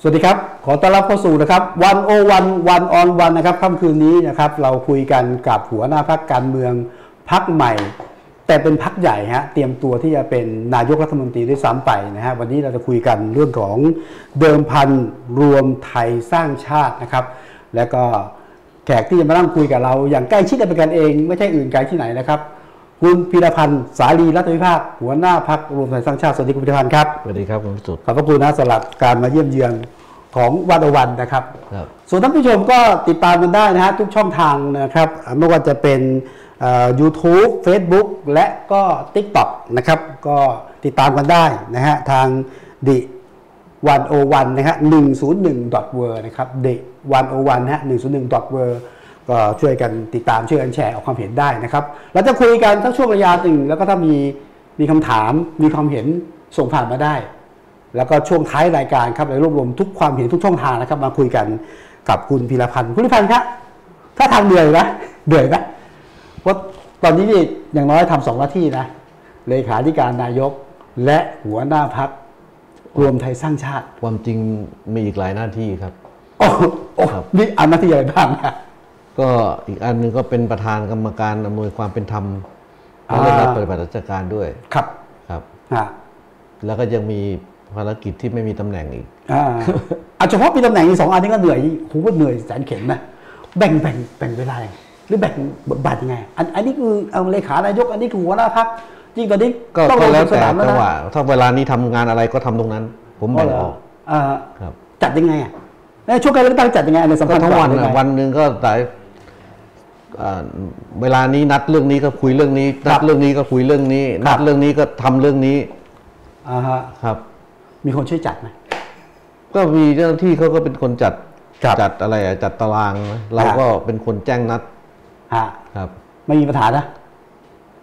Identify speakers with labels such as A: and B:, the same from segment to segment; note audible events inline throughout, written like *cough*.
A: สวัสดีครับ ขอต้อนรับเข้าสู่นะครับวันโอวันวันออนวันนะครับค่ำคืนนี้นะครับ เราคุยกันกับหัวหน้าพักการเมืองพักใหม่ แต่เป็นพักใหญ่ฮะเตรียมตัวที่จะเป็นนายกรัฐมนตรีด้วยซ้ำไปนะฮะวันนี้เราจะคุยกันเรื่องของเดิมพันรวมไทยสร้างชาตินะครับ และก็แขกที่จะมานั่งคุยกับเราอย่างใกล้ชิดกันเป็นกันเอง ไม่ใช่อื่นไกลที่ไหนนะครับ คุณพีรพันธ์สาลีรัตนวิภาคหัวหน้าพักรวมไทยสร้างชาติสวัสดีคุณพีรพันธ์ครับ
B: สวัสดีครับคุณพิสุทธิ์
A: ขอบพระคุณนะสำหรับการมาเยี่ยมเยือนของวันอวันนะครับ
B: ครับ
A: ส่วนท่านผู้ชมก็ติดตามกันได้นะฮะทุกช่องทางนะครับอ่าไม่ว่าจะเป็นเอ่อ YouTube Facebook และก็ TikTok นะครับ ก็ติดตามกันได้นะฮะ ทางดิวันโอวันนะฮะ101.w นะครับดิวันโอวันฮะ101.w ก็ช่วยกันติดตามช่วยกันแชร์ออกความเห็นได้นะครับ เราจะคุยกันทั้งช่วงระยะหนึ่งแล้วก็ถ้ามีมีคำถามมีความเห็นส่งผ่านมาได้ แล้วก็ช่วงท้ายรายการครับเรารวบรวมทุกความเห็นทุกช่องทางนะครับ มาคุยกันกับคุณพีรพันธ์คุณพีรพันธ์ครับถ้าทางเหนื่อยไหมเหนื่อยไหมว่าะตอนนี้นี่อย่างน้อยทำสองหน้าที่นะเลขาธิการนายก และหัวหน้าพักรวมไทยสร้างชาติ
B: ความจริงมีอีกหลายหน้าที่ครับ
A: โอ้โหโอ้โห
B: ครับ
A: นี่อันหน้าที่อะไรบ้างนะ
B: ก็อีกอันหนึงก็เป็นประธานกรรมการอำนวยความเป็นธรรม
A: อ่า
B: และได้รับปฏิบัติราชการด้วย
A: ครับ
B: ครับ
A: อ่า
B: แล้วก็ยังมีภารกิจที่ไม่มีตำแหน่งอีก
A: อ่า *laughs* เอาเฉพาะมีตำแหน่งอีกสองอันนี้ก็เหนื่อยโอ้โหเหนื่อยแสนเข็นนะแบ่งแบ่งแบ่งเวลายังไงหรือแบ่งบทบาทยังไงอันอันนี้คือเอาเลขานายกอันนี้คือหัวหน้าพักจริงตอนนี้
B: ก็
A: ต้อง
B: ก็
A: ลง
B: แล้ว
A: ส
B: แต่
A: นามแล้ว
B: จัง
A: นะ
B: หวะถ้าเวลานี้ทำงานอะไรก็ทำตรงนั้น ผมแบ่งออก
A: เอ่อ
B: ครับ
A: จัดยังไงอ่ะในช่วงการเลือกตั้งจัดยังไงอันนี้สำ
B: ก็
A: คัญ
B: ทั้งวัน
A: กา
B: น่ะ
A: เลยะ
B: วันหนึ่งก็หลายอ่าเวลานี้นัดเรื่องนี้ก็คุยเรื่องนี้
A: ค
B: นั
A: รั
B: ด
A: บ
B: เรื่องนี้ก็คุยเรื่องนี้
A: ครั
B: นั
A: บ
B: ดเรื่องนี้ก็ทำเรื่องนี้
A: อ่าฮะ
B: ครับ
A: มีคนช่วยจัดไหม
B: ก็มีเจ้าหน้าที่เขาก็เป็นคนจัด
A: ครับ
B: จัดอะไรอะจัดตารางนะเรา
A: ครับ
B: ก็เป็นคนแจ้งนัด
A: ฮะ
B: ครับ
A: ไม่มีปัญหานะ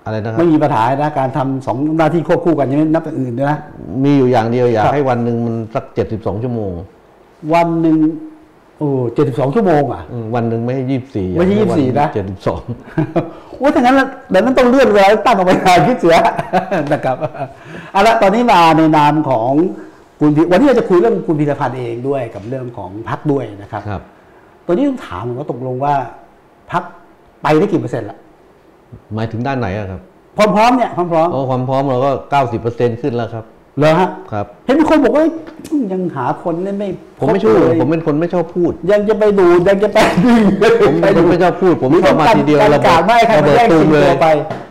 B: อะไรนะครับ
A: ไม่มีปัญหานะการทำสองหน้าที่ควบคู่กันยังไม่นับอย่างอื่นด้วยนะ
B: มีอยู่อย่างเดียวอ
A: ค
B: ยาก
A: รับ
B: ให้วันหนึ่งมันสักเจ็ดสิบสองชั่วโมง
A: วันหนึ่งโอ้เจ็ดสิบสองชั่วโมงอ่ะ
B: อืมวันหนึ่งไม่ให้ยี่สิบสี่
A: ไม่ใช่24นะ
B: เจ็ดสิบสอง
A: *laughs* โอ้ถ้างั้นแล้วเดี๋ยวนั้นต้องเลื่อนเวลาเลือกตั้งออกไปหาคิดเสีย *laughs* นะครับเอาละตอนนี้มาในนามของคุณพีวันนี้เราจะคุยเรื่องคุณพีรพันธ์เองด้วยกับเรื่องของพักด้วยนะครับ
B: ครับ
A: ตอนนี้ต้องถามก่อนว่าตกลงว่าพักไปได้กี่เปอร์เซ็นต์ละ
B: หมายถึงด้านไหนอะครับ
A: พร้อมๆเนี่ยพร้อม
B: เพราะความพร้อมเราก็เก้าสิบเปอร์เซ็นขึ้นแล้วครับ
A: ๆเลยฮะ
B: ครับ
A: เห็นมีคนบอกว่ายังหาคนเล่นไม่
B: ผมไม่ชอบผมเป็นคนไม่ชอบพูด
A: ยังจะไปดูยังจะไปดึง
B: ผมเป็นคนไม่ชอบพูด ผมเข้ามาทีเดียว
A: ระ
B: ระ
A: กาศ
B: เบิด
A: ไม่ให้ใครมา
B: ระเบิด
A: แย่ง
B: ตู
A: ชิง
B: มเล
A: ตั
B: ยว
A: ไป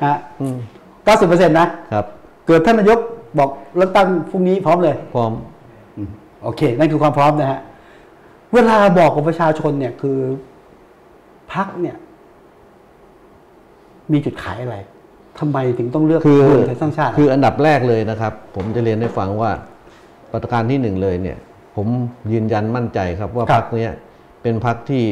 A: ฮะ
B: อืม
A: เก้าสิบเปอร์เซ็นต์นะครับ เกิดท่านนายกบอกเลือกตั้งพรุ่งนี้พร้อมเลย
B: พร้อม
A: โอเค นั่นคือความพร้อมนะฮะ เวลาบอกกับประชาชนเนี่ยคือพักเนี่ย มีจุดขายอะไรทำไมถึงต้องเลือก
B: คือ
A: รวมไทยสร้างชาติ
B: คืออันดับแรกเลยนะครับ ผมจะเรียนให้ฟังว่าประการที่หนึ่งเลยเนี่ย ผมยืนยันมั่นใจครับว่าพรรคเนี้ยเป็นพรรคที่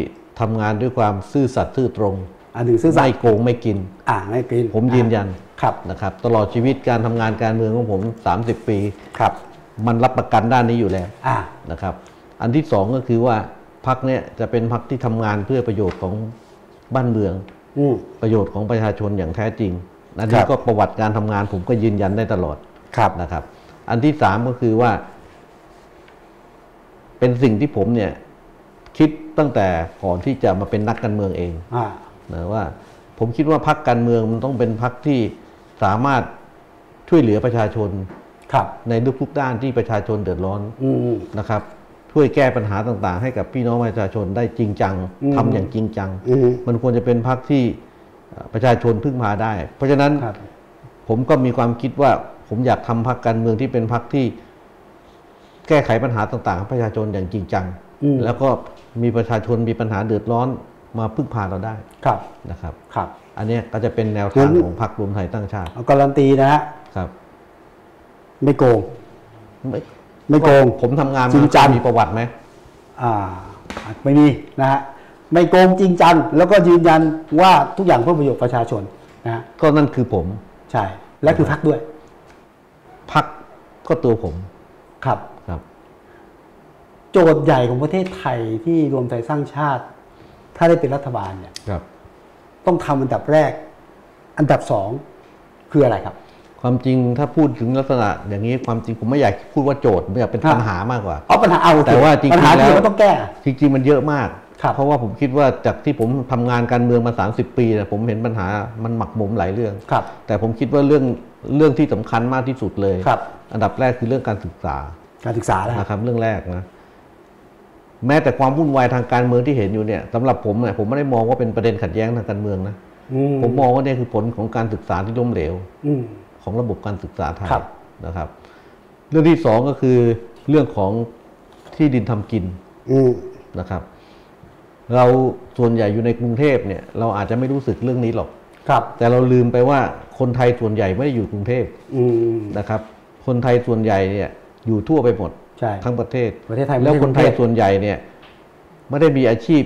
B: ทำงานด้วยความซื่อสัตย์ซื่อตรง
A: อันหนึ่งซื่อสัต
B: ไม่
A: ย์
B: โกงไม่กิน
A: อ่าไม่กิน
B: ผมยืนยัน
A: ครับ
B: นะครับ ตลอดชีวิตการทำงานการเมืองของผม 30 ปี
A: ครับ
B: มันรับประกันด้านนี้อยู่แล้ว
A: อ่า
B: นะครับ อันที่สองก็คือว่าพรรคเนี้ยจะเป็นพรรคที่ทำงานเพื่อประโยชน์ของบ้านเมือง
A: อืม
B: ประโยชน์ของประชาชนอย่างแท้จริงอัน
A: ค
B: นี้
A: รับ
B: ก็ประวัติการทำงานผมก็ยืนยันได้ตลอด
A: ครับ
B: นะครับ อันที่สามก็คือว่า เป็นสิ่งที่ผมเนี่ย คิดตั้งแต่ก่อนที่จะมาเป็นนักการเมืองเอง
A: อ่า
B: นะว่า ผมคิดว่าพรรคการเมืองมันต้องเป็นพรรคที่สามารถช่วยเหลือประชาชน
A: ครับ
B: ในทุกๆด้านที่ประชาชนเดือดร้อน
A: อืม
B: นะครับ ช่วยแก้ปัญหาต่าง ๆ ให้กับพี่น้องประชาชนได้จริงจัง
A: อืม
B: ทำอย่างจริงจัง
A: อืม
B: มันควรจะเป็นพรรคที่เอ่อประชาชนพึ่งพาได้ เพราะฉะนั้น
A: ครับ
B: ผมก็มีความคิดว่าผมอยากทำพรรคการเมืองที่เป็นพรรคที่ แก้ไขปัญหาต่างๆให้ประชาชนอย่างจริงจัง
A: อืม
B: แล้วก็มีประชาชนมีปัญหาเดือดร้อนมาพึ่งพาเราได้
A: ครับ
B: นะครับ
A: ครับ
B: อันเนี้ยก็จะเป็นแนวทาง
A: งั้น
B: ของพรรครวมไทยตั้งชาติ
A: เอาการันตีนะฮะ
B: ครับ
A: ไม่โกง
B: ไม่
A: ไม่โกง
B: ผมทำงานมา
A: จริงจัง
B: มีประวัติไหม
A: อ่า ไม่มีนะฮะ ไม่โกงจริงจัง แล้วก็ยืนยันว่าทุกอย่างเพื่อประโยชน์ประชาชนนะฮะ
B: ก็นั่นคือผม
A: ใช่ และคือพักด้วย
B: พรรคก็ตัวผม
A: ครับ
B: ครับ
A: โจทย์ใหญ่ของประเทศไทยที่รวมไทยสร้างชาติ ถ้าได้เป็นรัฐบาลเนี่ย
B: ครับ
A: ต้องทำอันดับแรก อันดับสองคืออะไรครับ
B: ความจริงถ้าพูดถึงลักษณะอย่างนี้ความจริงผมไม่อยากพูดว่าโจทย์ผมอยากเป็น
A: ครับ
B: ปัญหามากกว่า
A: เอาปัญหาเอา
B: แต่ว่าจริงๆ
A: ปัญหาที่
B: แล้ว
A: เราต้องแก้
B: จริงๆมันเยอะมาก
A: ครับ
B: เพราะว่าผมคิดว่าจากที่ผมทำงานการเมืองมา 30 ปีนะผมเห็นปัญหามันหมักหมมหลายเรื่อง
A: ครับ
B: แต่ผมคิดว่าเรื่องเรื่องที่สำคัญมากที่สุดเลย
A: ครับ
B: อันดับแรกคือเรื่องการศึกษา
A: การศึกษาแล้ว
B: นะครับเรื่องแรกนะแม้แต่ความวุ่นวายทางการเมืองที่เห็นอยู่เนี่ยสำหรับผมเนี่ยผมไม่ได้มองว่าเป็นประเด็นขัดแย้งทางการเมืองนะผมมองว่าเนี่ยคือผลของการศึกษาที่ล้มเหลว ของระบบการศึกษาไทย
A: ครับ
B: นะครับ เรื่องที่สองก็คือเรื่องของที่ดินทำกิน
A: อืม
B: นะครับ เราส่วนใหญ่อยู่ในกรุงเทพเนี่ย เราอาจจะไม่รู้สึกเรื่องนี้หรอก
A: ครับ
B: แต่เราลืมไปว่าคนไทยส่วนใหญ่ไม่ได้อยู่กรุงเทพ
A: อืม
B: นะครับ คนไทยส่วนใหญ่เนี่ยอยู่ทั่วไปหมด
A: ใช่
B: ทั้งประเทศ
A: ประเทศไทย
B: แล้วคนไทย
A: ม่ใช่กรุงเทพ
B: ส่วนใหญ่เนี่ยไม่ได้มีอาชีพ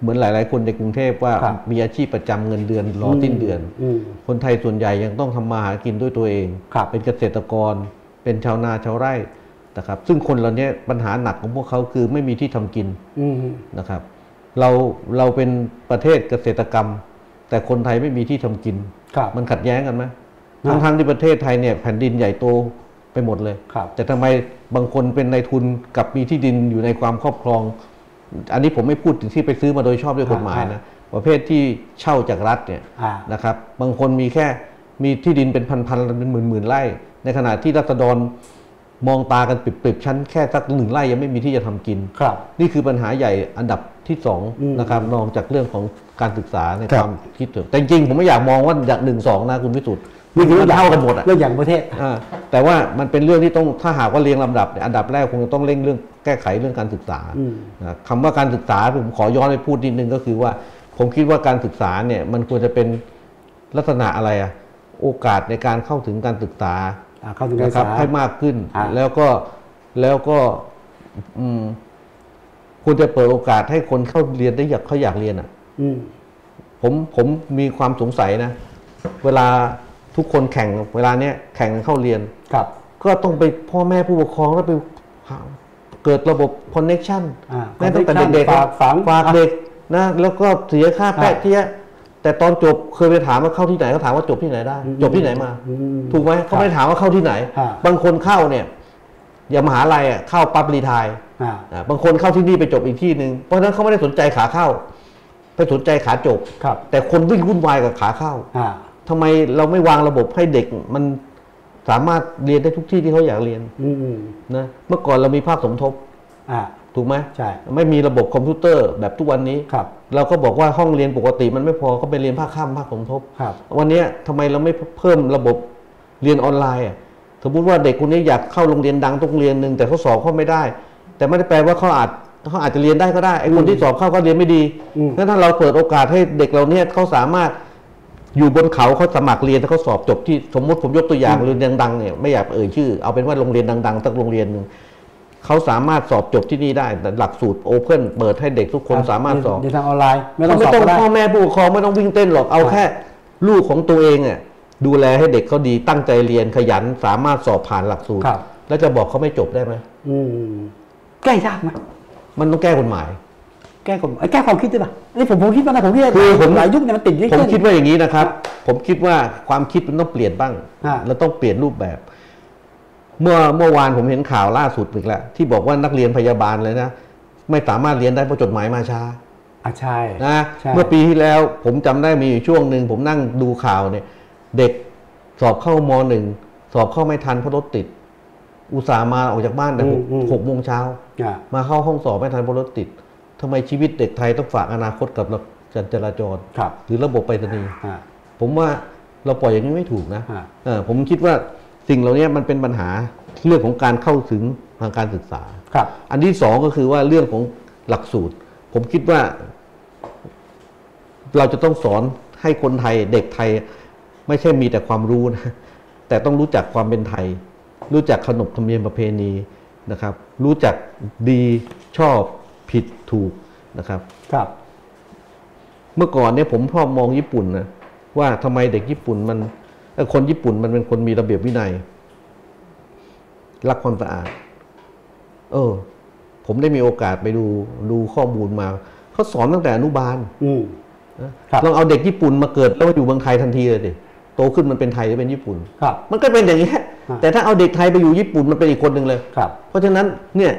B: เหมือนหลาย ๆ คนในกรุงเทพว่า
A: ครับ
B: มีอาชีพประจำเงินเดือนรอสิ้นเดือน
A: อืม
B: คนไทยส่วนใหญ่ยังต้องทำมาหากินด้วยตัวเอง
A: ครับ
B: เป็นเกษตรกร เป็นชาวนาชาวไร่นะครับ ซึ่งคนเหล่านี้ปัญหาหนักของพวกเขาคือไม่มีที่ทำกิน
A: อืม
B: นะครับเราเราเป็นประเทศเกษตรกรรม แต่คนไทยไม่มีที่ทำกิน
A: ครับ
B: มันขัดแย้งกันไหม
A: ครั
B: ทั้
A: บ
B: งทั้งที่ประเทศไทยเนี่ยแผ่นดินใหญ่โตไปหมดเลย
A: ครับ
B: แต่ทำไมบางคนเป็นนายทุนกับมีที่ดินอยู่ในความครอบครอง อันนี้ผมไม่พูดถึงที่ไปซื้อมาโดยชอบด้วยกฎหมายนะประเภทที่เช่าจากรัฐเนี่ย
A: อ่าน
B: นะครับบางคนมีแค่มีที่ดินเป็นพันๆเป็นหมื่นๆไร่ ในขณะที่รัษฎรมองตากันปริบๆชั้นแค่สักหนึ่งไร่ยังไม่มีที่จะทำกิน
A: ครับ
B: นี่คือปัญหาใหญ่อันดับที่สอง
A: อืม
B: นะครับนอกจากเรื่องของการศึกษาใน
A: ค
B: ครับ วามคิดถึงแต่จริงๆผมไม่อยากมองว่าจากหนึ่งสองนะคุณพิสุทธิ์
A: นี่คือเรื่อง
B: มันเท่ากันหมดอ่ะ
A: เรื่องอย่างประเทศ
B: อ่าแต่ว่ามันเป็นเรื่องที่ต้องถ้าหากว่าเรียงลำดับเนี่ยอันดับแรกคงจะต้องเร่งเรื่องแก้ไขเรื่องการศึกษา
A: อืม
B: นะคำว่าการศึกษาผมขอย้อนไปพูดนิดนึงก็คือว่า ผมคิดว่าการศึกษาเนี่ยมันควรจะเป็นลักษณะอะไรอะโอกาสในการเข้าถึงการศึกษา
A: อ่าเข้าถึงการ
B: นะ
A: ศึก
B: ครับ
A: ษา
B: ให้มากขึ้น
A: อ่า
B: แล้วก็แล้วก็อืมควรจะเปิดโอกาสให้คนเข้าเรียนได้อยากเขาอยากเรียนอ่ะ
A: อืม
B: ผมผมมีความสงสัยนะ เวลาทุกคนแข่งเวลาเนี้ยแข่งกันเข้าเรียน
A: ครับ
B: ก็ต้องไปพ่อแม่ผู้ปกครองแล้วไปหาเกิดระบบคอนเน็ชัน
A: อ่า
B: แม่ตั้งแต่เด็ก
A: connection
B: ๆ
A: ฝากฝัง
B: ฝากเด็กนะแล้วก็เสียค่าแปะ
A: อ่า
B: เทียะแต่ตอนจบเคยไปถามว่าเข้าที่ไหนก็ถามว่าจบที่ไหนได้
A: อืม
B: จบที่ไหนมา
A: อืม
B: ถูกไหมเขาไม่ได้ถามว่าเข้าที่ไหน
A: อ่า
B: บางคนเข้าเนี่ย อย่างมหาลัยอ่ะเข้าปั๊บรีไทาย
A: อ่า
B: อ่าบางคนเข้าที่นี่ไปจบอีกที่หนึ่งเพราะฉะนั้นเขาไม่ได้สนใจขาเข้า ไปสนใจขาจบ
A: ครับ
B: แต่คนวิ่งวุ่นวายกับขาเข้า
A: อ่า
B: ทำไมเราไม่วางระบบให้เด็กมันสามารถเรียนได้ทุกที่ที่เขาอยากเรียน
A: อืม
B: นะเมื่อก่อนเรามีภาคสมทบ
A: อ่า
B: ถูกไหม
A: ใช่
B: ไม่มีระบบคอมพิวเตอร์แบบทุกวันนี้
A: ครับ
B: เราก็บอกว่าห้องเรียนปกติมันไม่พอก็ไปเรียนภาคข้ามภาคสมทบ
A: ครับ
B: วันเนี้ยทำไมเราไม่เพิ่มระบบเรียนออนไลน์อะสมมติว่าเด็กคนนี้อยากเข้าโรงเรียนดังต้องเรียนหนึ่งแต่เขาสอบเข้าไม่ได้ แต่ไม่ได้แปลว่าเขาอาจเขาอาจจะเรียนได้ก็ได้ไอ้คนที่สอบเข้าก็เรียนไม่ดี
A: อืม
B: งั้นถ้าเราเปิดโอกาสให้เด็กเราเนี่ยเขาสามารถอยู่บนเขาเขาสมัครเรียนถ้าเขาสอบจบที่สมมติผมยกตัวอย่างโรงเรียนดังๆเนี่ยไม่อยากเอ่ยชื่อเอาเป็นว่าโรงเรียนดังๆสักโรงเรียนหนึ่งเขาสามารถสอบจบที่นี่ได้แต่หลักสูตรโอเพ่นเปิดให้เด็กทุกคนสามารถสอบ
A: เรียนทางออนไลน์ ไม่
B: ไม่
A: ต้
B: ต้
A: อ
B: อ
A: สอบ
B: ง ง
A: ก็ได้
B: พ่อแม่ผู้ปกครองไม่ต้องวิ่งเต้นหรอกเอาแค่ลูกของตัวเองเนี่ยดูแลให้เด็กเขาดีตั้งใจเรียนขยันสามารถสอบผ่านหลักสูตร
A: ครับ
B: แล้วจะบอกเขาไม่จบได้ไหม
A: อืม แก้ยากไหม
B: มันต้องแก้กฎหมาย
A: แก้ความเอ้ยแก้ความคิดได้ปะนี่ผมผมคิดว่านะผมคิดว่า
B: คือผม
A: หลายยุคเนี่ยมันติดเยอะ
B: ผม
A: ขึ้น
B: คิดว่าอย่างนี้นะครับ ผมคิดว่าความคิดมันต้องเปลี่ยนบ้าง
A: อ่า
B: แล้วต้องเปลี่ยนรูปแบบ เมื่อเมื่อวานผมเห็นข่าวล่าสุดอีกแล้วที่บอกว่านักเรียนพยาบาลเลยนะไม่สามารถเรียนได้เพราะจดหมายมาช้า
A: อ่ะใช่
B: นะ
A: ใช่
B: เมื่อปีที่แล้วผมจำได้มีอยู่ช่วงหนึ่งผมนั่งดูข่าวเนี่ย เด็กสอบเข้ามหนึ่งสอบเข้าไม่ทันเพราะรถติด อุตส่าห์มาออกจากบ้านแต่หก
A: อืมอืม
B: หกโมงเช้า
A: อ่า
B: มาเข้าห้องสอบไม่ทันเพราะรถติดทำไมชีวิตเด็กไทยต้องฝากอนาคตกับระบบการจราจร
A: ครับ
B: หรือระบบไปรษณีย์
A: อ่า
B: ผมว่าเราปล่อยอย่างนี้ไม่ถูกนะ
A: ฮะ
B: เออผมคิดว่าสิ่งเหล่านี้มันเป็นปัญหาเรื่องของการเข้าถึงทางการศึกษา
A: ครับ
B: อันที่สองก็คือว่าเรื่องของหลักสูตร ผมคิดว่า เราจะต้องสอนให้คนไทยเด็กไทย ไม่ใช่มีแต่ความรู้นะ *laughs* แต่ต้องรู้จักความเป็นไทย รู้จักขนบธรรมเนียมประเพณีนะครับ รู้จักดีชอบผิดถูกนะครับ
A: ครับ
B: เมื่อก่อนเนี่ยผมชอบมองญี่ปุ่นนะว่าทำไมเด็กญี่ปุ่นมันเอ่อคนญี่ปุ่นมันเป็นคนมีระเบียบวินัย รักความสะอาด เออ ผมได้มีโอกาสไปดูดูข้อมูลมาเขาสอนตั้งแต่อนุบาล
A: อืม
B: นะครับ ลองเอาเด็กญี่ปุ่นมาเกิดแล้วมาอยู่เมืองไทยทันทีเลยดิ โตขึ้นมันเป็นไทยหรือเป็นญี่ปุ่น
A: ครับ
B: มันก็เป็นอย่างนี้ย
A: อ่า
B: แต่ถ้าเอาเด็กไทยไปอยู่ญี่ปุ่นมันเป็นอีกคนหนึ่งเลย
A: ครับ
B: เพราะฉะนั้นเนี่ย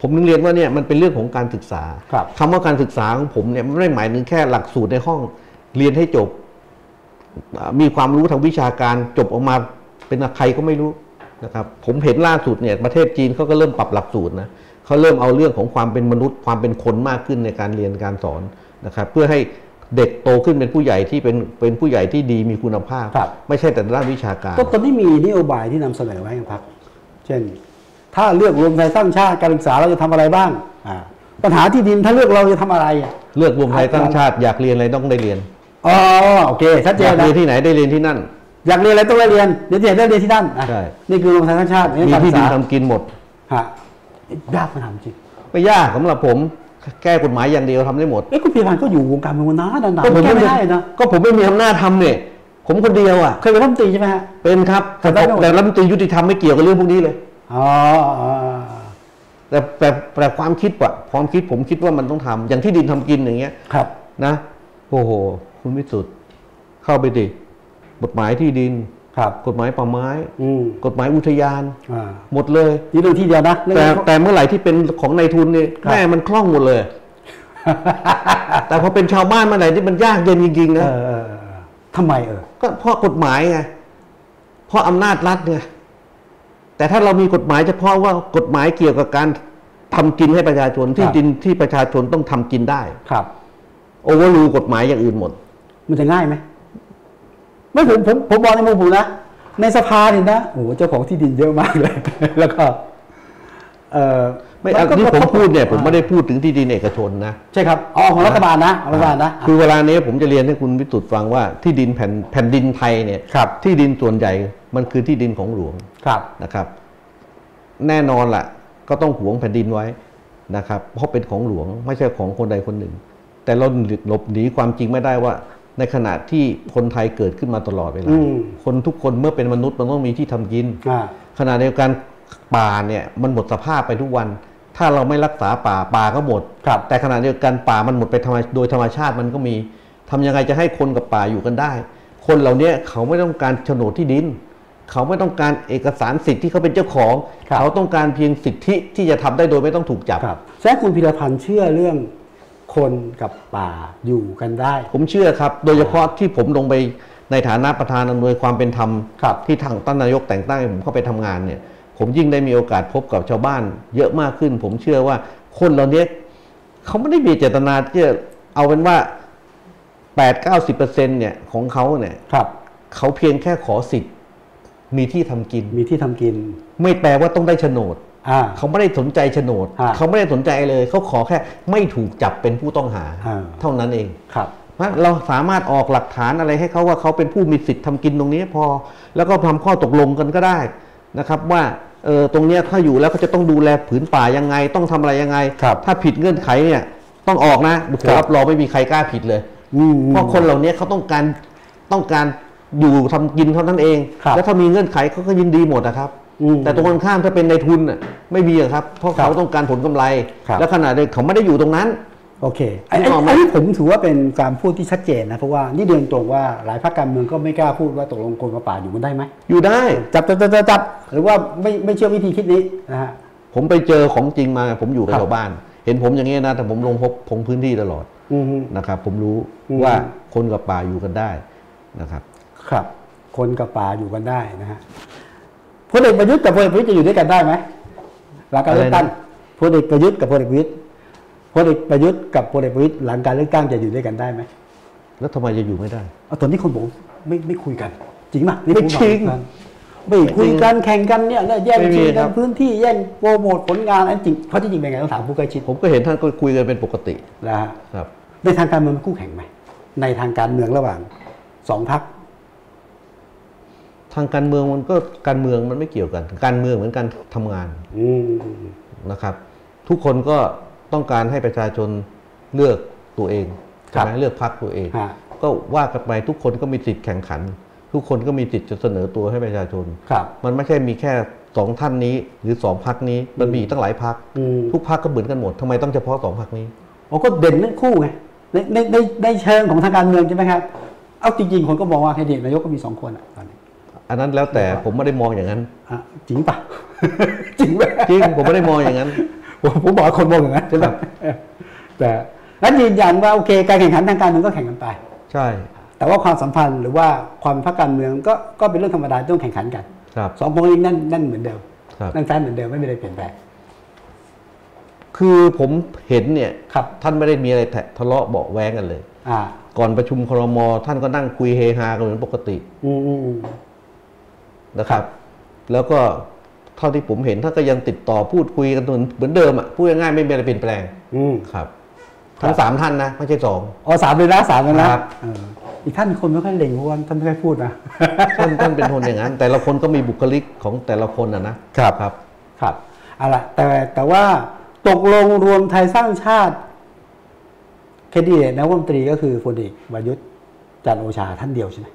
B: ผมถึงเรียนว่าเนี่ยมันเป็นเรื่องของการศึกษา
A: ครับ
B: คำว่าการศึกษาของผมเนี่ยไม่ได้หมายถึงแค่หลักสูตรในห้องเรียนให้จบอ่ามีความรู้ทางวิชาการจบออกมาเป็นใครก็ไม่รู้นะครับ ผมเห็นล่าสุดเนี่ยประเทศจีนเขาก็เริ่มปรับหลักสูตรนะเขาเริ่มเอาเรื่องของความเป็นมนุษย์ความเป็นคนมากขึ้นในการเรียนการสอนนะครับ เพื่อให้เด็กโตขึ้นเป็นผู้ใหญ่ที่เป็นเป็นผู้ใหญ่ที่ดีมีคุณภาพ
A: ครับ
B: ไม่ใช่แต่ด้านวิชาการ
A: ก็ตอนนี้มีนโยบายที่นำเสนอไว้กับพรรคเช่น ถ้าเลือกรวมไทยสร้างชาติการศึกษาเราจะทำอะไรบ้างอ่าปัญหาที่ดินถ้าเลือกเราจะทำอะไรอ่ะ
B: เลือกรวมไทยสร้างชาติอยากเรียนอะไรต้องได้เรียน
A: อ๋อโอเคชัดเจ
B: อน ยาก
A: นะ
B: เรียนที่ไหนได้เรียนที่นั่น
A: อยากเรียนอะไรต้องได้เรียนเดี๋ยวเรียนได้เรียนที่นั่นอ่ะ
B: ใช่
A: นี่คือรวมไทยสร้างชาติ
B: มี
A: นี่การ
B: ที่
A: ศึก
B: ดิน
A: ษา
B: ทำกินหมด
A: ฮะยากมันถามจริง
B: ไม่ยากสำหรับผม แก้กฎหมายอย่างเดียวทำได้หมด
A: เอ๊ะคุณพีพันธ์ก็อยู่วงการเมืองมานานนานๆแก้ไม่ได้นะ
B: ก็ผมไม่มีอำนาจทำเนี่ยผมคนเดียวอ่ะ
A: เคยเป็นรัฐมนตรีใช่ไหมฮะ
B: เป็นครับแต่ผ
A: ทำ
B: ม
A: ได้หมด
B: แต่รัฐมนตรียุติธรรมไม่เกี่ยวกับเรื่องพวกนี้เลย
A: อ๋ออ๋อ
B: แต่แต่แต่ความคิดอะความคิดผมคิดว่ามันต้องทำอย่างที่ดินทำกินอย่างเงี้ย
A: ครับ
B: นะโอ้โห คุณวิสุทธ์เข้าไปดิกฎหมายที่ดิน
A: ครับ
B: กฎหมายป่าไม้
A: อืม
B: กฎหมายอุทยาน
A: อ่า
B: หมดเลย
A: นี่เรื่องที่เดียวนะเรื่อง
B: แต่
A: นี้ก็
B: แต่เมื่อไหร่ที่เป็นของนายทุนเนี่ย
A: ครับ
B: แม่มันคล่องหมดเลย *laughs* แต่พอเป็นชาวบ้านเมื่อไหร่ที่มันยากเย็นจริงๆ
A: เอ
B: นะ
A: อเออเออทำไมเออ
B: ก็เพราะกฎหมายไงเพราะอำนาจรัฐไงแต่ถ้าเรามีกฎหมายเฉพาะว่ากฎหมายเกี่ยวกับการทำกินให้ประชาชนที่
A: ครับ
B: ดินที่ประชาชนต้องทำกินได้
A: ครับ
B: โอเวอร์รูลกฎหมายอย่างอื่นหมด
A: มันจะง่ายไหมไม่ผมผมผมมองในมุมผมนะ ในสภาเนี่ยนะโอ้โหเจ้าของที่ดินเยอะมากเลย *laughs* แล้วก็ เออ
B: ไม่อัน
A: ก็
B: นี้ผม
A: กระทบ
B: พูดเนี่ย ผมไม่ได้พูดถึงที่ดินเอกชนนะ
A: ใช่ครับอ๋อของรัฐบาลนะของรัฐบาลนะ
B: คือเวลานี้ผมจะเรียนให้คุณวิสุทธ์ฟังว่าที่ดินแผ่นแผ่นดินไทยเนี่ย
A: ครับ
B: ที่ดินส่วนใหญ่มันคือที่ดินของหลวง
A: ครับ
B: นะครับแน่นอนล่ะ ก็ต้องหวงแผ่นดินไว้นะครับ เพราะเป็นของหลวงไม่ใช่ของคนใดคนหนึ่ง แต่เราหลบหนีความจริงไม่ได้ว่า ในขณะที่คนไทยเกิดขึ้นมาตลอดเวลา
A: อืม
B: คนทุกคนเมื่อเป็นมนุษย์มันต้องมีที่ทำกิน
A: อ่า
B: ขณะเดียวกันป่าเนี่ยมันหมดสภาพไปทุกวัน ถ้าเราไม่รักษาป่าป่าก็หมด
A: ครับ
B: แต่ขณะเดียวกันป่ามันหมดไปธรรมโดยธรรมชาติมันก็มีทำยังไงจะให้คนกับป่าอยู่กันได้ คนเหล่าเนี้ยเขาไม่ต้องการโฉนดที่ดิน เขาไม่ต้องการเอกสารสิทธิ์ที่เขาเป็นเจ้าของ
A: ครับ
B: เขาต้องการเพียงสิทธิที่จะทำได้โดยไม่ต้องถูกจับ
A: ครับแท้คุณพิรพันธ์เชื่อเรื่องคนกับป่าอยู่กันได้
B: ผมเชื่อครับ โดยเฉพาะที่ผมลงไปในฐานะประธานอำนวยความเป็นธรรม
A: ครับ
B: ที่ทางท่านนายกแต่งตั้งให้ผมเข้าไปทำงานเนี่ย ผมยิ่งได้มีโอกาสพบกับชาวบ้าน เยอะมากขึ้น ผมเชื่อว่าคนเหล่านี้เขาไม่ได้มีเจตนาที่จะเอาเป็นว่า 8 9 0 เนี่ยของเขาเนี่ย
A: ครับ
B: เขาเพียงแค่ขอสิทธิ์ มีที่ทำกิน
A: มีที่ทำกิน
B: ไม่แปลว่าต้องได้โฉนด
A: อ่า
B: เขาไม่ได้สนใจโฉนด
A: ฮะ
B: เขาไม่ได้สนใจเลย เขาขอแค่ไม่ถูกจับเป็นผู้ต้องหา
A: อ่า
B: เท่านั้นเอง
A: ครับ
B: เพราะเราสามารถออกหลักฐานอะไรให้เขาว่าเขาเป็นผู้มีสิทธิ์ทำกินตรงนี้พอ แล้วก็ทำข้อตกลงกันก็ได้นะครับ ว่าเออตรงเนี้ยถ้าอยู่แล้วเขาจะต้องดูแลผืนป่ายังไง ต้องทำอะไรยังไง
A: ครับ
B: ถ้าผิดเงื่อนไขเนี่ยต้องออกนะ
A: ครับ
B: รับรองไม่มีใครกล้าผิดเลย
A: อืม
B: เพราะคนเหล่านี้เขาต้องการต้องการอยู่ทำกินเท่านั้นเอง
A: ครับ
B: แล้วถ้ามีเงื่อนไขเขาก็ยินดีหมดนะครับ
A: อืม
B: แต่ตรงกันข้ามถ้าเป็นในทุนน่ะไม่มีอะครับ เพราะ
A: ครับ
B: เขาต้องการผลกำไร
A: ครับ
B: และขนาดเดียวกันเขาไม่ได้อยู่ตรงนั้น
A: โอเคไอ้ไอ้
B: นึกออกไหม
A: ไอ้นี่ผมถือว่าเป็นการพูดที่ชัดเจนนะ เพราะว่านี่เดินตรงว่าหลายภาคการเมืองก็ไม่กล้าพูดว่าตกลงคนกับป่าอยู่กันได้ไหม
B: อยู่ได้
A: จับจับจับจับจับหรือว่าไม่ไม่เชื่อวิธีคิดนี้นะฮะ
B: ผมไปเจอของจริงมาผมอยู่กับ
A: ครับ
B: ชาวบ้าน เห็นผมอย่างนี้ยนะแต่ผมลงพบพงพื้นที่ตลอด
A: อืม
B: นะครับ ผมรู้
A: อืม
B: ว่าคนกับป่าอยู่กันได้นะครับ
A: ครับ คนกับป่าอยู่กันได้นะฮะพลเอกประยุทธ์กับพลเอกประยุทธ์จะอยู่ด้วยกันได้ไหมหลังการเลือกตั้ง
B: อะไร
A: พลเอกประยุทธ์กับพลเอกประยุทธ์พลเอกประยุทธ์กับพลเอกประยุทธ์หลังการเลือกตั้งจะอยู่ด้วยกันได้ไหม
B: แล้วทำไมจะอยู่ไม่ได้
A: เอาตอนนี้คนบอกไม่ไม่คุยกัน จริงป่ะนี่
B: ไม่
A: ผมถา
B: จริง
A: กันไม่คุยกันแข่งกันเนี่ยแย่ง
B: ไม่มี
A: ชิงกั
B: ครั
A: น
B: บ
A: พื้นที่แย่งโปรโมทผลงานอันจริงเพราะที่จริงเป็นไงต้องถามผู้ใกล้ชิด
B: ผมก็เห็นท่านก็คุยกันเป็นปกติ
A: นะฮะ
B: ครับ
A: ในทางการเมืองมันคู่แข่งไหมในทางการเมืองระหว่างสองพรรค
B: ทางการเมืองมันก็การเมืองมันไม่เกี่ยวกัน การเมืองเหมือนการทำงานนะครับ ทุกคนก็ต้องการให้ประชาชนเลือกตัวเอง
A: ครั
B: ใช่
A: บ
B: ไหมเลือกพรรคตัวเอง
A: ฮะ
B: ก็ว่ากันไปทุกคนก็มีสิทธิ์แข่งขัน ทุกคนก็มีสิทธิ์จะเสนอตัวให้ประชาชน
A: ครับ
B: มันไม่ใช่มีแค่สองท่านนี้ หรือสองพักนี้มันมีอีกตั้งหลายพัก
A: อืม
B: ทุกพักก็เหมือนกันหมดทำไมต้องเฉพาะสองพักนี้
A: โอ้ก็เด่นทั้งคู่ไงในในในในเชิงของทางการเมืองใช่ไหมครับ เอาจริงๆ คนก็มองว่าแคนดิเดตนายกก็มีสองคนอ่ะตอนนี้
B: อันนั้นแล้วแต่ผมไม่ได้มองอย่างนั้น
A: อ่ะจริงปะ *laughs* จริงไหม
B: จริงผมไม่ได้มองอย่างนั้น
A: ผมผมบอกว่าคนมองอย่างนั้นใช่ไหม *laughs*
B: ครับ
A: แต่นั้นยืนยันว่าโอเคการแข่งขันทางการเมืองก็แข่งกันไป
B: ใช่
A: แต่ว่าความสัมพันธ์หรือว่าความเป็นพรรคการเมืองก็ก็เป็นเรื่องธรรมดาที่ต้องแข่งขันกัน
B: ครับ
A: สองคนนี้แนั่นแนั่นเหมือนเดิม
B: ครับ
A: แนั่นแฟนเหมือนเดิมไม่มีอะไรเปลี่ยนแปลง
B: คือผมเห็นเนี่ย
A: ครับ
B: ท่านไม่ได้มีอะไรแตะทะเลาะเบาะแว้งกันเลย
A: อ่า
B: ก่อนประชุมครมท่านก็นั่งคุยเฮฮากันเหมือนปกติ
A: อืมอืมอืม
B: นะครับ แล้วก็เท่าที่ผมเห็นท่านก็ยังติดต่อพูดคุยกันเหมือนเหมือนเดิมอ่ะพูดง่ายๆไม่มีอะไรเปลี่ยนแปลง
A: อืม
B: ครับ ทั้งสามท่านนะไม่ใช่สอง
A: อ๋อสามเลยนะสามเลยนะครับ เอออีกท่านคนไม่ค่อยเล่งเพราะว่าท่านไม่ค่อยพูดนะ
B: ท่านท่านเป็นคนอย่างนั้น แต่ละคนก็มีบุคลิกของแต่ละคนอะนะครับ ครับ
A: *laughs* ครับเอาละแต่แต่ว่าตกลงรวมไทยสร้างชาติแคนดิเดตนายกรัฐมนตรีก็คือพลเอกวรยุทธ์จันทร์โอชาท่านเดียวใช่ไหม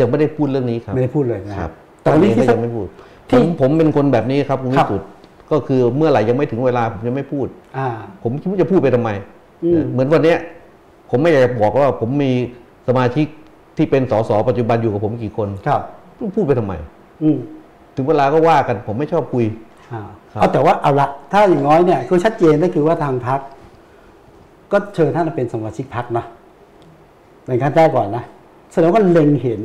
B: ยังไม่ได้พูดเรื่องนี้ครับ
A: ไม่ได้พูดเลยนะครับ แต่วันนี้
B: ก็
A: ที่
B: ยังไม่พูด
A: ที่
B: ผมผมเป็นคนแบบนี้ครับคุณ
A: ครั
B: วิ
A: บ
B: สุทธ์ก็คือเมื่อไหร่ยังไม่ถึงเวลาผมยังไม่พูด
A: อ่า
B: ผมคิดว่าจะพูดไปทำไม
A: อืม
B: เออเหมือนวันเนี้ย ผมไม่อยากจะบอกว่าผมมีสมาชิกที่เป็นสสปัจจุบันอยู่กับผมกี่คน
A: ครับ
B: พูดไปทำไม
A: อืม
B: ถึงเวลาก็ว่ากัน ผมไม่ชอบคุย
A: อ่า
B: ครับ
A: เอาแต่ว่าเอาละถ้าอย่างน้อยเนี่ยคือชัดเจนก็คือว่าทางพักก็เชิญท่านมาเป็นสมาชิกพักนะในขั้นแรกก่อนนะแสดงว่าเล็งเห็น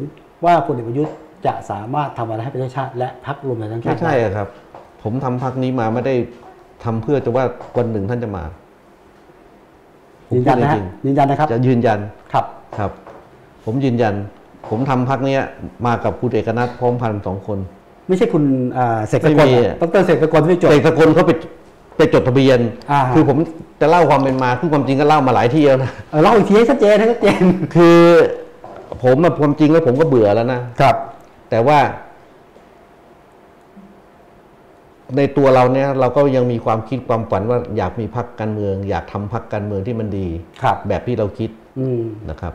A: ว่าพลเอกประยุทธ์จะสามารถทำอะไรให้ประเทศชาติ และพักรวมไทยสร้างชา
B: ไม่
A: ติ
B: ใช่
A: ได้
B: อะครับ ผมทำพักนี้มาไม่ได้ทำเพื่อจะว่าวันหนึ่งท่านจะมา ผม
A: ยืน
B: พู
A: ยั
B: ด
A: น
B: จ
A: นะฮะ
B: ริง
A: ยืนยันนะครับ
B: จะยืนยัน
A: ครับ
B: ครับ ผมยืนยัน ผมทำพักนี้ยมากับคุณเอกนัทพร้อมพันธ์สองคน
A: ไม่ใช่คุณเอ่อเสกสก
B: ไม่
A: ล
B: มี
A: อะดรเสกสกลที่จบ
B: เอกสกลเขาไปไปจดทะเบียน
A: อ่า
B: คือผมจะเล่าความเป็นมาคือความจริงก็เล่ามาหลายที่แล้วนะ
A: เออเล่าอีกทีให้ชัดเจนให้ชัดเจน
B: คือผมอะความจริงแล้วผมก็เบื่อแล้วนะ
A: ครับ
B: แต่ว่า ในตัวเราเนี่ย เราก็ยังมีความคิดความฝันว่าอยากมีพักการเมือง อยากทำพักการเมืองที่มันดี
A: ครับ
B: แบบที่เราคิด
A: อืม
B: นะครับ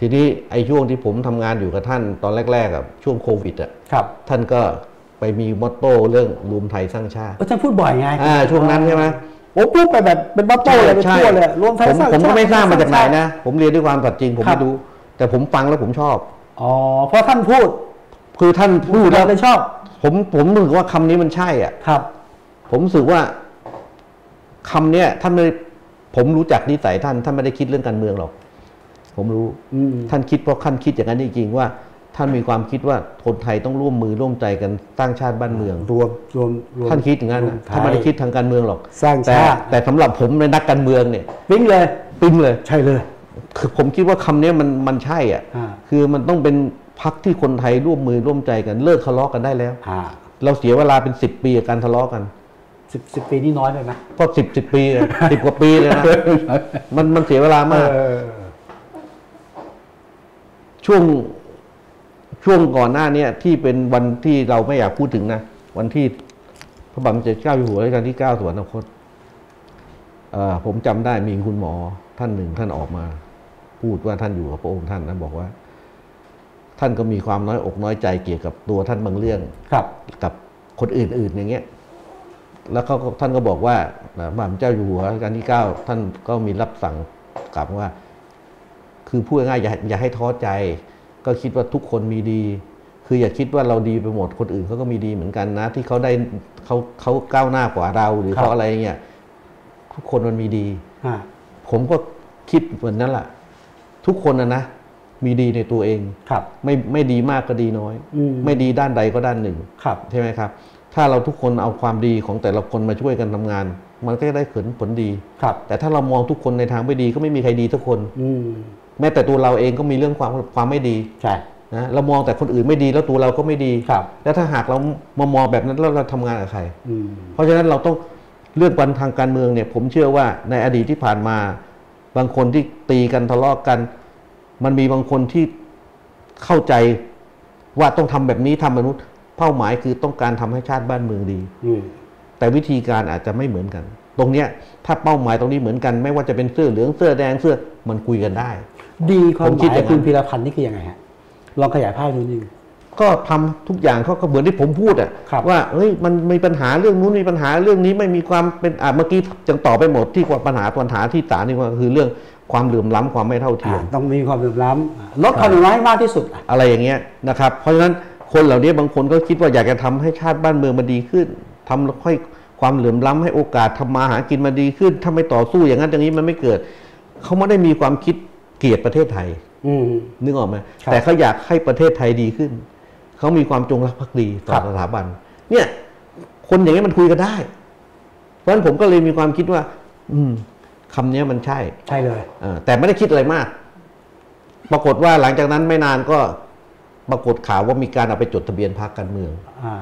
B: ทีนี้ไอ้ช่วงที่ผมทำงานอยู่กับท่านตอนแรกๆอะช่วงโควิดอะ
A: ครับ
B: ท่านก็ไปมีมอตโต้เรื่องรวมไทยสร้างชาติ
A: อาจารย์พูดบ่อยไง
B: อ่าช่วงนั้นใช่ไหม
A: โอ้พูดไปแบบเป็นบ้าโต้เลยเป็นทั่วเลยรวมไทย
B: ผม
A: สร้างชาติ
B: ผมก็ไม่ทราบมาจากไหนนะ ผมเรียนด้วยความสัตย์จริง ผม
A: ครับ
B: ไม่รู้ แต่ผมฟังแล้วผมชอบ
A: อ๋อเพราะท่านพูด
B: คือท่านพูดแล้ว
A: ท่านเลยชอบ
B: ผมผมรู้สึกว่าคำนี้มันใช่อ่ะ
A: ครับ
B: ผมรู้สึกว่าคำเนี้ยท่านไม่ผมรู้จักนิสัยท่านท่านไม่ได้คิดเรื่องการเมืองหรอก ผมรู้
A: อืม
B: ท่านคิดเพราะท่านคิดอย่างนั้นจริงๆว่า ท่านมีความคิดว่าคนไทยต้องร่วมมือร่วมใจกันตั้างชาติบ้านเมือง
A: รวมรวมรวม
B: ท่านคิดอย่างนั้น
A: ร
B: นะ
A: วทย
B: ท่านไม่ได้คิดทางการเมืองหรอก
A: สร้าง
B: แต่
A: ชาติ
B: แต่สำหรับผมในนักการเมืองเนี่ย
A: ปิ๊งเลย
B: ปิ้งเลย
A: ใช่เลย
B: คือผมคิดว่าคำเนี้ยมันมันใช่อ่ะ
A: อ่า
B: คือมันต้องเป็นพักที่คนไทยร่วมมือร่วมใจกันเลิกทะเลาะกันได้แล้ว
A: อ่า
B: เราเสียเวลาเป็นสิบปีกับการทะเลาะกัน
A: สิบสิบปีนี่น้อยไปไหม
B: ก็สิบสิบปีสิบกว่าปีเลยนะมันมันเสียเวลามาก
A: เออ
B: ช่วงช่วงก่อนหน้าเนี้ยที่เป็นวันที่เราไม่อยากพูดถึงนะ วันที่พระบาทสมเด็จเจ้าอยู่หัวรัชกาลที่เก้าสวรรคตเอ่อผมจำได้มีคุณหมอท่านหนึ่งท่านออกมา พูดว่าท่านอยู่กับพระองค์ท่านนะบอกว่า ท่านก็มีความน้อยอกน้อยใจเกี่ยวกับตัวท่านบางเรื่อง
A: ครับ
B: กับคนอื่นๆอย่างเงี้ย แล้วเขาก็ท่านก็บอกว่าเอ่อพระบาทสมเด็จเจ้าอยู่หัวรัชกาลที่เก้าท่านก็มีรับสั่งกลับว่า คือพูดง่ายๆอย่าอย่าให้ท้อใจ ก็คิดว่าทุกคนมีดี คืออย่าคิดว่าเราดีไปหมดคนอื่นเขาก็มีดีเหมือนกันนะ ที่เขาได้เขาเขาก้าวหน้ากว่าเราหรือเขาอะไรเงี้ยทุกคนมันมีดี
A: อ่า
B: ผมก็คิดเหมือนนั้นแหละทุกคนนะนะมีดีในตัวเอง
A: ครับ
B: ไม่ไม่ดีมากก็ดีน้อย
A: อืม
B: ไม่ดีด้านใดก็ด้านหนึ่ง
A: ครับ
B: ใช่ไหมครับ ถ้าเราทุกคนเอาความดีของแต่ละคนมาช่วยกันทำงาน มันก็จะได้ผลผลดี
A: ครับ
B: แต่ถ้าเรามองทุกคนในทางไม่ดีก็ไม่มีใครดีทุกคน
A: อืม
B: แม้แต่ตัวเราเองก็มีเรื่องความความไม่ดี
A: ใช่
B: นะเรามองแต่คนอื่นไม่ดีแล้วตัวเราก็ไม่ดี
A: ครับ
B: แล้วถ้าหากเรามามองแบบนั้นแล้วเราทำงานกับใคร
A: อืม
B: เพราะฉะนั้นเราต้องเรื่องวันทางการเมืองเนี่ย ผมเชื่อว่าในอดีตที่ผ่านมา บางคนที่ตีกันทะเลาะกัน มันมีบางคนที่เข้าใจว่าต้องทำแบบนี้ทำมนุษย์ เป้าหมายคือต้องการทำให้ชาติบ้านเมืองดี
A: อืม
B: แต่วิธีการอาจจะไม่เหมือนกัน ตรงเนี้ยถ้าเป้าหมายตรงนี้เหมือนกัน ไม่ว่าจะเป็นเสื้อเหลืองเสื้อแดงเสื้อมันคุยกันได้
A: ดีความ
B: ผม
A: ห
B: คิด
A: มา
B: อย ย่างนั้น
A: คุณพีรพันธ์นี่คือยังไงฮะลองขยายภาพดูนิดนึง
B: ก็ทำทุกอย่างเขาก็เหมือนที่ผมพูดอะ
A: ครับ
B: ว่าเฮ้ยมันมีปัญหาเรื่องนู้นมีปัญหาเรื่องนี้ไม่มีความเป็นอ่ะเมื่อกี้ยังตอบไปหมดที่ว่าปัญหาปัญหาที่สามนี่ก็คือเรื่อง ความเหลื่อมล้ำความไม่เท่าเทียม
A: อ่าต้องมีความเหลื่อมล้ำลดความเหลื่อมล้ำให้มากที่สุดอ่ะ
B: อะไรอย่างเงี้ยนะครับ เพราะฉะนั้นคนเหล่านี้บางคนก็คิดว่าอยากจะทำให้ชาติบ้านเมืองมันดีขึ้นทำให้ความเหลื่อมล้ำให้โอกาสทำมาหากินมันดีขึ้นถ้าไม่ต่อสู้อย่างนั้นอย่างนี้มันไม่เกิด เขาไม่ได้มีความคิดเกลียดประเทศไทย
A: อืม
B: นึกออกไหม
A: ครับ
B: แต่เขาอยากให้ประเทศไทยดีขึ้น เขามีความจงรักภักดีต่
A: ครั
B: อบ สถาบัน เนี่ย คนอย่างนี้ยมันคุยกันได้ เพราะฉะนั้นผมก็เลยมีความคิดว่า อืมคำเนี้ยมันใช่
A: ใช่เลย
B: เอ่อแต่ไม่ได้คิดอะไรมาก ปรากฏว่าหลังจากนั้นไม่นานก็ปรากฏข่าวว่ามีการเอาไปจดทะเบียนพรรคการเมือง
A: อ่า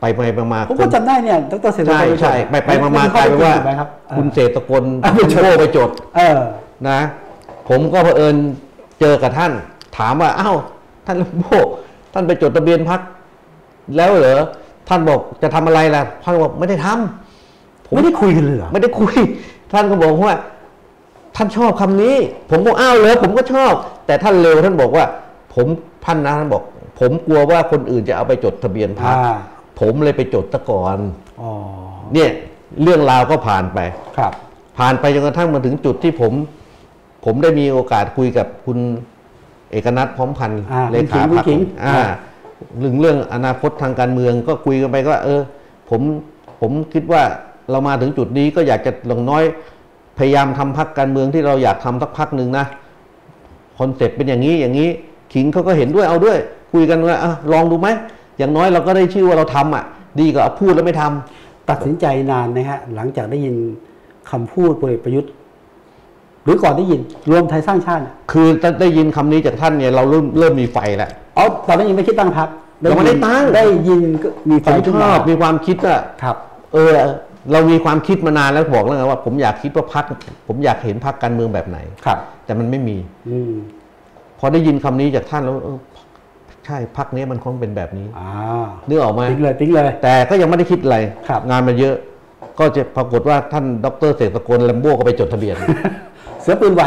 B: ไปไปมามา
A: ผม
B: ค
A: ก็
B: น
A: จำได้เนี่ยดรเสรี
B: ใช่
A: ไปจด
B: ใช่ไปไปมามา
A: นี่
B: กลาย
A: อ
B: เป็น
A: เท็จ
B: ว่า
A: จริงถูกไหมครับเออ
B: คุณเศรษฐกล
A: เอาไป
B: คุณ
A: จด
B: โง่ไปจด
A: เออ
B: นะ ผมก็เผอิญเจอกับท่าน ถามว่า อ้าวท่านโง่ท่านไปจดทะเบียนพรรคแล้วเหรอท่านบอกจะทำอะไรล่ะท่านบอกไม่ได้ทำ ผม
A: ไม่ได้คุยกันเลยเหรอ
B: ไม่ได้คุย ท่านก็บอกว่า ท่านชอบคำนี้ ผมก็อ้าวเลยผมก็ชอบ แต่ท่านเลวท่านบอกว่า ผมท่านนะท่านบอก ผมกลัวว่าคนอื่นจะเอาไปจดทะเบียนพรรค
A: อ่า
B: ผมเลยไปจดตะก่อน
A: อ๋อ
B: เนี่ย เรื่องราวก็ผ่านไป
A: ครับ
B: ผ่านไปจนกระทั่งมาถึงจุดที่ผม ผมได้มีโอกาสคุยกับคุณเอกนัทพร้อมพันธ์
A: อ่า
B: เลขาพร
A: คุ
B: รค
A: ณขิง
B: อ่า
A: อ่า
B: เรื่องเรื่องอนาคตทางการเมืองก็คุยกันไปก็ เออ ผมผมคิดว่าเรามาถึงจุดนี้ก็อยากจะหลงน้อย พยายามทำพักการเมืองที่เราอยากทำสักพักหนึ่งนะคอนเซ็ปต์เป็นอย่างนี้อย่างนี้ขิงเขาก็เห็นด้วยเอาด้วย คุยกันว่าอ่ะลองดูไหมอย่างน้อยเราก็ได้ชื่อว่าเราทำอ่ะ ดีกว่าพูดแล้วไม่ทำ
A: ตัดสินใจนานนะฮะ หลังจากได้ยินคำพูดพลเอกประยุทธ์ หรือก่อนได้ยินรวมไทยสร้างชาติเนี่ย
B: คือถ้าได้ยินคำนี้จากท่านเนี่ยเราเริ่มเริ่มมีไฟแล้ว
A: อ๋อตอนนั้นยังไม่คิดตั้งพรรค
B: ยังไม่ได้ตั้ง
A: ได้ยินก็มี
B: ผมช
A: ขึ้นมา
B: อบมีความคิดว่า
A: ครับ
B: เออ เรามีความคิดมานานแล้วบอกแล้วไงว่า ผมอยากคิดว่าพักผมอยากเห็นพักการเมืองแบบไหน
A: ครับ
B: แต่มันไม่มี
A: อืม
B: พอได้ยินคำนี้จากท่านแล้วเออใช่พักนี้ยมันคงเป็นแบบนี้
A: อ่า
B: นึกออกไหม
A: ปิ๊งเลยปิ๊งเลย
B: แต่ก็ยังไม่ได้คิดอะไร
A: ครับ
B: งานมันเยอะ ก็จะปรากฏว่าท่านดรเสกสกลแลมโบ้ก็ไปจดทะเบียน
A: เสือปืนไว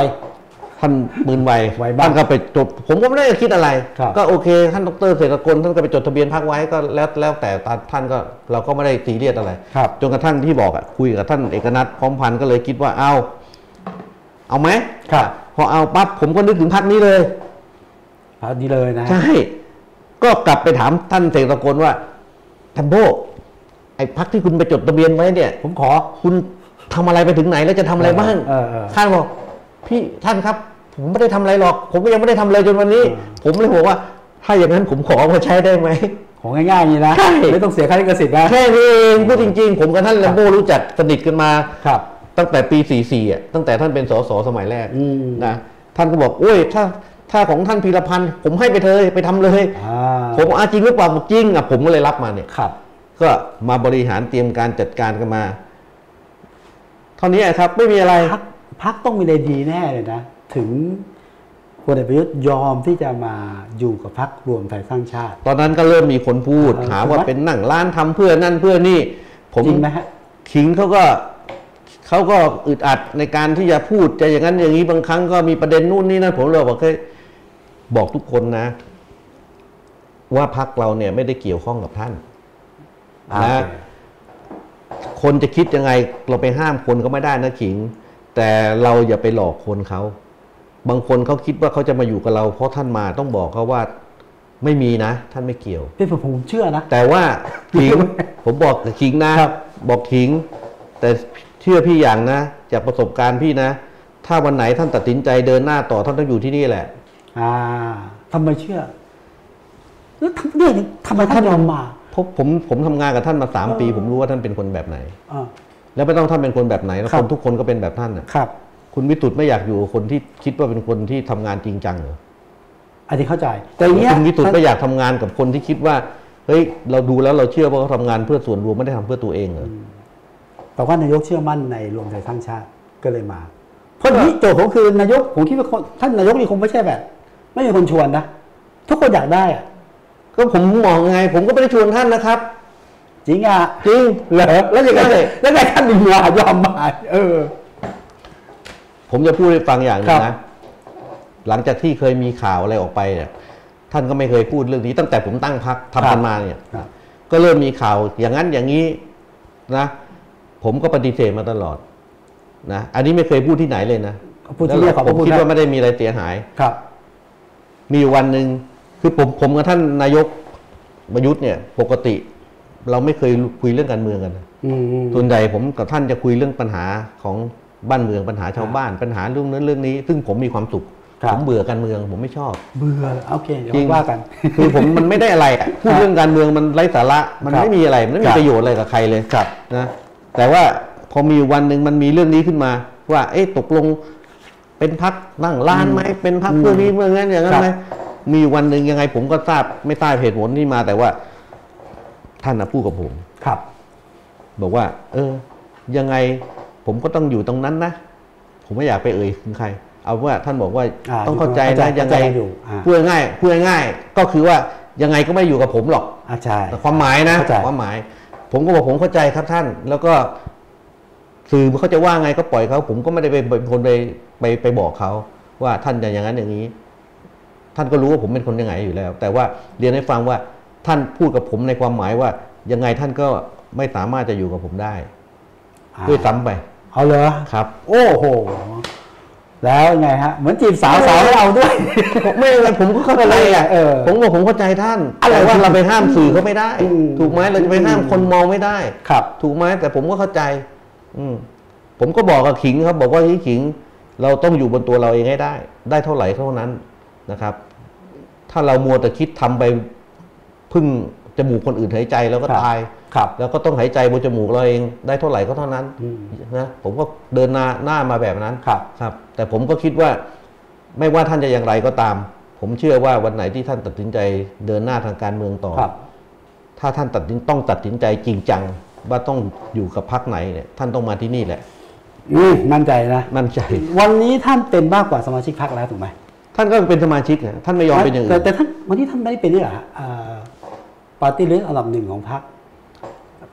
B: ท่านปืนไว
A: ไวบ้าง
B: ท่านก็ไปจดผมก็ไม่ได้คิดอะไร
A: ครับ
B: ก็โอเค ท่านดรเสกสกลท่านก็ไปจดทะเบียนพักไว้ก็แล้วแล้วแต่ท่านก็เราก็ไม่ได้ซีเรียสอะไร
A: ครับ
B: จนกระทั่งที่บอกอะคุยกับท่านเอกนัทพร้อมพันธ์ก็เลยคิดว่าเอาเอาไหม
A: ครับ
B: พอเอาปั๊บผมก็นึกถึงพักนี้เลย
A: พอาดีเลยนะฮะ
B: ใช่ ก็กลับไปถามท่านเสกสกลว่าท่านโบไอ้พักที่คุณไปจดทะเบียนไว้เนี่ย
A: ผมขอ
B: คุณทำอะไรไปถึงไหนแล้วจะทำอะไรบ้าง
A: เออเออ
B: ท่านบอกพี่ท่านครับ ผมไม่ได้ทำอะไรหรอก ผมก็ยังไม่ได้ทำอะไรจนวันนี้
A: เออ
B: ผมเลยบอกว่า ถ้าอย่างนั้นผมขอเอามาใช้ได้ไหม
A: ของง่ายๆอย่างนี่นะ
B: ใช่
A: ไม่ต้องเสียค่าลิขสิทธิ์นะ
B: แค่นี้เองพูดจริง ๆ ผมกับท่านแลมโบรู้จักสนิทกันมา
A: ครับ
B: ตั้งแต่ปี 44 อ่ะ ตั้งแต่ท่านเป็นสสสมัยแรก
A: อืม
B: นะ ท่านก็บอกโอ้ย ถ้า ถ้าของท่านพีรพันธ์ ผมให้ไปเธอะไปทำเลย
A: อ่า
B: ผมบอกอาจริงหรือเปล่าบอกจริงอ่ะ ผมก็เลยรับมาเนี่ย
A: ครับ
B: ก็มาบริหารเตรียมการจัดการกันมา เท่านี้ครับ ไม่มีอะไร
A: พักพักต้องมีอะไรดีแน่เลยนะ ถึงพลเอกประยุทธ์ยอมที่จะมาอยู่กับพักรวมไทยสร้างชาติ
B: ตอนนั้นก็เริ่มมีคนพูด
A: เออ
B: หาว่า
A: ถูกไหม
B: เป็นนั่งร้านทำเพื่อนั่นเพื่อนี่ ผม
A: จริงไหมฮะ
B: ขิงเขาก็เขาก็อึดอัดในการที่จะพูดจะอย่างนั้นอย่างนี้บางครั้งก็มีประเด็นนู่นนี่นั่นผมเลยบอกให้ยบอกทุกคนนะ ว่าพักเราเนี่ยไม่ได้เกี่ยวข้องกับท่านนะ คนจะคิดยังไงเราไปห้ามคนก็ไม่ได้นะขิง แต่เราอย่าไปหลอกคนเขาบางคนเขาคิดว่าเขาจะมาอยู่กับเรา เพราะท่านมาต้องบอกเขาว่าไม่มีนะ ท่านไม่เกี่ยว
A: เป็นผมผมเชื่อนะ
B: แต่ว่าขิง ผมบอกกับขิงนะบอกขิง แต่เชื่อพี่อย่างนะ จากประสบการณ์พี่นะ ถ้าวันไหนท่านตัดสินใจเดินหน้าต่อท่านต้องอยู่ที่นี่แหละ
A: อ่าทำไมเชื่อแล้วทำเรื่องนี้ทำไมท่านยอมมา
B: เพราะผมผมทำงานกับท่านมาสามปี ผมรู้ว่าท่านเป็นคนแบบไหน
A: อ่า
B: แล้วไม่ต้องท่านเป็นคนแบบไหนแล้ว
A: ครั
B: ค
A: บ
B: นทุกคนก็เป็นแบบท่านน่ะ
A: ครับ
B: คุณวิสุทธ์ไม่อยากอยู่กับคนที่คิดว่าเป็นคนที่ทำงานจริงจังเหรอ
A: อันนี้เข้าใจ แต่อย่างเงี้ย
B: คุณวิสุทธ์
A: ท่า
B: ไม่
A: น
B: อยากทำงานกับคนที่คิดว่าเฮ้ยเราดูแล้วเราเชื่อว่าเขาทำงานเพื่อส่วนรวมไม่ได้ทำเพื่อตัวเองเหรออ
A: แต่ว่านายกเชื่อมั่นในรวมไทยสร้างชาติก็เลยมา เพราะนี่โจทย์ผมคือนายกผมคิดว่าคนท่านนายกนี่คงไม่ใช่แบบ ไม่มีคนชวนนะ ทุกคนอยากได้อะ
B: ก็ผมมองไง ผมก็ไม่ได้ชวนท่านนะครับ
A: จริงอ่ะ
B: จริง
A: เหรอแล้วอย่างนั้น
B: ใช่
A: แล้วแต่ท่านหนึ่งมายอมมาเออ
B: ผมจะพูดให้ฟังอย่างหนึง
A: ครับ
B: นะหลังจากที่เคยมีข่าวอะไรออกไปเนี่ยท่านก็ไม่เคยพูดเรื่องนี้ ตั้งแต่ผมตั้งพักทำกันมาเนี่ย
A: ครับ
B: ก็เริ่มมีข่าวอย่างนั้นอย่างนี้นะ ผมก็ปฏิเสธมาตลอดนะอันนี้ไม่เคยพูดที่ไหนเลยนะ
A: พูดที่เนี่ยขอบพ
B: ผ
A: ระ
B: ม
A: คุณ
B: คิด
A: นะ
B: ว่าไม่ได้มีอะไรเสียหาย
A: ครับ
B: มีอยู่วันหนึ่งคือผมผมกับท่านนายกประยุทธ์เนี่ย ปกติ เราไม่เคยคุยเรื่องการเมืองกันนะ
A: อืมอืม
B: ส่วนใหญ่ผมกับท่านจะคุยเรื่องปัญหาของบ้านเมืองปัญหาชาวบ้านปัญหาเรื่องนั้นเรื่องนี้ ซึ่งผมมีความสุข
A: ครับ
B: ผมเบื่อการเมือง ผมไม่ชอบ
A: เบื่อโอเคเดี๋ยว
B: จริง
A: ว่ากัน
B: คือผมมันไม่ได้อะไรอะพูดเรื่องการเมืองมันไร้สาระมัน
A: ครับ
B: ไม่มีอะไรมันไม่
A: ครั
B: มี
A: บ
B: ประโยชน์อะไรกับใครเลย
A: ครับ
B: นะแต่ว่าพอมีวันหนึ่งมันมีเรื่องนี้ขึ้นมา ว่า เอ๊ะตกลง เป็นพักนั่งร้านไหมเป็นพักเพื่อนี้เพื่อนั้นอย่างนั้
A: ครั
B: น
A: บ
B: ไหมมีวันหนึ่งยังไงผมก็ทราบไม่ทราบเหตุผลที่มาแต่ว่า ท่านนะพูดกับผม
A: ครับ
B: บอกว่า เออ ยังไงผมก็ต้องอยู่ตรงนั้นนะ ผมไม่อยากไปเอ่ยถึงใคร เอาว่าท่านบอกว่า
A: อ่า
B: ต้องเข้าใจ
A: เข้าใจ
B: นะยังไง
A: เข้าใจอยู่อ่า
B: พูดง่ายๆพูดง่ายๆก็คือว่ายังไงก็ไม่อยู่กับผมหรอก
A: อาจารย์
B: แต่ความหมายนะ
A: เข้าใจ
B: ความหมาย ผมก็บอกผมเข้าใจครับท่าน แล้วก็สื่อเขาจะว่าไงก็ปล่อยเขาผมก็ไม่ได้ไปเป็นคนไปไปไปบอกเขาว่าท่านจะอย่างนั้นอย่างนี้ ท่านก็รู้ว่าผมเป็นคนยังไงอยู่แล้ว แต่ว่าเรียนให้ฟังว่าท่านพูดกับผมในความหมายว่า ยังไงท่านก็ไม่สามารถจะอยู่กับผมได้
A: อ่า
B: ด้วยซ้ำไป
A: เอาเหรอ
B: ครับ
A: โอ้โห แล้วยังไงฮะ เหมือนจีบสาวสาวไม่เอาด้วย
B: ไม่เป็นไรผมก็เข้าใจอ่ะ
A: เออ
B: ผมบอกผมเข้าใจท่าน
A: อะไร
B: แต่ว่า
A: ที่
B: เราไปห้ามสื่อเขาไม่ได้
A: อืม
B: ถูกไหมเราจะไปห้ามคนมองไม่ได้
A: *laughs* ครับ
B: ถูกไหมแต่ผมก็เข้าใจ อืมผมก็บอกกับขิงครับ บอกว่าที่ขิง เราต้องอยู่บนตัวเราเองให้ได้ ได้เท่าไหร่เท่านั้นนะครับ ถ้าเรามัวแต่คิดทำไปพึ่งจมูกคนอื่นหายใจแล้วก็
A: ครับ
B: ตาย
A: ครับ
B: แล้วก็ต้องหายใจบนจมูกเราเองได้เท่าไหร่ก็เท่านั้น
A: อืม
B: นะผมก็เดินหน้าหน้ามาแบบนั้น
A: ครับ
B: ครับแต่ผมก็คิดว่าไม่ว่าท่านจะอย่างไรก็ตาม ผมเชื่อว่าวันไหนที่ท่านตัดสินใจเดินหน้าทางการเมืองต่อ
A: ครับ
B: ถ้าท่านตัดสินต้องตัดสินใจจริงจัง ว่าต้องอยู่กับพรรคไหนเนี่ยท่านต้องมาที่นี่แหละ
A: อืมมั่นใจนะ
B: มั่นใจ
A: วันนี้ท่านเป็นมากกว่าสมาชิกพรรคแล้วถูกไหม
B: ท่านก็เป็นสมาชิกนะท่านไม่ยอมเป็นอย่างอื่
A: แต่
B: น
A: แต่ท่านวันนี้ท่านไม่ได้เป็นนี่เหรอฮะปาร์ตี้ลิสต์อันดับหนึ่งของพรรค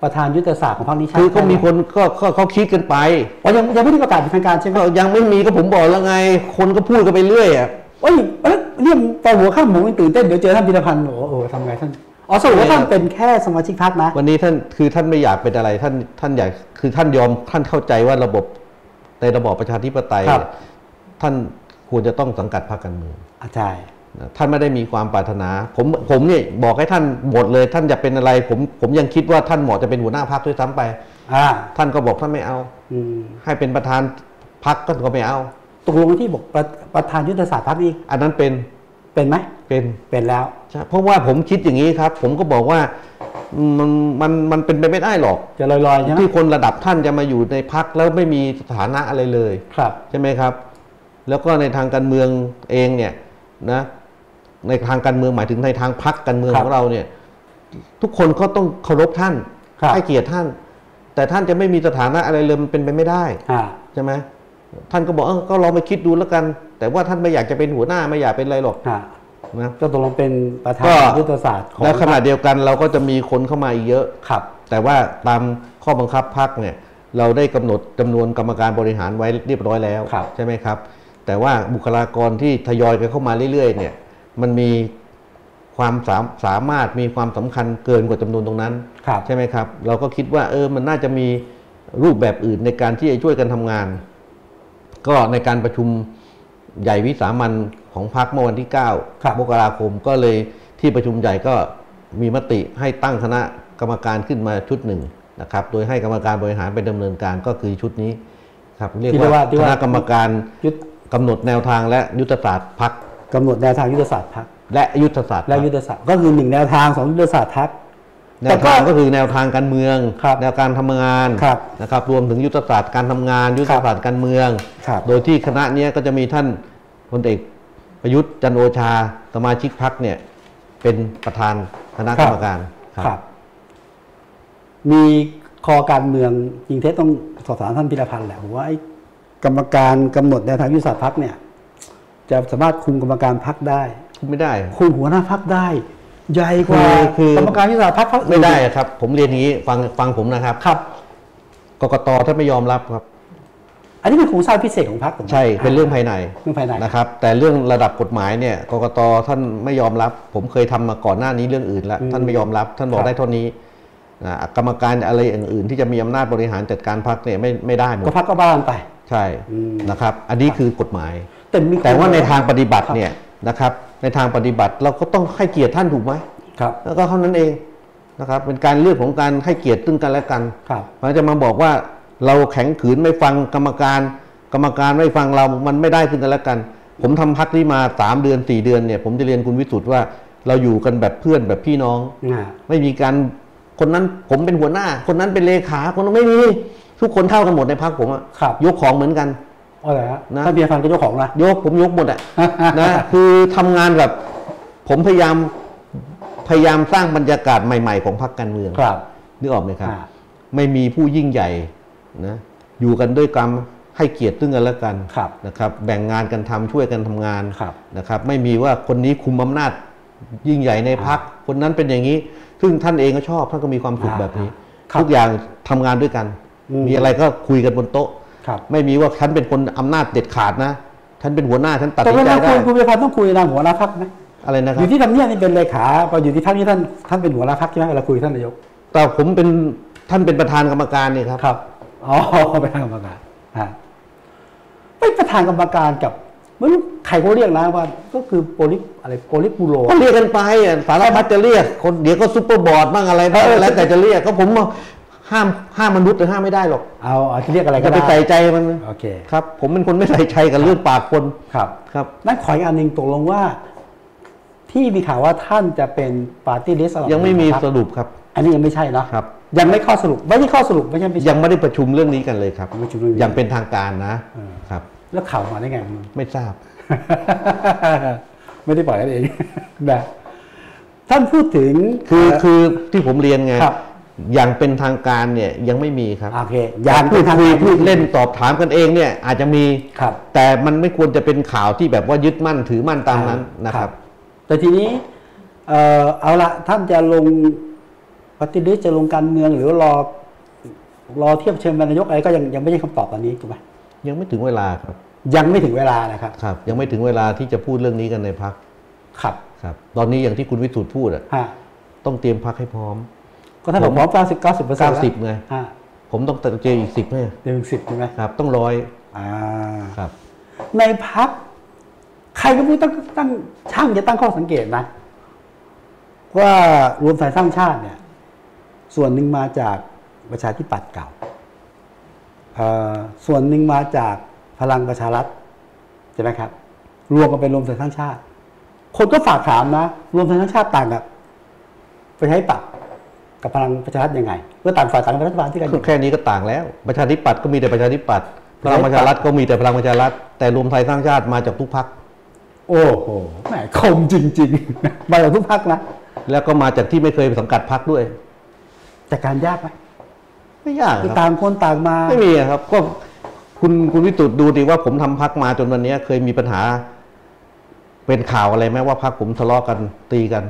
A: ประธานยุทธศาสตร์ของพรรคนี้ใช่
B: คือก็มีคนก็ก็เขาคิดกันไป
A: อ๋อยังยังไม่ได้ประกาศเป็นทางการใช่ไหม
B: ก็ยังไม่มีก็ผมบอกแล้วไง คนก็พูดกันไปเรื่อยอะ
A: โอ้ยเอ้ยเนี่ยตอนหัวข้ามหมูยังตื่นเต้นเดี๋ยวเจอท่านพิรพันธ์โอ้โหทำไงท่านอ๋อสรุปว่าท่านเป็นแค่สมาชิกพรรคนะ
B: วันนี้ท่านคือท่านไม่อยากเป็นอะไรท่านท่านอยากคือท่านยอมท่านเข้าใจว่าระบบในระบอบประชาธิปไตย
A: ครับ
B: ท่านควรจะต้องสังกัดพรรคการเมือง
A: อาจารย์
B: นะท่านไม่ได้มีความปรารถนา ผมผมเนี่ยบอกให้ท่านหมดเลย ท่านจะเป็นอะไร ผมผมยังคิดว่าท่านเหมาะจะเป็นหัวหน้าพักด้วยซ้ำไป
A: อ่า
B: ท่านก็บอกท่านไม่เอา
A: อืม
B: ให้เป็นประธานพักก็ไม่เอา
A: ตกลงที่บอกประประธานยุทธศาสตร์พรรคนี้
B: อันนั้นเป็น
A: เป็นไหม
B: เป็น
A: เป็นแล้ว
B: ใช่เพราะว่าผมคิดอย่างนี้ครับ ผมก็บอกว่ามันมันมันเป็นไปไม่ได้หรอก
A: จะลอยๆใช่ไหม
B: ที่คนระดับท่านจะมาอยู่ในพักแล้วไม่มีสถานะอะไรเลย
A: ครับ
B: ใช่ไหมครับ แล้วก็ในทางการเมืองเองเนี่ยนะ ในทางการเมืองหมายถึงในทางพักการเมือง
A: ครับ
B: ของเราเนี่ย ทุกคนก็ต้องเคารพท่าน
A: ครับ
B: ให้เกียรติท่าน แต่ท่านจะไม่มีสถานะอะไรเลยมันเป็นไปไม่ได้
A: อ่า
B: ใช่ไหมท่านก็บอกเออก็ลองไปคิดดูแล้วกัน แต่ว่าท่านไม่อยากจะเป็นหัวหน้าไม่อยากเป็นอะไรหรอก
A: ฮะ
B: นะ
A: ก็ตกลงเป็นประธานยุทธศาสตร์ของ
B: แล้วขณะเดียวกันเราก็จะมีคนเข้ามาอีกเยอะ
A: ครับ
B: แต่ว่าตามข้อบังคับพักเนี่ยเราได้กำหนดจำนวนกรรมการบริหารไว้เรียบร้อยแล้วใช่ไหมครับ แต่ว่าบุคลากรที่ทยอยกันเข้ามาเรื่อยๆเนี่ยมันมีความสามสามารถมีความสำคัญเกินกว่าจำนวนตรงนั้น
A: ครับ
B: ใช่ไหมครับ เราก็คิดว่าเออมันน่าจะมีรูปแบบอื่นในการที่จะช่วยกันทำงาน ก็ในการประชุมใหญ่วิสามันของพรรคเมื่อวันที่
A: ครับ
B: 9มกราคมก็เลยที่ประชุมใหญ่ก็มีมติให้ตั้งคณะกรรมการขึ้นมาชุดหนึ่งนะครับ โดยให้กรรมการบริหารไปดำเนินการก็คือชุดนี้ครับเรียก
A: ที่เรียก
B: ว่า
A: ว่าที่
B: ค
A: ว่า
B: ณะกรรมการ
A: ยุทธ
B: กำหนดแนวทางและยุทธศาสตร์พรรค
A: กำหนดแนวทางยุทธศาสตร์พรรค
B: และยุทธศาสตร์พร
A: และ
B: รค
A: ยุทธศาสตร์ก็คือหนึ่งแนวทางสองยุทธศาสตร์พรรค
B: แน
A: แต่
B: ว
A: ก็
B: ทางก็คือแนวทางการเมือง
A: ครับ
B: แนวการทำงาน
A: ครับ
B: นะครับ รวมถึงยุทธศาสตร์การทำงาน ยุทธศาสตร์การเมือง
A: ครับ
B: โดยที่คณะเนี้ยก็จะมีท่านพลเอกประยุทธ์จันทร์โอชา สมาชิกพักเนี่ยเป็นประธานคณะกรรมการ
A: ครับ มีคอการเมืองจริงเท็จต้องสอบถามท่านพิรพันธ์แหละผมว่าไอ้กรรมการกำหนดแนวทางยุทธศาสตร์พรรคเนี่ย จะสามารถคุมกรรมการพรรคได้
B: คุมไม่ได้
A: คุมหัวหน้าพรรคได้ ใหญ่กว่า
B: คือคือ
A: กรรมการยุทธศาสตร์พรรคพรรคอื่น
B: ไม่ได้อะครับ ผมเรียนอย่างนี้ฟังฟังผมนะครับ
A: ครับ
B: กกตท่านไม่ยอมรับครับ
A: อันนี้เป็นโครงสร้างพิเศษของพรรคถูกไหม
B: ใช่เป็นเรื่องภายใน
A: เรื่องภายใน
B: นะครับ แต่เรื่องระดับกฎหมายเนี่ยกกตท่านไม่ยอมรับ ผมเคยทำมาก่อนหน้านี้เรื่องอื่นแล้ว
A: อืม
B: ท่านไม่ยอมรับ ท่านบอ
A: ครั
B: ก
A: บ
B: ได้เท่านี้นะกรรมการอะไรอื่นๆ ที่จะมีอำนาจบริหารจัดการพรรคเนี่ยไม่ไม่ได้หมด
A: ก็พรรคก็บ้ากันไป
B: ใช่
A: อืม
B: นะครับ อันนี้คือกฎหมาย
A: แต่มีค
B: แต่ว่าในทางปฏิบัติเนี่ยนะครับ ในทางปฏิบัติเราก็ต้องให้เกียรติท่านถูกไหม
A: ครับ
B: แล้วก็เท่านั้นเองนะครับ เป็นการเลือกของการให้เกียรติซึ่งกันและกัน
A: ครับ
B: มันจะมาบอกว่าเราแข็งขืนไม่ฟังกรรมการ กรรมการไม่ฟังเรา มันไม่ได้ซึ่งกันและกัน ผมทำพักนี้มาสามเดือนสี่เดือนเนี่ย ผมจะเรียนคุณวิสุทธ์ว่าเราอยู่กันแบบเพื่อนแบบพี่น้อง
A: อ่า
B: ไม่มีการคนนั้นผมเป็นหัวหน้า คนนั้นเป็นเลขาคนนั้นไม่มีทุกคนเท่ากันหมดในพักผมอะ
A: ครับ
B: ยกของเหมือนกัน
A: เอาเหรอฮะ
B: นะ
A: ท่านเบียร์ฟันก็เจ้าของนะ
B: ยกผมยกหมดอะนะ คือทำงานแบบผมพยายามพยายามสร้างบรรยากาศใหม่ ๆ ของพรรคการเมือง
A: *laughs* ครับ
B: นึกออกไหมครับ
A: อ่า
B: ไม่มีผู้ยิ่งใหญ่นะอยู่กันด้วยความให้เกียรติซึ่งกันและกัน
A: ครับ
B: นะครับ แบ่งงานกันทำช่วยกันทำงาน
A: ครับ
B: นะครับ ไม่มีว่าคนนี้คุมอำนาจยิ่งใหญ่ในพักคนนั้นเป็นอย่างนี้ ซึ่งท่านเองก็ชอบ ท่านก็มีความสุขแบบนี้
A: ครับ
B: ทุกอย่างทำงานด้วยกัน
A: อืม
B: มีอะไรก็คุยกันบนโต๊ะ
A: ครับ
B: ไม่มีว่าฉันเป็นคนอำนาจเด็ดขาดนะฉันเป็นหัวหน้าฉันตัด
A: แต่
B: สิน
A: เว
B: ใจ
A: ลาคุ
B: ได้
A: ยคุณเบียร์ฟันต้องคุยนามหัวหน้าพักไหม
B: อะไรนะค
A: อ
B: รับ
A: ยู่ที่ทำเนียบนี่เป็นเลขาพออยู่ที่พักนี่ท่านท่านเป็นหัวหน้าพักใช่ไหมเวลาคุยท่านนายก
B: แต่ผมเป็นท่านเป็นประธานกรรมการนี่ครับ
A: ครับอ๋อ *laughs* เป็นประธานกรรมการฮะเป็นประธานกรรมการกับไม่รู้ใครเขาเรียกนะว่า ก็คือโปลิอะไรโปลิบูโร
B: ก็เรียกกันไปอ่ะสารพัดจะเรียกคนเดี๋ยวก็ซุปเปอร์บอร์ดบ้างอะไรบ้าง
A: เออ
B: แล้วแต่จะเรียกก็ผมว่าห้ามห้ามมนุษย์แต่ห้ามไม่ได้หรอก
A: เอาเอาที่เรียกอะไรก็
B: จะ
A: ได้
B: ไปใส่ใจมัน
A: โอเค
B: ครับ ผมเป็นคนไม่ใส่ใจกับเรื่องปากคน
A: ครับ
B: ครับ
A: นั่นขออีกอันหนึ่งตกลงว่า ที่มีข่าวว่าท่านจะเป็นปาร์ตี้ลิสต์สำหรับ
B: ยังไม่มี
A: พรรค
B: สรุปครับ
A: อันนี้ยังไม่ใช่เนอะ
B: ครับ
A: ยังไม่ข้อสรุป ไม่ใช่ข้อสรุปไม่ใช่ไม่ใช่
B: ยังไม่ได้ประชุมเรื่องนี้กันเลยครับ
A: ยังไม่ประชุมเรื่องนี้
B: ยังเป็นทางการนะ
A: เออ
B: ครับ
A: แล้วข่าวมาได้ไงมึง
B: ไม่ทราบ
A: *laughs* ไม่ได้ปล่อยกันเอง นะท่านพูดถึง
B: คือคือที่ผมเรียนไง
A: ครับ
B: อย่างเป็นทางการเนี่ยยังไม่มีครับ
A: โอเคยาน
B: พูดคุยพูดเล่น
A: น
B: ตอบถามกันเองเนี่ยอาจจะมี
A: ครับ
B: แต่มันไม่ควรจะเป็นข่าวที่แบบว่ายึดมั่นถือมั่นตามนั้นนะครับ
A: แต่ทีนี้ เอ่อเอาละท่านจะลงปฏิริษีจะลงการเมืองหรือรอ รอเทียบเชิญนายกอะไรก็ยังยังไม่ใช่คำตอบตอนนี้ถูกไหม
B: ยังไม่ถึงเวลาครับ
A: ยังไม่ถึงเวลานะครับ
B: ครับ ยังไม่ถึงเวลาที่จะพูดเรื่องนี้กันในพัก
A: ครับ
B: ครับ ตอนนี้อย่างที่คุณวิสุทธ์พูดอะ
A: ฮะ
B: ต้องเตรียมพักให้พร้อม
A: ก็ท่านบอกพร้อมเก้าสิบเก้าสิบเปอร์เซ็นต์แล้ว
B: 90ไง
A: ฮะ
B: ผมต้องตัดเจออีกสิบเนี่ย
A: เดือนสิบใช่ไหม
B: ครับ ต้องร้อย
A: อ่า
B: ครับ
A: ในพักใครก็ไม่รู้ตั้งตั้งช่างจะตั้งข้อสังเกตนะ ว่ารวมไทยสร้างชาติเนี่ย ส่วนหนึ่งมาจากประชาธิปัตย์เก่าเอ่อส่วนหนึ่งมาจากพลังประชารัฐใช่ไหมครับ รวมกันเป็นรวมไทยสร้างชาติ คนก็ฝากถามนะ รวมไทยสร้างชาติต่างกับประชาธิปัตย์กับพลังประชารัฐยังไงเมื่อต่างฝ่ายต่างเป็นรัฐบาลที่กันอยู่
B: แค่นี้ก็ต่างแล้ว ประชาธิปัตย์ก็มีแต่ประชาธิปัตย์พลัง
A: ป
B: ประ ระ
A: ชา
B: ชา
A: ธิปั
B: รั
A: ต
B: ฐ
A: ย์
B: ก็มีแต่พลังประชารัฐแต่รวมไทยสร้างชาติมาจากทุกพัก
A: โอ้โหแหมคมจริงๆ *laughs* มาจากทุกพักนะ
B: แล้วก็มาจากที่ไม่เคยสังกัดพักด้วย
A: แต่การยากไหม
B: ไม่ยาก
A: คือ
B: ครับ
A: ต่างคนต่างมา
B: ไม่มีอะครับ ก็คุณคุณวิสุทธ์ดูดิว่าผมทำพักมาจนวันนี้เคยมีปัญหา เป็นข่าวอะไรไหมว่าพักผมทะเลาะกันตีกัน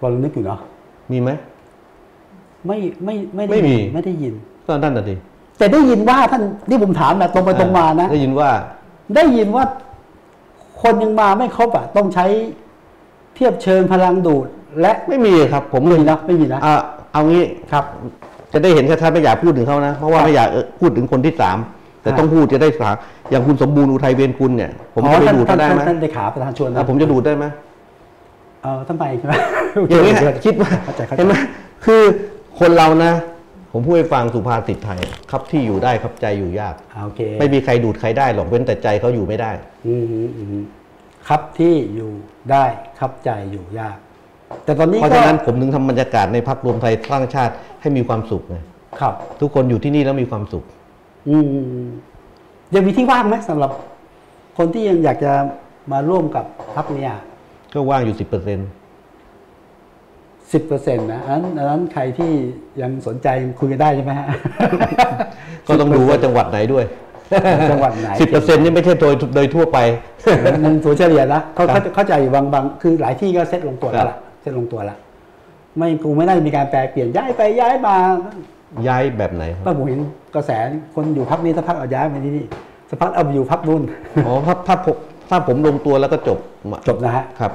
A: บอลนึกอยู่เนาะ
B: มีไหม
A: ไม่ไม่ไม่
B: ไม่
A: ได้
B: มี
A: ยินไม่ได้ยิน
B: ก็นั่นน่ะดิ
A: แต่ได้ยินว่าท่านนี่ผมถามนะตรงไปตรงมานะ
B: ได้ยินว่า
A: ได้ยินว่าคนยังมาไม่ครบอ่ะต้องใช้เทียบเชิญพลังดูด และ
B: ไม่มีครับ ผม
A: ไม่
B: เลย
A: มีนะไม่มีนะ
B: อ่ะเอางี้
A: ครับ
B: จะได้เห็นชัดๆไม่อยากพูดถึงเขานะ เพราะว่า
A: ครับ
B: ไม่อยากเอ่อพูดถึงคนที่สาม
A: ค
B: แต่
A: รับ
B: ต้องพูดจะได้สามอย่างคุณสมบูรณ์อุทัยเวียนกุลเนี่ย ผมจะไปดูด
A: ท่าน
B: เขาได้ไหม
A: ท่านท่านเลขาประธานชวน
B: อ่ะ
A: นะ
B: ผมจะดูดได้ไหม
A: เออท่านไปใช่ไหม
B: อย่างนี้ย
A: โเ
B: คิดว่า
A: เข้าใจเข้าใจ
B: เห็นไหมคือคนเรานะ ผมพูดให้ฟังสุภาษิตไทยครับที่อยู่ได้ครับใจอยู่ยาก
A: อ่าโอเค
B: ไม่มีใครดูดใครได้หรอกเว้นแต่ใจเขาอยู่ไม่ได้
A: อืมอืมอืมครับที่อยู่ได้ครับใจอยู่ยาก แต่ตอนนี้
B: เพราะ
A: ก็
B: ฉะนั้นผมถึงทำบรรยากาศในพักรวมไทยสร้างชาติให้มีความสุขไง
A: ครับ
B: ทุกคนอยู่ที่นี่แล้วมีความสุข
A: อืมยังมีที่ว่างไหมสำหรับ คนที่ยังอยากจะมาร่วมกับพรรคเนี่ย
B: ก็ว่างอยู่สิบเปอร์เซ็น *laughs* ต์
A: สิบเปอร์เซ็นต์นะอันนั้นอันนั้นใครที่ยังสนใจยังคุยกันได้ใช่ไหมฮะ
B: *laughs* ก็ต้องดูว่าจังหวัดไหนด้วย
A: จังหวัดไหน
B: สิบเปอร์เซ็นต์นี่ไม่ใช่โดยโดยทั่วไป
A: มันถัวเฉลี่ยนะเขา
B: ครั
A: เขา
B: บ
A: เข้าใจอยู่บางบางคือหลายที่ก็เซ็ตลงตัวแล้ว
B: ครั
A: ล่ะ
B: บ
A: เซ็ตลงตัวละไม่กูไม่น่าจะมีการแปลเปลี่ยนย้ายไปย้ายมา
B: ย้ายแบบไหนครับ
A: ป้าหมูเห็นกระแสคนอยู่พักนี้สักพักเอาย้ายมาที่นี่สักพักเอาไปอยู่พักนู่ *laughs* น
B: อ๋อถ้าถ้าผมถ้าผมลงตัวแล้วก็จบ
A: จบนะฮะ
B: ครับ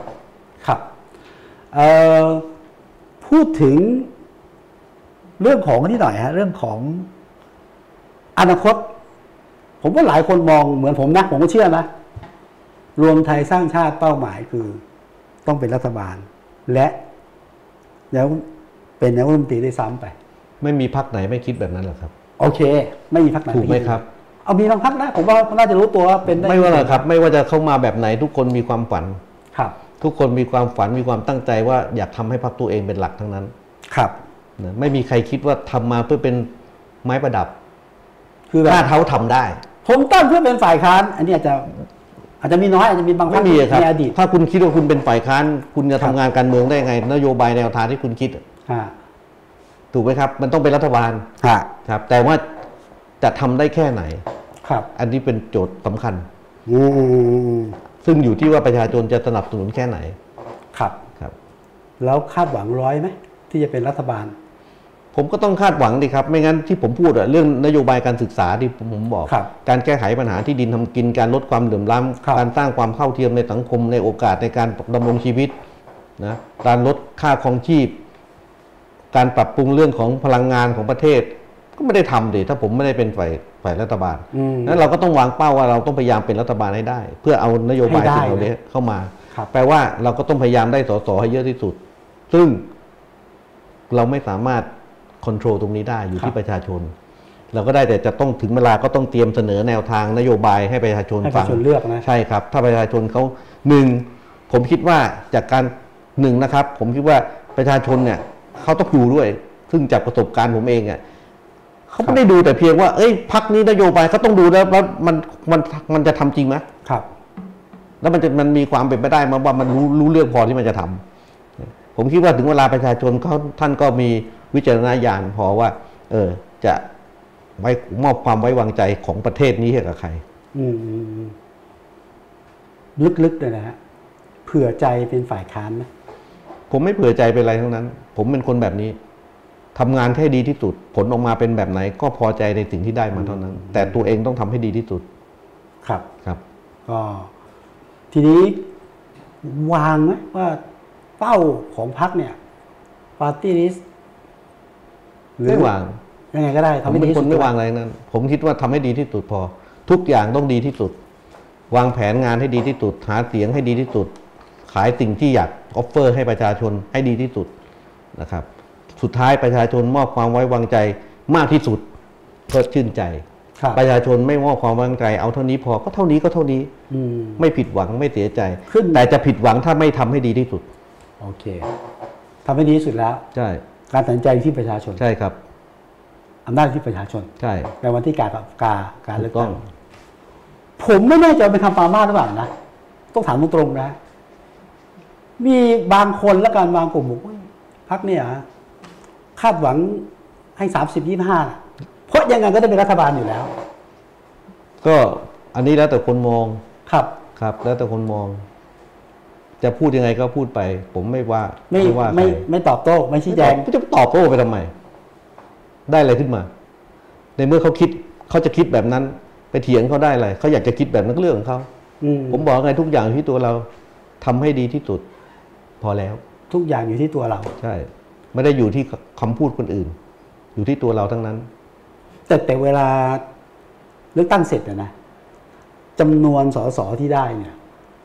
A: ครับเอ่อพูดถึงเรื่องของนี่หน่อยฮะ เรื่องของอนาคต ผมว่าหลายคนมองเหมือนผมนะ ผมก็เชื่อนะ รวมไทยสร้างชาติเป้าหมายคือ ต้องเป็นรัฐบาล และแล้วเป็นนายกรัฐมนตรีได้วยซ้ำไป
B: ไม่มีพักไหนไม่คิดแบบนั้นหรอกครับ
A: โอเค ไม่มีพรรคไหน
B: ถูกไหมครับ
A: เอามีบางพรรคนะผมว่าเขาน่าจะรู้ตัวว่าเป็นด้
B: ไม่ว่าหรอกครับ ไม่ว่าจะเข้ามาแบบไหน ทุกคนมีความฝัน
A: ครับ
B: ทุกคนมีความฝันมีความตั้งใจว่าอยากทำให้พรรคตัวเองเป็นหลักทั้งนั้น
A: ครับ
B: นะไม่มีใครคิดว่าทำมาเพื่อเป็นไม้ประดับ
A: คือแบบ
B: ถ้าเขาทำได้
A: ผมตั้งเพื่อเป็นฝ่ายค้าน อันนี้อาจจะ อาจจะมีน้อยอาจจะมีบางพร
B: ไม่
A: รค
B: มีอะครับ
A: ในอดีต
B: ถ้าคุณคิดว่าคุณเป็นฝ่ายค้าน คุณจะ
A: ครั
B: ทำ
A: บ
B: งานการเมืองได้ไง นโยบายแนวทางที่คุณคิดอะ
A: ฮะ
B: ถูกไหมครับ มันต้องเป็นรัฐบาล
A: ฮะ
B: ครับ แต่ว่าจะทำได้แค่ไหน
A: ครับ
B: อันนี้เป็นโจทย์สำคัญ
A: อืม
B: ซึ่งอยู่ที่ว่าประชาชนจะสนับสนุนแค่ไหน
A: ครับ
B: ครับ
A: แล้วคาดหวังร้อยไหมที่จะเป็นรัฐบาล
B: ผมก็ต้องคาดหวังดีครับ ไม่งั้นที่ผมพูดอะเรื่องนโยบายการศึกษาที่ผมบอก
A: ครับ
B: การแก้ไขปัญหาที่ดินทำกินการลดความเหลื่อมล้
A: ครับ
B: ำการสร้างความเท่าเทียมในสังคมในโอกาสในการดำรงชีวิตนะการลดค่าครองชีพ การปรับปรุงเรื่องของพลังงานของประเทศ ก็ไม่ได้ทำดิถ้าผมไม่ได้เป็นฝ่ายฝ่ายรัฐบาล
A: อืม
B: นั้นเราก็ต้องวางเป้าว่าเราต้องพยายามเป็นรัฐบาลให้ได้ เพื่อเอานโยบาย
A: ให้ได้
B: สิ่งเหล่านี้เข้ามา
A: ครับ
B: แปลว่าเราก็ต้องพยายามได้สสให้เยอะที่สุด ซึ่ง เราไม่สามารถควบคุมตรงนี้ได้อยู่
A: ครับ
B: ที่ประชาชน เราก็ได้แต่จะต้องถึงเวลาก็ต้องเตรียมเสนอแนวทางนโยบายให้ประชาชน
A: ให้ป
B: ฟั
A: ระ
B: ง
A: ชาชนเลือกนะ
B: ใช่ครับ ถ้าประชาชนเขาหนึ่งผมคิดว่าจากการหนึ่งนะครับ ผมคิดว่าประชาชนเนี่ยเขาต้องดูด้วย ซึ่งจากประสบการณ์ผมเองอ่ะเขาไม่ได้ดูแต่เพียงว่าเอ้ยพักนี้นโยบายเขาต้องดูแล้วว่ามันมันมันจะทำจริงไหม
A: ครับ
B: แล้วมันจะมันมีความเป็นไปได้ไหมาว่ามันรู้รู้เรื่องพอที่มันจะทำผมคิดว่าถึงเวลาประชาชนเขาท่านก็มีวิจารณญาณพอว่า เออ จะไว้มอบความไว้วางใจของประเทศนี้ให้กับใคร
A: อืมอืมอืมลึกๆเลยนะฮะเผื่อใจเป็นฝ่ายค้านไหม
B: ผมไม่เผื่อใจเป็นอะไรทั้งนั้น ผมเป็นคนแบบนี้ทำงานให้ดีที่สุด ผลออกมาเป็นแบบไหน ก็พอใจในสิ่งที่ได้มาเท่านั้น แต่ตัวเองต้องทำให้ดีที่สุด
A: ครับ
B: ครับ
A: ก็ทีนี้วางไหมว่าเป้าของพรรคเนี่ยปาร์ตี้ลิส
B: ไม่วาง
A: ยังไงก็ได้
B: ผม
A: ทำให้
B: เป็
A: ดี
B: น
A: ที่
B: ค
A: สุ
B: น
A: ด
B: ไม่วางอะไรทั้งนั้น ผมคิดว่าทำให้ดีที่สุดพอ ทุกอย่างต้องดีที่สุด วางแผนงานให้ดีที่สุด หาเสียงให้ดีที่สุด ขายสิ่งที่อยากออฟเฟอร์ให้ประชาชนให้ดีที่สุดนะครับ สุดท้ายประชาชนมอบความไว้วางใจมากที่สุดก็ชื่นใจ
A: ครับ
B: ประชาชนไม่มอบความไว้วางใจเอาเท่านี้พอก็เท่านี้ก็เท่านี้
A: อืม
B: ไม่ผิดหวังไม่เสียใจ
A: ขึ้น
B: แต่จะผิดหวังถ้าไม่ทำให้ดีที่สุด
A: โอเคทำให้ดีที่สุดแล้ว
B: ใช่
A: การตัดสินใจอยู่ที่ประชาชน
B: ใช่ครับ
A: อำนาจอยู่ที่ประชาชน
B: ใช่
A: ในวันที่การกาการเลื
B: ถู
A: อก
B: กต้
A: ตั้
B: องง
A: ผมไม่แน่ใจว่าเป็นคำปรามาสหรือเปล่านะต้องถามตรงๆนะ มีบางคนและการบางกลุ่มบอกว่าพักเนี่ยฮะคาดหวังให้สามสิบยี่ห้าเพราะยังไงก็ได้เป็นรัฐบาลอยู่แล้ว
B: ก็อันนี้แล้วแต่คนมอง
A: ครับ
B: ครับ แล้วแต่คนมอง จะพูดยังไงก็พูดไป ผมไม่ว่า
A: ไม่
B: ว่า
A: ไม่
B: ใคร
A: ไม่ตอบโต้ ไม่ชี้แจง
B: ไม่ตอบจะตอบโต้ไปทำไม ได้อะไรขึ้นมา ในเมื่อเขาคิดเขาจะคิดแบบนั้น ไปเถียงเขาได้อะไรเขาอยากจะคิดแบบนั้นเรื่องของเขา
A: อืม
B: ผมบอกไงทุกอย่างที่ตัวเราทำให้ดีที่สุด พอแล้ว
A: ทุกอย่างอยู่ที่ตัวเรา
B: ใช่ ไม่ได้อยู่ที่คำพูดคนอื่น อยู่ที่ตัวเราทั้งนั้น
A: แต่แต่เวลาเลือกตั้งเสร็จนะนะจำนวนสสที่ได้เนี่ย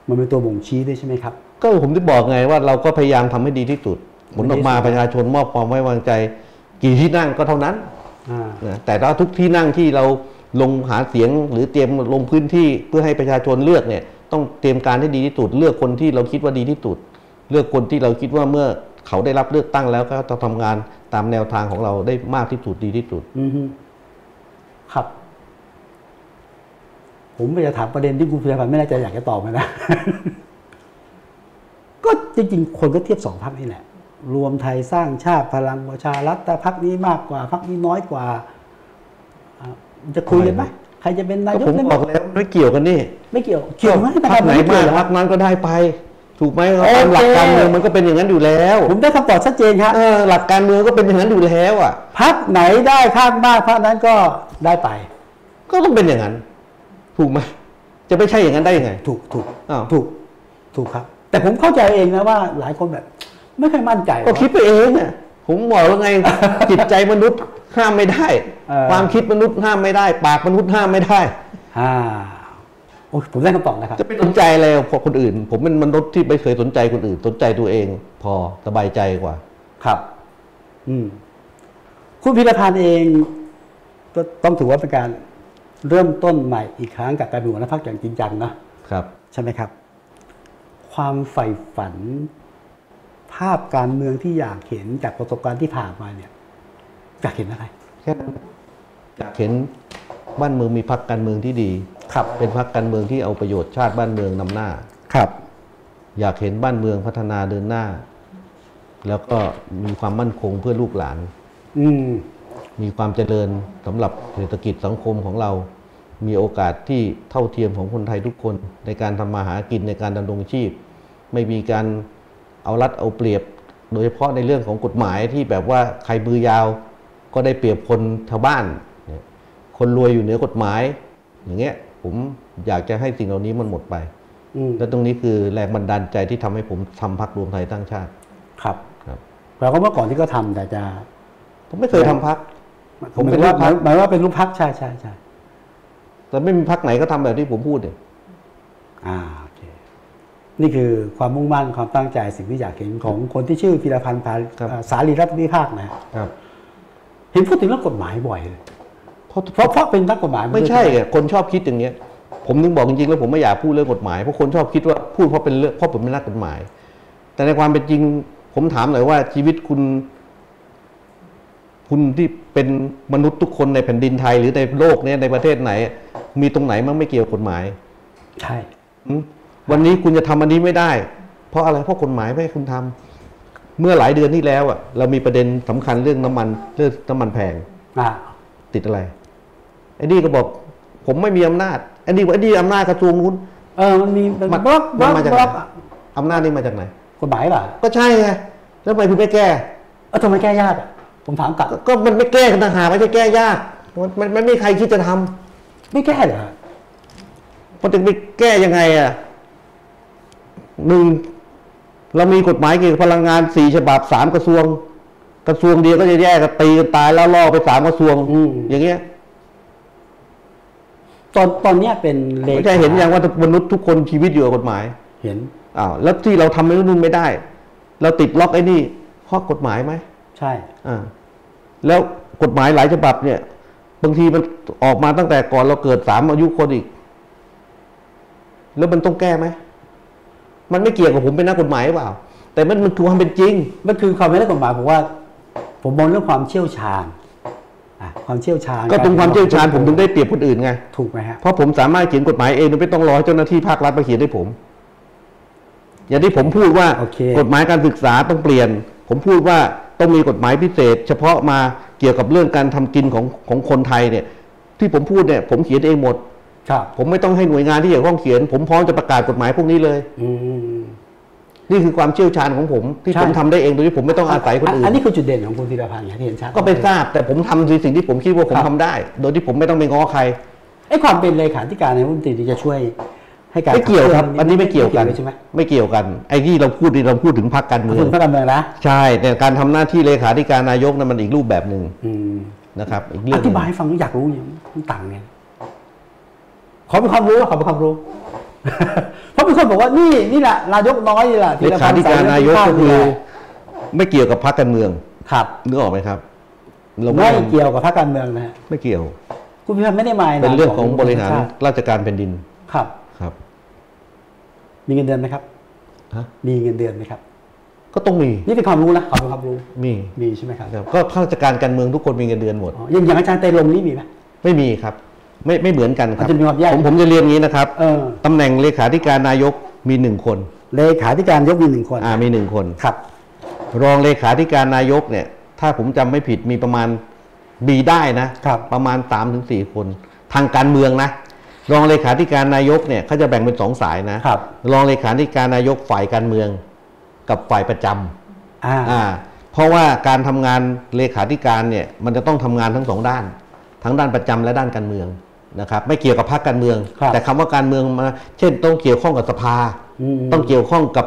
A: มันเป็นตัวบ่งชี้ด้วยใช่ไหมครับ
B: ก็ผมจะบอกไงว่าเราก็พยายามทำให้ดีที่สุดผลออกมาประชาชนมอบความไว้วางใจ กี่ที่นั่งก็เท่านั้น
A: อ่า
B: นะแต่ถ้าทุกที่นั่งที่เราลงหาเสียงหรือเตรียมลงพื้นที่เพื่อให้ประชาชนเลือกเนี่ย ต้องเตรียมการให้ดีที่สุดเลือกคนที่เราคิดว่าดีที่สุด เลือกคนที่เราคิดว่าเมื่อเขาได้รับเลือกตั้งแล้วก็จะทำงานตามแนวทางของเราได้มากที่สุดดีที่สุด
A: อือฮึครับ ผมอยากจะถามประเด็นที่คุณพิรพันธ์ไม่แน่ใจอยากจะตอบไหมนะ *laughs* ก็จริงๆ คนก็เทียบสองพักนี่แหละ รวมไทยสร้างชาติพลังประชารัฐแต่พักนี้มากกว่าพักนี้น้อยกว่าอ่ะจะคุยกันไหม
B: ไม่
A: ใครจะเป็นนาย
B: ก็
A: ก
B: ผม
A: ได้ไห
B: บอกแล้วไม่เกี่ยวกันนี่
A: ไม่เกี่ยวเกี่ยวไหม
B: พรรคไหน
A: เกี่
B: มาย
A: ว
B: ก
A: เหรอ
B: พรรคนั้นก็ได้ไป ถูกไหมครับตามหลัก
A: โอเค
B: การเมืองมันก็เป็นอย่างนั้นอยู่แล้ว
A: ผมได้คำตอบชัดเจนครับ
B: เออหลักการเมืองก็เป็นอย่างนั้นอยู่แล้วอ่ะ
A: พักไหนได้ข้างมากพักนั้นก็ได้ไป
B: ก็ต้องเป็นอย่างนั้น ถูกไหมจะไม่ใช่อย่างนั้นได้ยังไง
A: ถูกถูก
B: อ้าว
A: ถูกถูกครับ แต่ผมเข้าใจเองนะว่าหลายคนแบบ ไม่ค่อยมั่นใจ
B: ก็
A: ว่า
B: คิดไปเองอะผมบอกแล้วไง จิตใจมนุษย์ห้ามไม่ได้
A: เออ
B: ความคิดมนุษย์ห้ามไม่ได้ ปากมนุษย์ห้ามไม่ได้
A: อ่าโอ้ยผมได้คำตอบแล้วครับ
B: จะไปสนใจอะไรพอคนอื่น ผมเป็นมนุษย์ที่ไม่เคยสนใจคนอื่น สนใจตัวเอง พอสบายใจกว่า
A: ครับ อืม คุณพิรพันธ์เองก็ต้องถือว่าเป็นการเริ่มต้นใหม่อีกครั้งกับการเป็นหัวหน้าพักอย่างจริงจังเนอะ
B: ครับ
A: ใช่ไหมครับ ความใฝ่ฝัน ภาพการเมืองที่อยากเห็นจากประสบการณ์ที่ผ่านมาเนี่ยอยากเห็นอะไร
B: แค่นั้นอยากเห็นบ้านเมืองมีพรรคการเมืองที่ดี
A: ครับ
B: เป็นพรรคการเมืองที่เอาประโยชน์ชาติบ้านเมืองนำหน้า
A: ครับ
B: อยากเห็นบ้านเมืองพัฒนาเดินหน้า แล้วก็มีความมั่นคงเพื่อลูกหลาน
A: อืม
B: มีความเจริญสำหรับเศรษฐกิจสังคมของเรา มีโอกาสที่เท่าเทียมของคนไทยทุกคน ในการทำมาหากินในการดำรงชีพ ไม่มีการเอารัดเอาเปรียบ โดยเฉพาะในเรื่องของกฎหมายที่แบบว่าใครมือยาวก็ได้เปรียบคนชาวบ้านเนี่ยคนรวยอยู่เหนือกฎหมาย อย่างเงี้ยผมอยากจะให้สิ่งเหล่านี้มันหมดไป
A: อืม
B: และตรงนี้คือแรงบันดาลใจที่ทำให้ผมทำพักรวมไทยตั้างชาติ
A: ครับ
B: ครับ
A: แปลว่าเมื่อก่อนที่ก็ทำแต่จะ
B: ผมไม่เคยทำพัก ผมเป็น
A: หาย
B: ลูกพรรค
A: หมายว่าเป็นลูกพักใช่ใช่ใช่
B: แต่ไม่มีพักไหนก็ทำแบบที่ผมพูดเนี่ย
A: อ่าโอเค นี่คือความมุ่งมั่นความตั้งใจสิ่งที่อยากเห็นของคนที่ชื่อพิรพันธ์พา
B: ครับ
A: อ่าสารีรัตนวิภาคนะฮะ
B: ครับ
A: เห็นพูดถึงเรื่องกฎหมายบ่อยเลย
B: เพราะ
A: เพราะเพราะเป็นนักกฎหมายา
B: ไม่ใช่
A: ด้วย
B: อะคนชอบคิดอย่างเนี้ย ผมถึงบอกจริงๆแล้วผมไม่อยากพูดเรื่องกฎหมายเพราะคนชอบคิดว่าพูดเพราะเป็นเรื่องเพราะผมเป็นนักกฎหมาย แต่ในความเป็นจริง ผมถามหน่อยว่าชีวิตคุณ คุณที่เป็นมนุษย์ทุกคนในแผ่นดินไทย หรือในโลกเนี้ยในประเทศไหน มีตรงไหนมั่งไม่เกี่ยวกับกฎหมาย
A: ใช่
B: อืมวันนี้คุณจะทำอันนี้ไม่ได้ เพราะอะไรเพราะกฎหมายไม่ให้คุณทำเมื่อหลายเดือนที่แล้วอ่ะเรามีประเด็นสำคัญเรื่องน้ำมันเรื่องน้ำมันแพง
A: อ่า
B: ติดอะไรไอ้นี่ก็บอก ผมไม่มีอำนาจไอ้นี่บอกไอ้นี่อำนาจกระทรวงนู้น
A: เออมันมีมัน
B: มัน
A: บล็อกบล็อก
B: มันมาจาก
A: บ
B: ไหน
A: ล็อกอ่ะ
B: อำนาจนี่มาจากไหน
A: กฎหมายเหรอ
B: ก็ใช่ไงแล้วทำไมคุณไม่แก้
A: เออทำไมแก้ยากอ่ะผมถามกลับ
B: ก็ก็มันไม่แก้กันต่างหากไม่ใช่แก้ยากมันมันมันไม่มีใครคิดจะท
A: ไม่แก้เหรอฮะ
B: ำมันจะไปแก้ยังไงอ่ะหนึ่งเรามีกฎหมายเกี่ยวกับพลังงานสี่ฉบับสามกระทรวง กระทรวงเดียวก็จะแยกกันตีกันตายแล้วล่อไปสามกระทรวงอย่างเงี้ย
A: ตอนตอนเนี้ยเป็นเล
B: ไม่ใช่เห็นอย่างว่ามนุษย์ทุกคนชีวิตอยู่กับกฎหมาย
A: เห็น
B: อ้าวแล้วที่เราทำไม่นู่นไม่ได้ เราติดล็อกไอ้นี่ข้อกฎหมายไหม
A: ใช่
B: อ่าแล้วกฎหมายหลายฉบับเนี่ย บางทีมันออกมาตั้งแต่ก่อนเราเกิดสามอายุคนอีก แล้วมันต้องแก้ไหมมันไม่เกี่ยวกับผมเป็นนักกฎหมายหรือเปล่า แต่มันมันคือความเป็นจริง
A: มันคือความเป็นนักกฎหมายผมว่า ผมมองเรื่องความเชี่ยวชาญอ่ะความเชี่ยวชาญ
B: ก็ตรงความเชี่ยวชาญผมถึงได้เปรียบคนอื่นไง
A: ถูกไหมฮะ
B: เพราะผมสามารถเขียนกฎหมายเองโดยไม่ต้องรอให้เจ้าหน้าที่ภาครัฐมาเขียนให้ผม อย่างที่ผมพูดว่า
A: โอเค
B: กฎหมายการศึกษาต้องเปลี่ยน ผมพูดว่าต้องมีกฎหมายพิเศษ เฉพาะมาเกี่ยวกับเรื่องการทำกินของของคนไทยเนี่ย ที่ผมพูดเนี่ยผมเขียนเองหมด
A: ครับ
B: ผมไม่ต้องให้หน่วยงานที่เกี่ยวข้องเขียน ผมพร้อมจะประกาศกฎหมายพวกนี้เลย
A: อืม
B: นี่คือความเชี่ยวชาญของผม ที่
A: ใช่
B: ผมทำได้เองโดยที่ผมไม่ต้องอาศัยคนอื่
A: อั
B: น
A: นนี้คือจุดเด่นของคุณธีรพันธ์นะที่เห็นชัด
B: ก็ไปทราบ แต่ผมทำในสิ่งที่ผมคิดว่าผม
A: ครับ
B: ทำได้ โดยที่ผมไม่ต้องไปง้อใคร
A: ไอ้ความเป็นเลขาธิการในรัฐมนตรีที่จะช่วย ให้การ
B: ไม่เกี่ยวครับ
A: ขั
B: อันนี้ไม่เกี่ยวกัน
A: ไม่เกี่ยวใช่ไหม
B: ไม่เกี่ยวกัน ไอ้ที่เราพูดนี่เราพูดถึงพรรคการเมือ
A: คุ
B: ง
A: ณพระดำเนินนะ
B: ใช่แต่การทำหน้าที่เลขาธิการนายกนั้นมันอีกรูปแบบหนึ่ง
A: อืม
B: นะครับ อีกเรื่
A: อ
B: องห
A: ธิ
B: นึ่ง
A: บายให้ฟังอยากรู้เนี่ยมันต่างไงขอเป็นความรู้ขอเป็นความรู้
B: *laughs*
A: เพราะมีคนบอกว่านี่นี่แหละนายกน้อยนี่แหละ
B: เล
A: ธีะ
B: ขา
A: พันธ์
B: ธิการนายกก็คือ
A: สายเลืด
B: ไม่เกี่ยวกับพรรคการเมือง
A: ครับ
B: นึกออกไหมครับเรา
A: ไม่
B: ไม่
A: เกี่ยวกับพรรคการเมืองนะฮะ
B: ไม่เกี่ยว
A: คุณพิพัฒน์ไม่ได้มายะ
B: เป็นเรื่องของบริหาร
A: ชติ
B: ราชการแผ่นดิน
A: ครับ
B: ครับ
A: มีเงินเดือนไหมครับ
B: ฮะ
A: มีเงินเดือนไหมครับ
B: ก็ต้องมี
A: นี่เป็นความรู้นะขอบคุณความรู้
B: มี
A: มีใช่ไหมครับ
B: ครับก็ข้าราชการการเมืองทุกคนมีเงินเดือนหมด
A: อ๋ออย่างอย่างอาจารย์ไตรรงค์นี่มีไหม
B: ไม่มีครับ ไม่ไม่เหมือนกันครับ
A: มันจะมีความแยก
B: ผมผมจะเรียนอย่างนี้นะครับ
A: เออ
B: ตำแหน่งเลขาธิการนายกมีหนึ่งคน
A: เลขาธิการยกมีหนึ่งคน
B: อ่ามีหนึ่งคน
A: ครับ
B: รองเลขาธิการนายกเนี่ย ถ้าผมจำไม่ผิดมีประมาณบีได้นะครับ ประมาณ3ามถึงสคน ทางการเมืองนะ รองเลขาธิการนายกเนี่ยเขาจะแบ่งเป็นสองสายนะครับ รองเลขาธิการนายกฝ่ายการเมือง กับฝ่ายประจำ
A: อ่า
B: อ่า เพราะว่าการทำงานเลขาธิการเนี่ยมันจะต้องทำงานทั้งสองด้าน ทั้งด้านประจำและด้านการเมืองนะครับ ไม่เกี่ยวกับพรรคการเมือง
A: ครับ
B: แต่คำว่าการเมืองมาเช่นต้องเกี่ยวข้องกับสภา
A: ม
B: ต้องเกี่ยวข้องกับ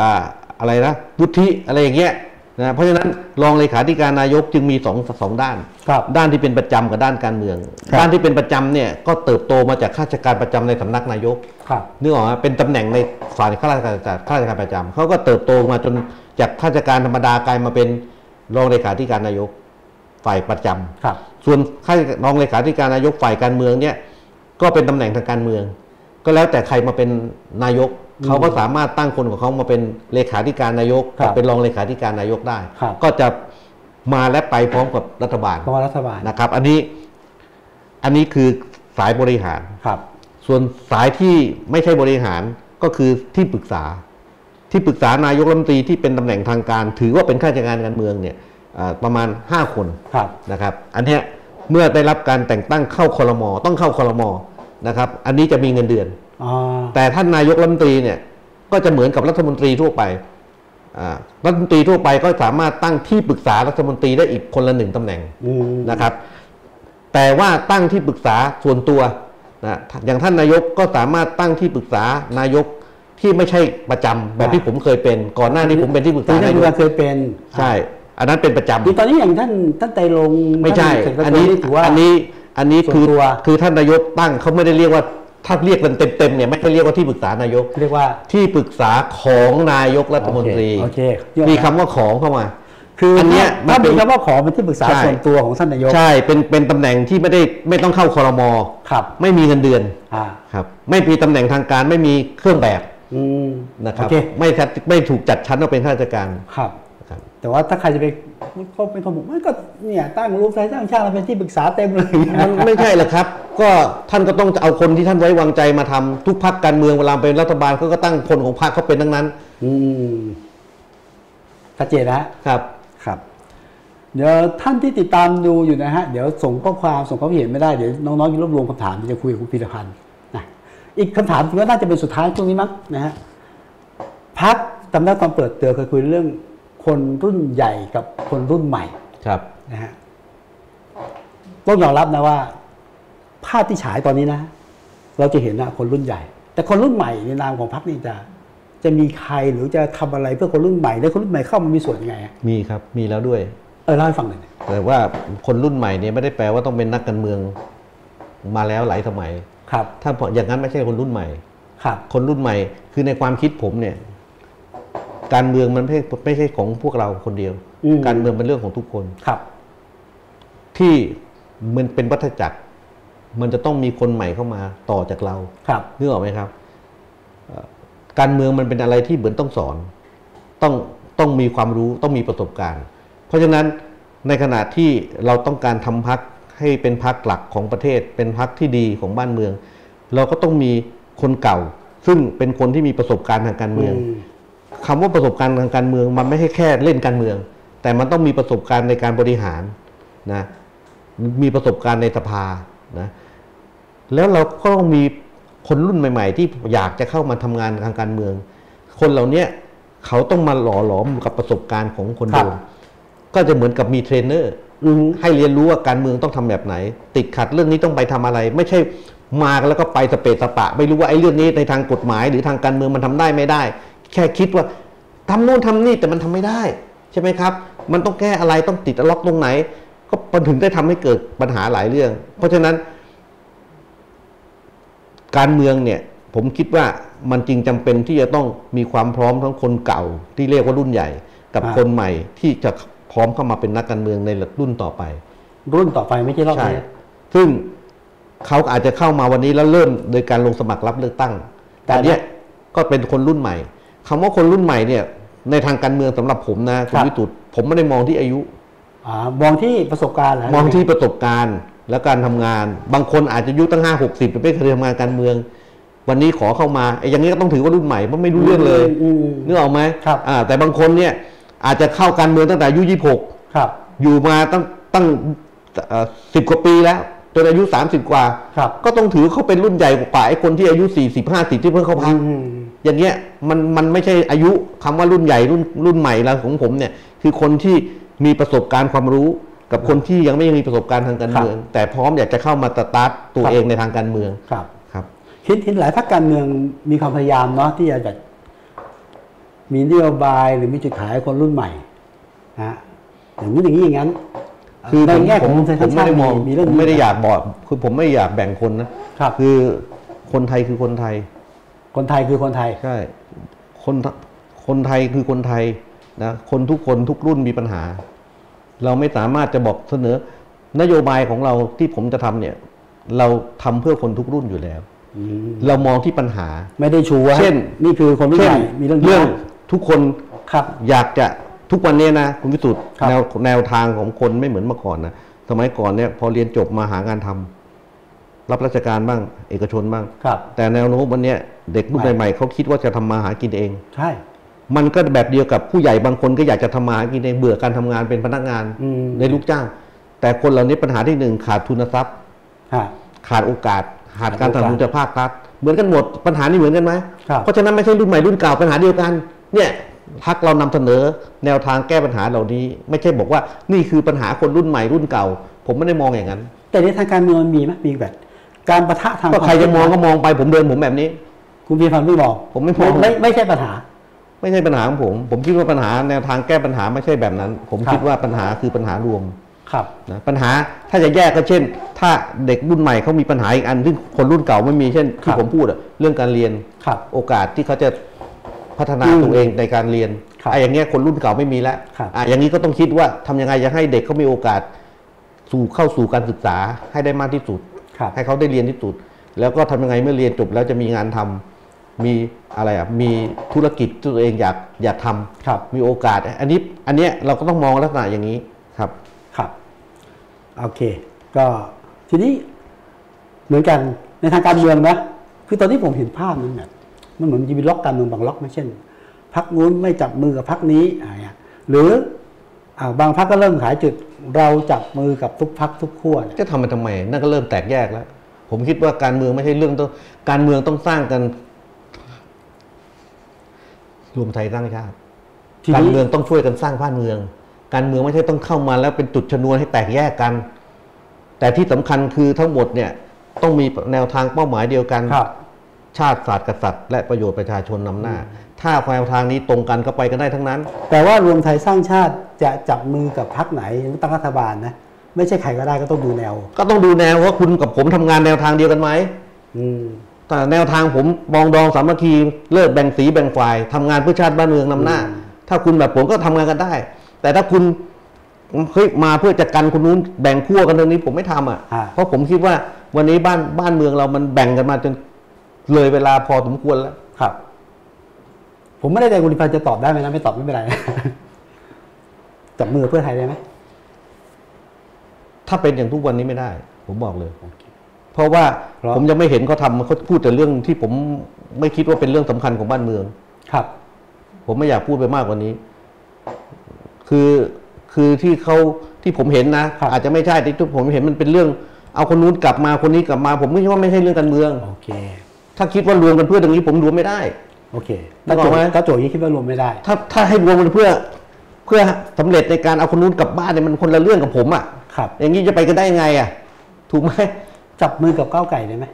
B: อ่าอะไรนะวุฒิอะไรอย่างเงี้ย นะเพราะฉะนั้นรองเลขาธิการนายกจึงมีสองสองด้าน
A: ครับ
B: ด้านที่เป็นประจำกับด้านการเมือง
A: ครับ
B: ด้านที่เป็นประจำเนี่ยก็เติบโตมาจากข้าราชการประจำในสำนักนายก
A: ครับ
B: นึกออกไหมเป็นตำแหน่งในฝ่ายข้าราชการจากข้าราชการประจำเขาก็เติบโตมาจนจากข้าราชการธรรมดากลายมาเป็นรองเลขาธิการนายกฝ่ายประจำ
A: ครับ
B: ส่วนข้าราชการรองเลขาธิการนายกฝ่ายการเมืองเนี่ยก็เป็นตำแหน่งทางการเมือง ก็แล้วแต่ใครมาเป็นนายกเขาก็สามารถตั้งคนของเขามาเป็นเลขาธิการนายก
A: ครับ
B: เป็นรองเลขาธิการนายกได้
A: ครับ
B: ก็จะมาและไปพร้อมกับรัฐบาล
A: เพราะว่ารัฐบาล
B: นะครับอันนี้อันนี้คือสายบริหาร
A: ครับ
B: ส่วนสายที่ไม่ใช่บริหารก็คือที่ปรึกษา ที่ปรึกษานายกรัฐมนตรีที่เป็นตำแหน่งทางการ ถือว่าเป็นข้าราชการการเมืองเนี่ยอ่าประมาณ 5 คน
A: ครับ
B: นะครับอันเนี้ยเมื่อได้รับการแต่งตั้งเข้าคอรมอต้องเข้าคอรมอนะครับอันนี้จะมีเงินเดือน
A: อ๋อ
B: แต่ท่านนายกรัฐมนตรีเนี่ยก็จะเหมือนกับรัฐมนตรีทั่วไปอ่ารัฐมนตรีทั่วไปก็สามารถตั้งที่ปรึกษารัฐมนตรีได้อีกคนละหนึ่งตำแหน่ง
A: อืม
B: นะครับ แต่ว่าตั้งที่ปรึกษาส่วนตัวนะอย่างท่านนายกก็สามารถตั้งที่ปรึกษานายกที่ไม่ใช่ประจำแบบที่ผมเคยเป็น ก่อนหน้านี้ผมเป็นที่ปรึก
A: ที่ท่าน
B: ษาาน ย
A: ผู้
B: ก
A: การเคยเป็น
B: ใช่ อันนั้นเป็นประจำ
A: คือตอนนี้อย่างท่านท่านไตรรงค์
B: ไม่ใช่
A: ท่าเสกสกล
B: อันนี้
A: ถือว่า
B: อันนี้อันนี้คือ
A: ส่วนตัว
B: คือท่านนายกตั้งเขาไม่ได้เรียกว่าถ้าเรียกกันเต็มๆเนี่ยไม่ได้เรียกว่าที่ปรึกษานายก
A: เรียกว่า
B: ที่ปรึกษาของนายกรัฐมนตรี
A: โอเค
B: มีคำว่าของเข้ามา
A: คือ
B: อั
A: อั
B: น
A: น
B: เนี้
A: เนี้ย
B: ยมัน
A: ถ้า
B: เป็
A: มี
B: น
A: คำว่าขอเป็นที่ปรึกษา
B: ใช่
A: ส่วนตัวของท่านนายก
B: ใช่เป็นเป็นตำแหน่งที่ไม่ได้ไม่ต้องเข้าคอรมอ
A: ครับ
B: ไม่มีเงินเดือน
A: อ่า
B: ครับไม่มีตำแหน่งทางการไม่มีเครื่องแบบ
A: อืม
B: นะครับ
A: โอเค
B: ไม่ชัดไม่ถูกจัดชั้นว่าเป็นข้าราชการ
A: ครับ
B: นะครับ
A: แต่ว่าถ้าใครจะไปก็เป็นคนบอกมันก็เนี่ยตั้งรูปไทยสร้างชาติเราเป็นที่ปรึกษาเต็มเลย
B: มันไม่ใช่หรอกครับ ก็ท่านก็ต้องเอาคนที่ท่านไว้วางใจมาทำทุกพักการเมืองเวลาเป็นรัฐบาลเขาก็ตั้งคนของพรรคเขาเป็นทั้งนั้น
A: อืมชัดเจนนะฮะ
B: ครับ
A: ครับ เดี๋ยวท่านที่ติดตามดูอยู่นะฮะ เดี๋ยวส่งข้อความส่งความเห็นไม่ได้ เดี๋ยวน้องๆจะรวบรวมคำถามที่จะคุยกับคุณพีรพันธ์นะอีกคำถามก็น่าจะเป็นสุดท้ายช่วงนี้มั้งนะฮะพักจำได้ตอนเปิดเตือเคยคุยเรื่องคนรุ่นใหญ่กับคนรุ่นใหม่
B: ครับ
A: นะฮะต้องยอมรับนะว่า ภาพที่ฉายตอนนี้นะ เราจะเห็นนะคนรุ่นใหญ่ แต่คนรุ่นใหม่ในนามของพักนี่จะ จะมีใครหรือจะทำอะไรเพื่อคนรุ่นใหม่และคนรุ่นใหม่เข้ามามีส่วนยังไงอะ
B: มีครับมีแล้วด้วย
A: เออเล่าให้ฟังหน่อย
B: แต่ว่าคนรุ่นใหม่เนี่ยไม่ได้แปลว่าต้องเป็นนักการเมืองมาแล้วหลายสมัย
A: ครับ
B: ถ้าอย่างนั้นไม่ใช่คนรุ่นใหม่
A: ครับ
B: คนรุ่นใหม่คือในความคิดผมเนี่ย การเมืองมันไม่ไม่ใช่ของพวกเราคนเดียว
A: อืม
B: การเมืองเป็นเรื่องของทุกคน
A: ครับ
B: ที่มันเป็นวัฏจักร มันจะต้องมีคนใหม่เข้ามาต่อจากเรา
A: ครับ
B: นึกออกไหมครับเอ่อการเมืองมันเป็นอะไรที่เหมือนต้องสอน ต้องต้องมีความรู้ต้องมีประสบการณ์ เพราะฉะนั้นในขณะที่เราต้องการทำพักให้เป็นพักหลักของประเทศ เป็นพักที่ดีของบ้านเมือง เราก็ต้องมีคนเก่า ซึ่งเป็นคนที่มีประสบการณ์ทางการเมือง คำว่าประสบการณ์ทางการเมืองมันไม่ใช่แค่เล่นการเมือง แต่มันต้องมีประสบการณ์ในการบริหารนะมีประสบการณ์ในสภานะแล้วเราก็ต้องมีคนรุ่นใหม่ ๆ ที่อยากจะเข้ามาทำงานทางการเมือง คนเหล่าเนี้ยเขาต้องมาหล่อหลอมกับประสบการณ์ของคน
A: ครั
B: เดิ
A: บ
B: มก็จะเหมือนกับมีเทรนเนอร์
A: อืม
B: ให้เรียนรู้ว่าการเมืองต้องทำแบบไหน ติดขัดเรื่องนี้ต้องไปทำอะไร ไม่ใช่มาแล้วก็ไปสเปะสปะ ไม่รู้ว่าไอ้เรื่องนี้ในทางกฎหมาย หรือทางการเมืองมันทำได้ไม่ได้ แค่คิดว่าทำโน่นทำนี่แต่มันทำไม่ได้ ใช่ไหมครับ มันต้องแก้อะไรต้องติดล็อกตรงไหน ก็มันถึงได้ทำให้เกิดปัญหาหลายเรื่อง เพราะฉะนั้น การเมืองเนี่ย ผมคิดว่ามันจริงจำเป็นที่จะต้องมีความพร้อมทั้งคนเก่า ที่เรียกว่ารุ่นใหญ่ กับคนใหม่ที่จะพร้อมเข้ามาเป็นนักการเมืองในรุ่นต่อไป
A: รุ่นต่อไปไม่ใช่รอบ
B: ใช่
A: นี้
B: ซึ่งเขาอาจจะเข้ามาวันนี้แล้วเริ่มโดยการลงสมัครรับเลือกตั้ง
A: แต่
B: แต่เนี้ยก็เป็นคนรุ่นใหม่คำว่าคนรุ่นใหม่เนี่ย ในทางการเมืองสำหรับผมนะคุณวิตุตผมไม่ได้มองที่อายุ
A: อ่ามองที่ประสบการณ์เหร
B: มองที่ประสบการณ์และการทำงาน บางคนอาจจะอายุตั้งห้าหกสิบไม่เคยทำงานการเมือง วันนี้ขอเข้ามาไอ้อย่างนี้ก็ต้องถือว่ารุ่นใหม่เพราะไม่รู้เรื่องเลย
A: อืมอืม
B: นึกออกไหม
A: ครับ
B: อ่าแต่บางคนเนี่ยอาจจะเข้าการเมืองตั้งแต่อายุยี่สิบหก
A: ครับ
B: อยู่มาตั้งตั้งสิบกว่าปีแล้วจนอายุสามสิบกว่า
A: ครับ
B: ก็ต้องถือเขาเป็นรุ่นใหญ่กว่าไอ้คนที่อายุสี่สิบห้าสิบที่เพิ่งเข้าพั
A: อื
B: ก
A: ม
B: อย่างเงี้ยมันมันไม่ใช่อายุคำว่ารุ่นใหญ่รุ่นรุ่นใหม่แล้วของผมเนี่ย คือคนที่มีประสบการณ์ความรู้ กับคนที่ยังไม่มีประสบการณ์ทางการเมือง แต่พร้อมอยากจะเข้ามาสตาร์ทตัวเองในทางการเมือง
A: ครับ
B: ครับ
A: เห็นเห็นหลายพรรคการเมืองมีความพยายามเนาะที่จะแบบมีนโยบายหรือมีจุดขายคนรุ่นใหม่ นะฮะอย่างนี้อย่างนี้อย่างนั้น
B: คือ
A: ใน
B: ผม
A: แง่ข
B: ผ
A: อง
B: มผมไม่ได้มอง
A: มีเรื่อง
B: ผม
A: นี้
B: ไม่ได้อยากบอกคือผมไม่อยากแบ่งคนนะครับ คือคนไทยคือคนไทย
A: คนไทยคือคนไทย
B: ใช่ คนทคนไทยคือคนไทยนะ คนทุกคนทุกรุ่นมีปัญหา เราไม่สามารถจะบอกเสนอ นโยบายของเราที่ผมจะทำเนี่ย เราทำเพื่อคนทุกรุ่นอยู่แล้ว เรามองที่ปัญหา
A: ไม่ได้ชูว่า
B: เช่น
A: นี่คือคนรุ่น
B: เช่
A: ให
B: น
A: ม่มีเรื่องนี้
B: เรื่องทุกคน
A: ครับ
B: อยากจะทุกวันเนี้ยนะคุณวิสุทธ์
A: ครับ
B: แนวแนวทางของคนไม่เหมือนเมื่อก่อนนะสมัยก่อนเนี่ย พอเรียนจบมาหางานทำรับราชการบ้าง เอกชนบ้าง
A: ครับ
B: แต่แนวโน้มวันเนี้ยเด็กรุ่นใหม่ๆเขาคิดว่าจะทำมาหากินเอง
A: ใช่
B: มันก็แบบเดียวกับผู้ใหญ่บางคนก็อยากจะทำมาหากินเองเบื่อการทำงานเป็นพนักงาน
A: อืม
B: ในลูกจ้าง แต่คนเหล่านี้ปัญหาที่หนึ่งขาดทุนทรัพย์
A: ฮะ
B: ขาดโอกาส ขาด
A: ขา
B: การ
A: ดโอ
B: ส
A: กาส
B: นับสนุนจากภาครัฐเหมือนกันหมดปัญหานี้เหมือนกันไหม
A: ครับ
B: เพราะฉะนั้นไม่ใช่รุ่นใหม่รุ่นเก่าปัญหาเดียวกัน เนี่ยพักเรานำเสนอแนวทางแก้ปัญหาเหล่านี้ ไม่ใช่บอกว่านี่คือปัญหาคนรุ่นใหม่รุ่นเก่า ผมไม่ได้มองอย่างนั้น
A: แต่ในทางการเมืองมันมีไหมมีแบบ การประทะทาง
B: ก็ใครจะมอง
A: วา
B: ก็มองไปผมเดินผมแบบนี้
A: คิดคุณพีพันธ์ไม่มอง
B: ผมไม่มอง
A: ไม่ไม่ใช่ปัญหา
B: ไม่ใช่ปัญหาของผม ผมคิดว่าปัญหาแนวทางแก้ปัญหาไม่ใช่แบบนั้น ผม
A: ครับ
B: คิดว่าปัญหาคือปัญหารวม
A: ครับ
B: นะปัญหาถ้าจะแยกก็เช่น ถ้าเด็กรุ่นใหม่เขามีปัญหาอีกอันซึ่งคนรุ่นเก่าไม่มีเช่น
A: ครั
B: ที่
A: บ
B: ผมพูดอะเรื่องการเรียน
A: ครับ
B: โอกาสที่เขาจะพัฒนา
A: อืม
B: ตัวเองในการเรียน
A: ครับ
B: อะอย่างเงี้ยคนรุ่นเก่าไม่มีแล้ว
A: ครับ
B: อะอย่างนี้ก็ต้องคิดว่าทำยังไงจะให้เด็กเขามีโอกาสสู่เข้าสู่การศึกษาให้ได้มากที่สุด
A: ครับ
B: ให้เขาได้เรียนที่สุด แล้วก็ทำยังไงเมื่อเรียนจบแล้วจะมีงานทำมีอะไรอ่ะมีธุรกิจที่ตัวเองอยากอยากทำ
A: ครับ
B: มีโอกาส อันนี้อันเนี้ยเราก็ต้องมองลักษณะอย่างนี้ครับ
A: ครับ โอเค ก็ทีนี้เหมือนกันในทางการเมืองนะคือตอนที่ผมเห็นภาพมันแบบมันเหมือนจะมีล็อกการเมืองบางล็อกนะเช่นพักนู้นไม่จับมือกับพักนี้อะไรอย่างเงี้ยหรืออาบางพักก็เริ่มขายจุดเราจับมือกับทุกพักทุกขั้วเนี่ย
B: จะทำมันทำไม นั่นก็เริ่มแตกแยกแล้ว ผมคิดว่าการเมืองไม่ใช่เรื่องต้อง การเมืองต้องสร้างกัน รวมไทยสร้างชาติ
A: ทีนี้
B: การเมืองต้องช่วยกันสร้างบ้านเมือง การเมืองไม่ใช่ต้องเข้ามาแล้วเป็นจุดชนวนให้แตกแยกกัน แต่ที่สำคัญคือทั้งหมดเนี่ย ต้องมีแนวทางเป้าหมายเดียวกัน
A: ครับ
B: ชาติศาสตร์กษัตริย์และประโยชน์ประชาชนนำหน้า ถ้าแนวทางนี้ตรงกันก็ไปกันได้ทั้งนั้น
A: แต่ว่ารวมไทยสร้างชาติจะจับมือกับพักไหนตั้งรัฐบาลนะ ไม่ใช่ใครก็ได้ก็ต้องดูแนว
B: ก็ต้องดูแนวว่าคุณกับผมทำงานแนวทางเดียวกันไหม
A: อืม
B: แต่แนวทางผมบองดองสามัคคีเลิกแบ่งสีแบ่งฝ่ายทำงานเพื่อชาติบ้านเมืองนำหน้า
A: อืม
B: ถ้าคุณแบบผมก็ทำงานกันได้ แต่ถ้าคุณเฮ้ยมาเพื่อจัดการคนนู้นแบ่งขั้วกันตรงนี้ผมไม่ทำอ่ะ
A: อ่า
B: เพราะผมคิดว่าวันนี้บ้านบ้านเมืองเรามันแบ่งกันมาจนเลยเวลาพอสมควรแล้ว
A: ครับ ผมไม่ได้ใจคุณพิพันธ์จะตอบได้ไหมนะ ไม่ตอบไม่เป็นไร *laughs* จับมือเพื่อไทยได้ไหม
B: ถ้าเป็นอย่างทุกวันนี้ไม่ได้ ผมบอกเลย
A: โอเค
B: เพราะว่า
A: เพราะ
B: ผมยังไม่เห็นเขาทำเขาพูดแต่เรื่องที่ผมไม่คิดว่าเป็นเรื่องสำคัญของบ้านเมือง
A: ครับ
B: ผมไม่อยากพูดไปมากกว่านี้ คือคือที่เขาที่ผมเห็นนะ
A: ครับ
B: อาจจะไม่ใช่แต่ที่ผมเห็นมันเป็นเรื่อง เอาคนนู้นกลับมาคนนี้กลับมา ผมไม่คิดว่าไม่ใช่เรื่องการเมือง
A: โอเค
B: ถ้าคิดว่ารวมกันเพื่ออย่างนี้ผมรวมไม่ได้
A: โอเค
B: นึก
A: ถ้า
B: อ
A: โจ
B: อกไหม
A: ถ้าโจทย์นี้คิดว่ารวมไม่ได้
B: ถ้าถ้าให้รวมกันเพื่อ เพื่อสำเร็จในการเอาคนนู้นกลับบ้านเนี่ยมันคนละเรื่องกับผมอะ่ะ
A: ครับ
B: อย่างนี้จะไปกันได้ยังไงอะ่ะ ถูกไหม
A: จับมือกับก้าวไก่ได้ไหม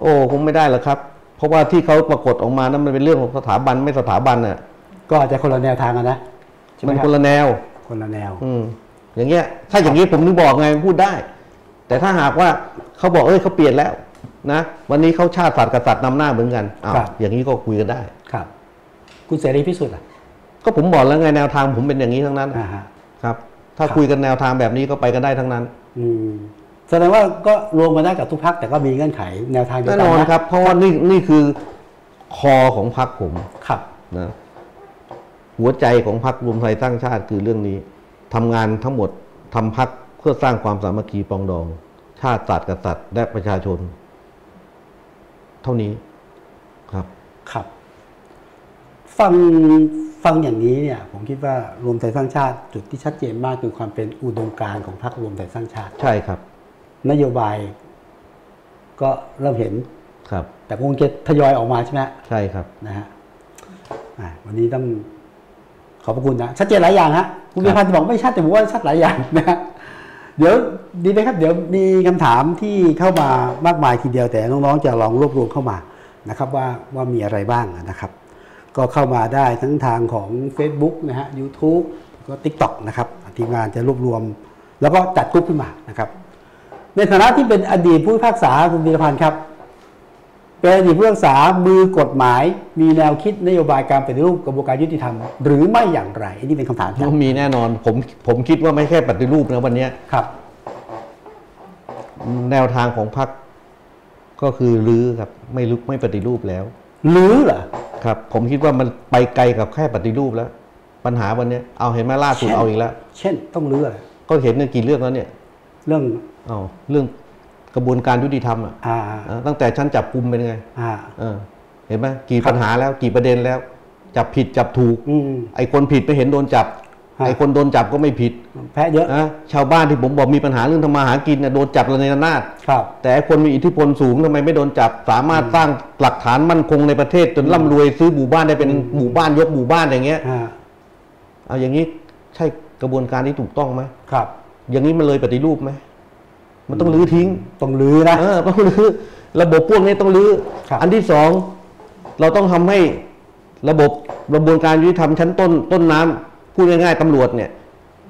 B: โอ้คงไม่ได้หรอกครับ เพราะว่าที่เขาปรากฏออกมานั้นมันเป็นเรื่องของสถาบันไม่สถาบันอ่ะ
A: ก็อาจจะคนละแนวทางกันนะใช่ไห
B: มัน
A: รับ
B: คนละแนว
A: คนละแนว
B: อืมอย่างเงี้ย ถ้าอย่างนี้ผมนึกบอกไงพูดได้ แต่ถ้าหากว่าเขาบอกเอ้ยเขาเปลี่ยนแล้วนะวันนี้เขาชาติศาสตร์กษัตริย์นำหน้าเหมือนกันอ้าว
A: ครับ
B: อย่างนี้ก็คุยกันได้
A: ครับ คุณเสรีพิสุทธิ์อ่ะ
B: ก็ผมบอกแล้วไงแนวทางผมเป็นอย่างนี้ทั้งนั้น
A: อ่าฮะ
B: ครับ ถ้า
A: ครับ
B: คุยกันแนวทางแบบนี้ก็ไปกันได้ทั้งนั้น
A: อืมแสดงว่าก็รวมกันได้กับทุกพักแต่ก็มีเงื่อนไขแนวทางเดียว
B: แน่
A: กัน
B: นอน
A: นะครับ
B: เพราะว่านี่นี่คือคอของพรรคผม
A: ครับ
B: นะหัวใจของพรรครวมไทยสร้างชาติคือเรื่องนี้ทำงานทั้งหมดทำพรรคเพื่อสร้างความสามัคคีปรองดอง ชาติศาสตร์กษัตริย์และประชาชน เท่านี้ครับ
A: ครับ ฟังฟังอย่างนี้เนี่ย ผมคิดว่ารวมไทยสร้างชาติ จุดที่ชัดเจนมากคือความเป็นอุดมการณ์ของพรรครวมไทยสร้างชาติ
B: ใช่ครับ
A: นโยบาย ก็เริ่มเห็น
B: ครับ
A: แต่คงจะทยอยออกมาใช่ไหมฮะ
B: ใช่ครับ
A: นะฮะอ่ะวันนี้ต้องขอบพระคุณนะชัดเจนหลายอย่างฮะคุณพิพันธ์บอกไม่ชัดแต่ผมว่าชัดหลายอย่างนะฮะเดี๋ยวดีไหมครับ เดี๋ยวมีคำถามที่เข้ามามากมายทีเดียวแต่น้องๆจะลองรวบรวมเข้ามานะครับ ว่าว่ามีอะไรบ้างนะครับ ก็เข้ามาได้ทั้งทางของ Facebook นะฮะ YouTube ก็ TikTok นะครับทีมงานจะรวบรวม แล้วก็จัดกรุ๊ปขึ้นมานะครับ ในฐานะที่เป็นอดีตผู้พิพากษาคุณวีรพันธ์ครับ เป็นอดีตผู้พิพากษามือกฎหมาย มีแนวคิดนโยบายการปฏิรูปกระบวนการยุติธรรม หรือไม่อย่างไรอันนี้เป็นคำถามค
B: ต้
A: รั
B: อบ งมีแน่นอนผมผมคิดว่าไม่แค่ปฏิรูปนะวันเนี้ย
A: ครับ
B: แนวทางของพรรคก็คือรื้อครับไม่ลุกไม่ปฏิรูปแล้ว
A: หรือเหรอ
B: ครับ ผมคิดว่ามันไปไกลกับแค่ปฏิรูปแล้ว ปัญหาวันเนี้ยเอาเห็นไหมล่าสุด
A: ใช่
B: เอาอีกแล้ว
A: เช่นต้องรื้ออะไร
B: ก็เห็นกันกี่เรื่องแล้วเนี่ย
A: เรื่อง
B: เอาเรื่องกระบวนการยุติธรรมอ่ะ
A: อ่า
B: เออตั้งแต่ชั้นจับกลุ่มเป็นไง
A: อ่า
B: เออเห็นไหมกี่ปัญหาแล้วกี่ประเด็นแล้ว จับผิดจับถูก
A: อืม
B: ไอ้คนผิดไม่เห็นโดนจับ
A: ฮะ
B: ไอ้คนโดนจับก็ไม่ผิด
A: แพ้เยอะ
B: นะชาวบ้านที่ผมบอกมีปัญหาเรื่องทำมาหากินเนี่ยโดนจับระเนระนาด
A: ครับ
B: แต่คนมีอิทธิพลสูงทำไมไม่โดนจับ สามารถสร้างหลักฐานมั่นคงในประเทศจนร่ำรวยซื้อหมู่บ้านได้เป็นหมู่บ้านยกหมู่บ้านอย่างเงี้ย
A: อ่า
B: เอาอย่างนี้ใช่กระบวนการที่ถูกต้องไหม
A: ครับ
B: อย่างนี้มันเลยปฏิรูปไหมมันต้องรื้อทิ้ง
A: ต้องรื้อนะ
B: เออต้องรื้อระบบพวกนี้ต้องรื้อ
A: ครับ
B: อันที่สองเราต้องทำให้ระบบกระบวนการยุติธรรมชั้นต้นต้นน้ำพูดง่ายๆตำรวจเนี่ย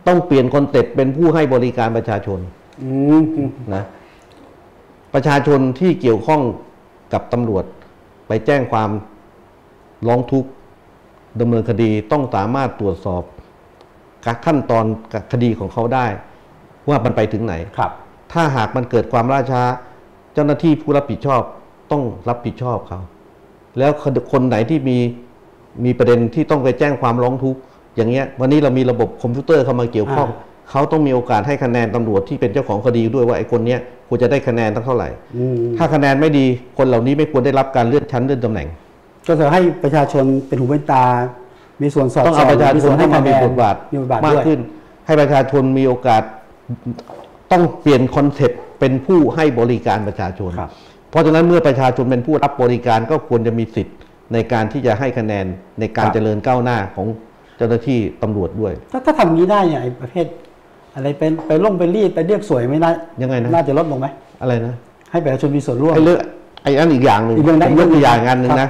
B: ต้องเปลี่ยนคอนเซ็ปต์เป็นผู้ให้บริการประชาชน
A: อืมอืม
B: นะประชาชนที่เกี่ยวข้องกับตำรวจ ไปแจ้งความร้องทุกข์ดำเนินคดีต้องสามารถตรวจสอบขั้นตอนคดีของเขาได้ ว่ามันไปถึงไหน
A: ครับ
B: ถ้าหากมันเกิดความล่าช้า เจ้าหน้าที่ผู้รับผิดชอบต้องรับผิดชอบเขา แล้วคนไหนที่มีมีประเด็นที่ต้องไปแจ้งความร้องทุกข์อย่างเงี้ย วันนี้เรามีระบบคอมพิวเตอร์เข้ามาเกี่ยวข้อง เขาต้องมีโอกาสให้คะแนนตำรวจที่เป็นเจ้าของคดีด้วยว่าไอ้คนเนี้ยควรจะได้คะแนนตั้งเท่าไหร่
A: อืม
B: ถ้าคะแนนไม่ดีคนเหล่านี้ไม่ควรได้รับการเลื่อนชั้นเลื่อนตำแหน่ง
A: ก็จะให้ประชาชนเป็นหูเป็นตา มีส่วนสอบ
B: ต้องเอาประชาชนให้มามีบทบาท
A: มีบทบาท
B: มาก
A: ด้วย
B: ขึ้น ให้ประชาชนมีโอกาสต้องเปลี่ยนคอนเซ็ปต์เป็นผู้ให้บริการประชาชน
A: ครับ
B: เพราะฉะนั้นเมื่อประชาชนเป็นผู้รับบริการก็ควรจะมีสิทธิ์ในการที่จะให้คะแนนในกา
A: ค
B: ร
A: รับ
B: เจริญก้าวหน้าของเจ้าหน้าที่ตำรวจด้วย
A: ถ้าถ้าทำอย่างนี้ได้เนี่ยไอ้ประเภท อะไรเป็นไปล่งไปรีดไปเรียกสวยไม่น่ายั
B: ยังไงนะ
A: น่าจะลดลงไหม
B: อะไรนะ
A: ให้ประชาชนมีส่วนร่วม
B: ไอ้เรื่องไอ้อันอีกอย่างหนึ่ง
A: อีกเรื่อง
B: ผ
A: นะ
B: มยกตัวอย่างงานหนึ่งนะ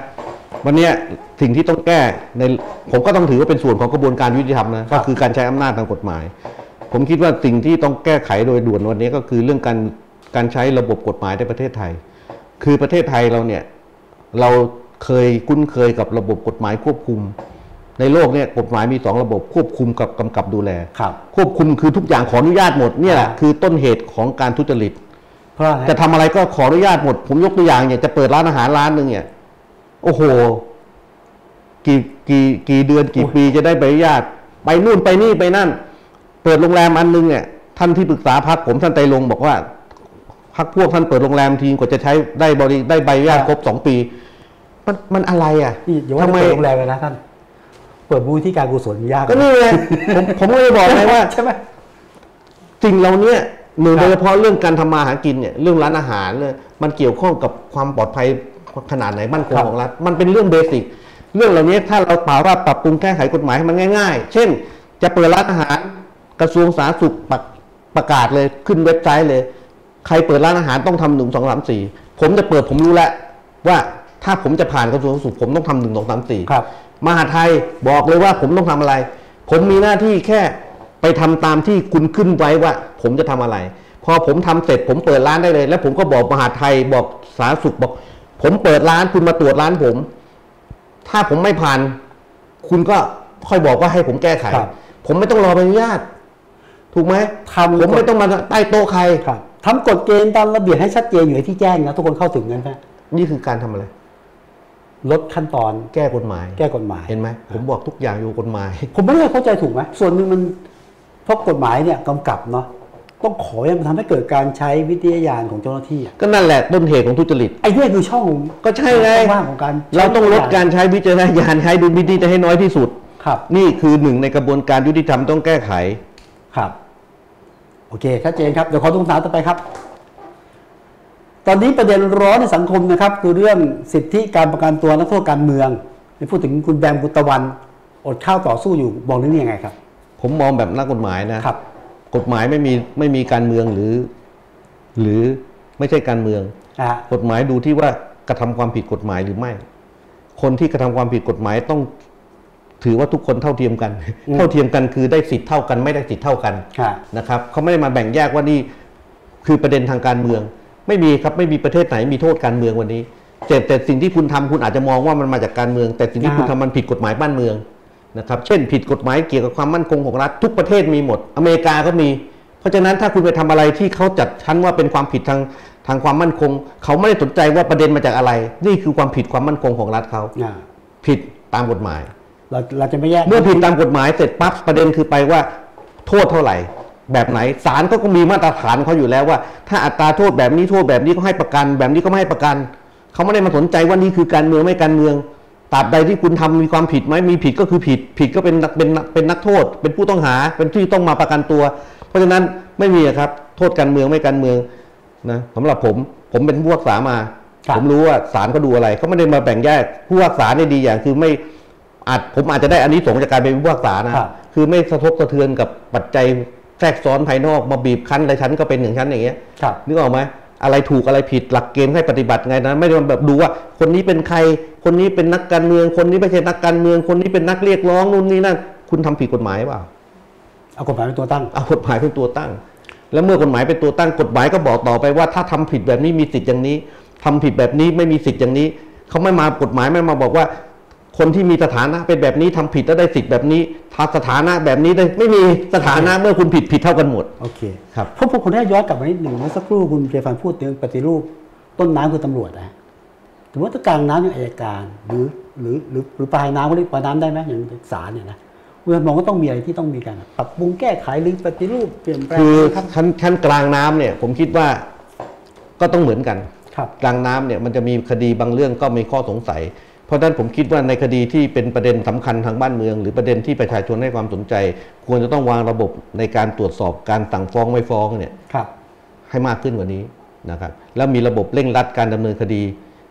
B: วันเนี้ยสิ่งที่ต้องแก้ในผมก็ต้องถือว่าเป็นส่วนของกระบวนการยุติธรรมนะ
A: ครั
B: ก็
A: บ
B: คือการใช้อำนาจทางกฎหมาย ผมคิดว่าสิ่งที่ต้องแก้ไขโดยด่วนวันนี้ก็คือเรื่องการการใช้ระบบกฎหมายในประเทศไทย คือประเทศไทยเราเนี่ยเราเคยคุ้นเคยกับระบบกฎหมายควบคุม ในโลกเนี่ยกฎหมายมีสองระบบควบคุมกับกำกับดูแล
A: ครับ
B: ควบคุมคือทุกอย่างขออนุญาตหมดเนี่ยแหละคือต้นเหตุของการทุจริต
A: เพราะอะไร
B: จะทำอะไรก็ขออนุญาตหมด ผมยกตัวอย่างเนี่ยจะเปิดร้านอาหารร้านหนึ่งเนี่ยโอ้โห กี่กี่กี่เดือนกี่ปีจะได้ใบอนุญาต ไปนู่นไปนี่ไปนั่น เปิดโรงแรมอันหนึงเนี่ย ท่านที่ปรึกษาพักผมท่านไตรลงค์บอกว่าพักพวกท่านเปิดโรงแรมทีกว่าจะใช้ได้บริได้ใบอนุญาตครบสองปี มันมันอะไรอ่ะ
A: นี่อย่าว่า
B: ทำไม
A: แต่เปิดโรงแรมเลยนะท่าน เปิดบูธที่การกุศลยาก
B: ก็นี่ไงผมผมก็เลยบอกไงว่า
A: ใช่ไหม
B: สิ่งเหล่าเนี้ยหนึ่ง
A: ครับ
B: โดยเฉพาะเรื่องการทำมาหากินเนี่ยเรื่องร้านอาหารเนี่ยมันเกี่ยวข้องกับความปลอดภัยขนาดไหนมั่นคงของรัฐมันเป็นเรื่องเบสิกเรื่องเหล่านี้ถ้าเราปาว่าปรับปรุงแก้ไขกฎหมายให้มันง่าย ๆ เช่น จะเปิดร้านอาหารกระทรวงสาธารณสุขประประกาศเลยขึ้นเว็บไซต์เลย ใครเปิดร้านอาหารต้องทำหนึ่งสองสามสี่ผมจะเปิดผมรู้แล้วว่าถ้าผมจะผ่านกระทรวงสาธารณสุขผมต้องทำหนึ่งสองสามสี่
A: ครับ
B: มหาไทยบอกเลยว่าผมต้องทำอะไร ผมมีหน้าที่แค่ไปทำตามที่คุณขึ้นไว้ว่า ผมจะทำอะไร พอผมทำเสร็จผมเปิดร้านได้เลย แล้วผมก็บอกมหาไทยบอกสาธารณสุขบอก ผมเปิดร้านคุณมาตรวจร้านผม ถ้าผมไม่ผ่าน คุณก็ค่อยบอกว่าให้ผมแก้ไข
A: ครับ
B: ผมไม่ต้องรอใบอนุญาต ถูกไหม
A: ทำ
B: ผมไม่ต้องมาใต้โต๊ะใคร
A: ครับทำกฎเกณฑ์ตามระเบียบให้ชัดเจนอยู่ในที่แจ้งนะทุกคนเข้าถึงกันนะ
B: นี่คือการทำอะไร
A: ลดขั้นตอน
B: แก้กฎหมาย
A: แก้กฎหมาย
B: เห็นไหมผมบอกทุกอย่างอยู่กฎหมาย
A: ผมไม่ได้เข้าใจถูกไหมส่วนหนึ่งมันเพราะกฎหมายเนี่ยกำกับเนาะต้องขอให้มันทำให้เกิดการใช้วิทยาญาณของเจ้าหน้าที่อะ
B: ก็นั่นแหละต้นเหตุของทุจริต
A: ไอ้เนี่ยคือช่อง
B: ก็ใช่ไง
A: ช่องว่างของการ
B: เราต้องลดการใช้วิจารณญาณใช้ดุลพินิจให้น้อยที่สุด
A: ครับ
B: นี่คือหนึ่งในกระบวนการยุติธรรมต้องแก้ไข
A: ครับ โอเคชัดเจนครับเดี๋ยวขอตรงสามต่อไปครับ ตอนนี้ประเด็นร้อนในสังคมนะครับ คือเรื่องสิทธิการประกันตัวนักโทษการเมืองในพูดถึงคุณแบมกุตวัน อดข้าวต่อสู้อยู่บอกเรื่องนี้ยังไงครับ
B: ผมมองแบบนักกฎหมายนะครับ กฎหมายไม่มีไม่มีการเมืองหรือ หรือไม่ใช่การเมือง
A: อ่า
B: กฎหมายดูที่ว่ากระทำความผิดกฎหมายหรือไม่ คนที่กระทำความผิดกฎหมายต้องถือว่าทุกคนเท่าเทียมกัน เท่าเทียมกันคือได้สิทธิ์เท่ากันไม่ได้สิทธิ์เท่ากัน
A: ค่ะ
B: นะครับเขาไม่ได้มาแบ่งแยกว่านี่คือประเด็นทางการเมือง ไม่มีครับไม่มีประเทศไหนมีโทษการเมืองวันนี้แต่แต่สิ่งที่คุณทำคุณอาจจะมองว่ามันมาจากการเมือง แต่สิ่งที่
A: อ่า
B: คุณทำมันผิดกฎหมายบ้านเมืองนะครับเช่น ผิดกฎหมายเกี่ยวกับความมั่นคงของรัฐทุกประเทศมีหมด อเมริกาก็มี เพราะฉะนั้นถ้าคุณไปทำอะไรที่เขาจัดชั้นว่าเป็นความผิดทางทางความมั่นคง เขาไม่ได้สนใจว่าประเด็นมาจากอะไร นี่คือความผิดความมั่นคงของรัฐเขา
A: อ่า
B: ผิดตามกฎหมาย
A: เราเราจะไม่แยก
B: เมื่อผิดตามกฎหมายเสร็จปั๊บประเด็นคือไปว่าโทษเท่าไหร่ แบบไหนศาลก็ก็มีมาตรฐานเขาอยู่แล้วว่า ถ้าอัตราโทษแบบนี้โทษแบบนี้ก็ให้ประกัน แบบนี้ก็ไม่ให้ประกันเขาไม่ได้มาสนใจว่านี่คือการเมืองไม่การเมืองตราบใดที่คุณทำมีความผิดไหมมีผิดก็คือผิด ผิดก็เป็นนักเป็นนักเป็นนักโทษ เป็นผู้ต้องหาเป็นที่ต้องมาประกันตัว เพราะฉะนั้นไม่มีอะครับ โทษการเมืองไม่การเมืองนะสำหรับผมผมเป็นผู้รักษามา
A: ครับ
B: ผมรู้ว่าศาลก็ดูอะไรเขาไม่ได้มาแบ่งแยกผู้รักษาเนี่ยดีอย่างคือไม่ อาจผมอาจจะได้อันนี้สงส์จากการเป็นผู้พิพากษานะครับ คือไม่สะทกสะเทือนกับปัจจัยแทรกซ้อนภายนอกมาบีบคั้นอะไรชั้นก็เป็นอย่างชั้นอย่างเงี้ย
A: ครับ
B: นึกออกไหมอะไรถูกอะไรผิดหลักเกณฑ์ให้ปฏิบัติไงนะไม่ได้มาแบบดูว่า คนนี้เป็นใคร คนนี้เป็นนักการเมือง คนนี้ไม่ใช่นักการเมือง คนนี้เป็นนักเรียกร้องนู่นนี่นั่นคุณทำผิดกฎหมายเปล่า
A: เอากฎหมายเป็นตัวตั้ง
B: เอากฎหมายเป็นตัวตั้ง แล้วเมื่อกฎหมายเป็นตัวตั้งกฎหมายก็บอกต่อไปว่า ถ้าทำผิดแบบนี้มีสิทธิ์อย่างนี้ทำผิดแบบนี้ไม่มีสิทธิ์อย่างนี้เขาไม่มากฎหมายไม่มาบอกว่า คนที่มีสถานะเป็นแบบนี้ทำผิดแล้วได้สิทธิ์แบบนี้ถ้าสถานะแบบนี้ได้ไม่มีสถานะเมื่อคุณผิดผิดเท่ากันหมด
A: โอเค
B: ครับ
A: เพราะผมคนได้ย้อนกลับมานิดหนึ่งเมื่อสักครู่คุณเจฟันพูดถึงปฏิรูปต้นน้ำคือตำรวจนะฮะสมมติถ้ากลางน้ำอย่างอายการหรือหรือหรือหรือปลายน้ำก็เรียกปลายน้ำได้ไหมอย่างศาลเนี่ยนะเมื่อมองก็ต้องมีอะไรที่ต้องมีการปรับปรุงแก้ไขหรือปฏิรูปเปลี่ยนแปลง
B: คือ
A: ครับ
B: ชั้นชั้นกลางน้ำเนี่ย ผมคิดว่าก็ต้องเหมือนกัน
A: ครับ
B: กลางน้ำเนี่ยมันจะมีคดีบางเรื่องก็มีข้อสงสัย เพราะฉะนั้นผมคิดว่าในคดีที่เป็นประเด็นสำคัญทางบ้านเมือง หรือประเด็นที่ประชาชนให้ความสนใจ ควรจะต้องวางระบบในการตรวจสอบการสั่งฟ้องไม่ฟ้องเนี่ย
A: ครับ
B: ให้มากขึ้นกว่านี้นะครับแล้วมีระบบเร่งรัดการดำเนินคดี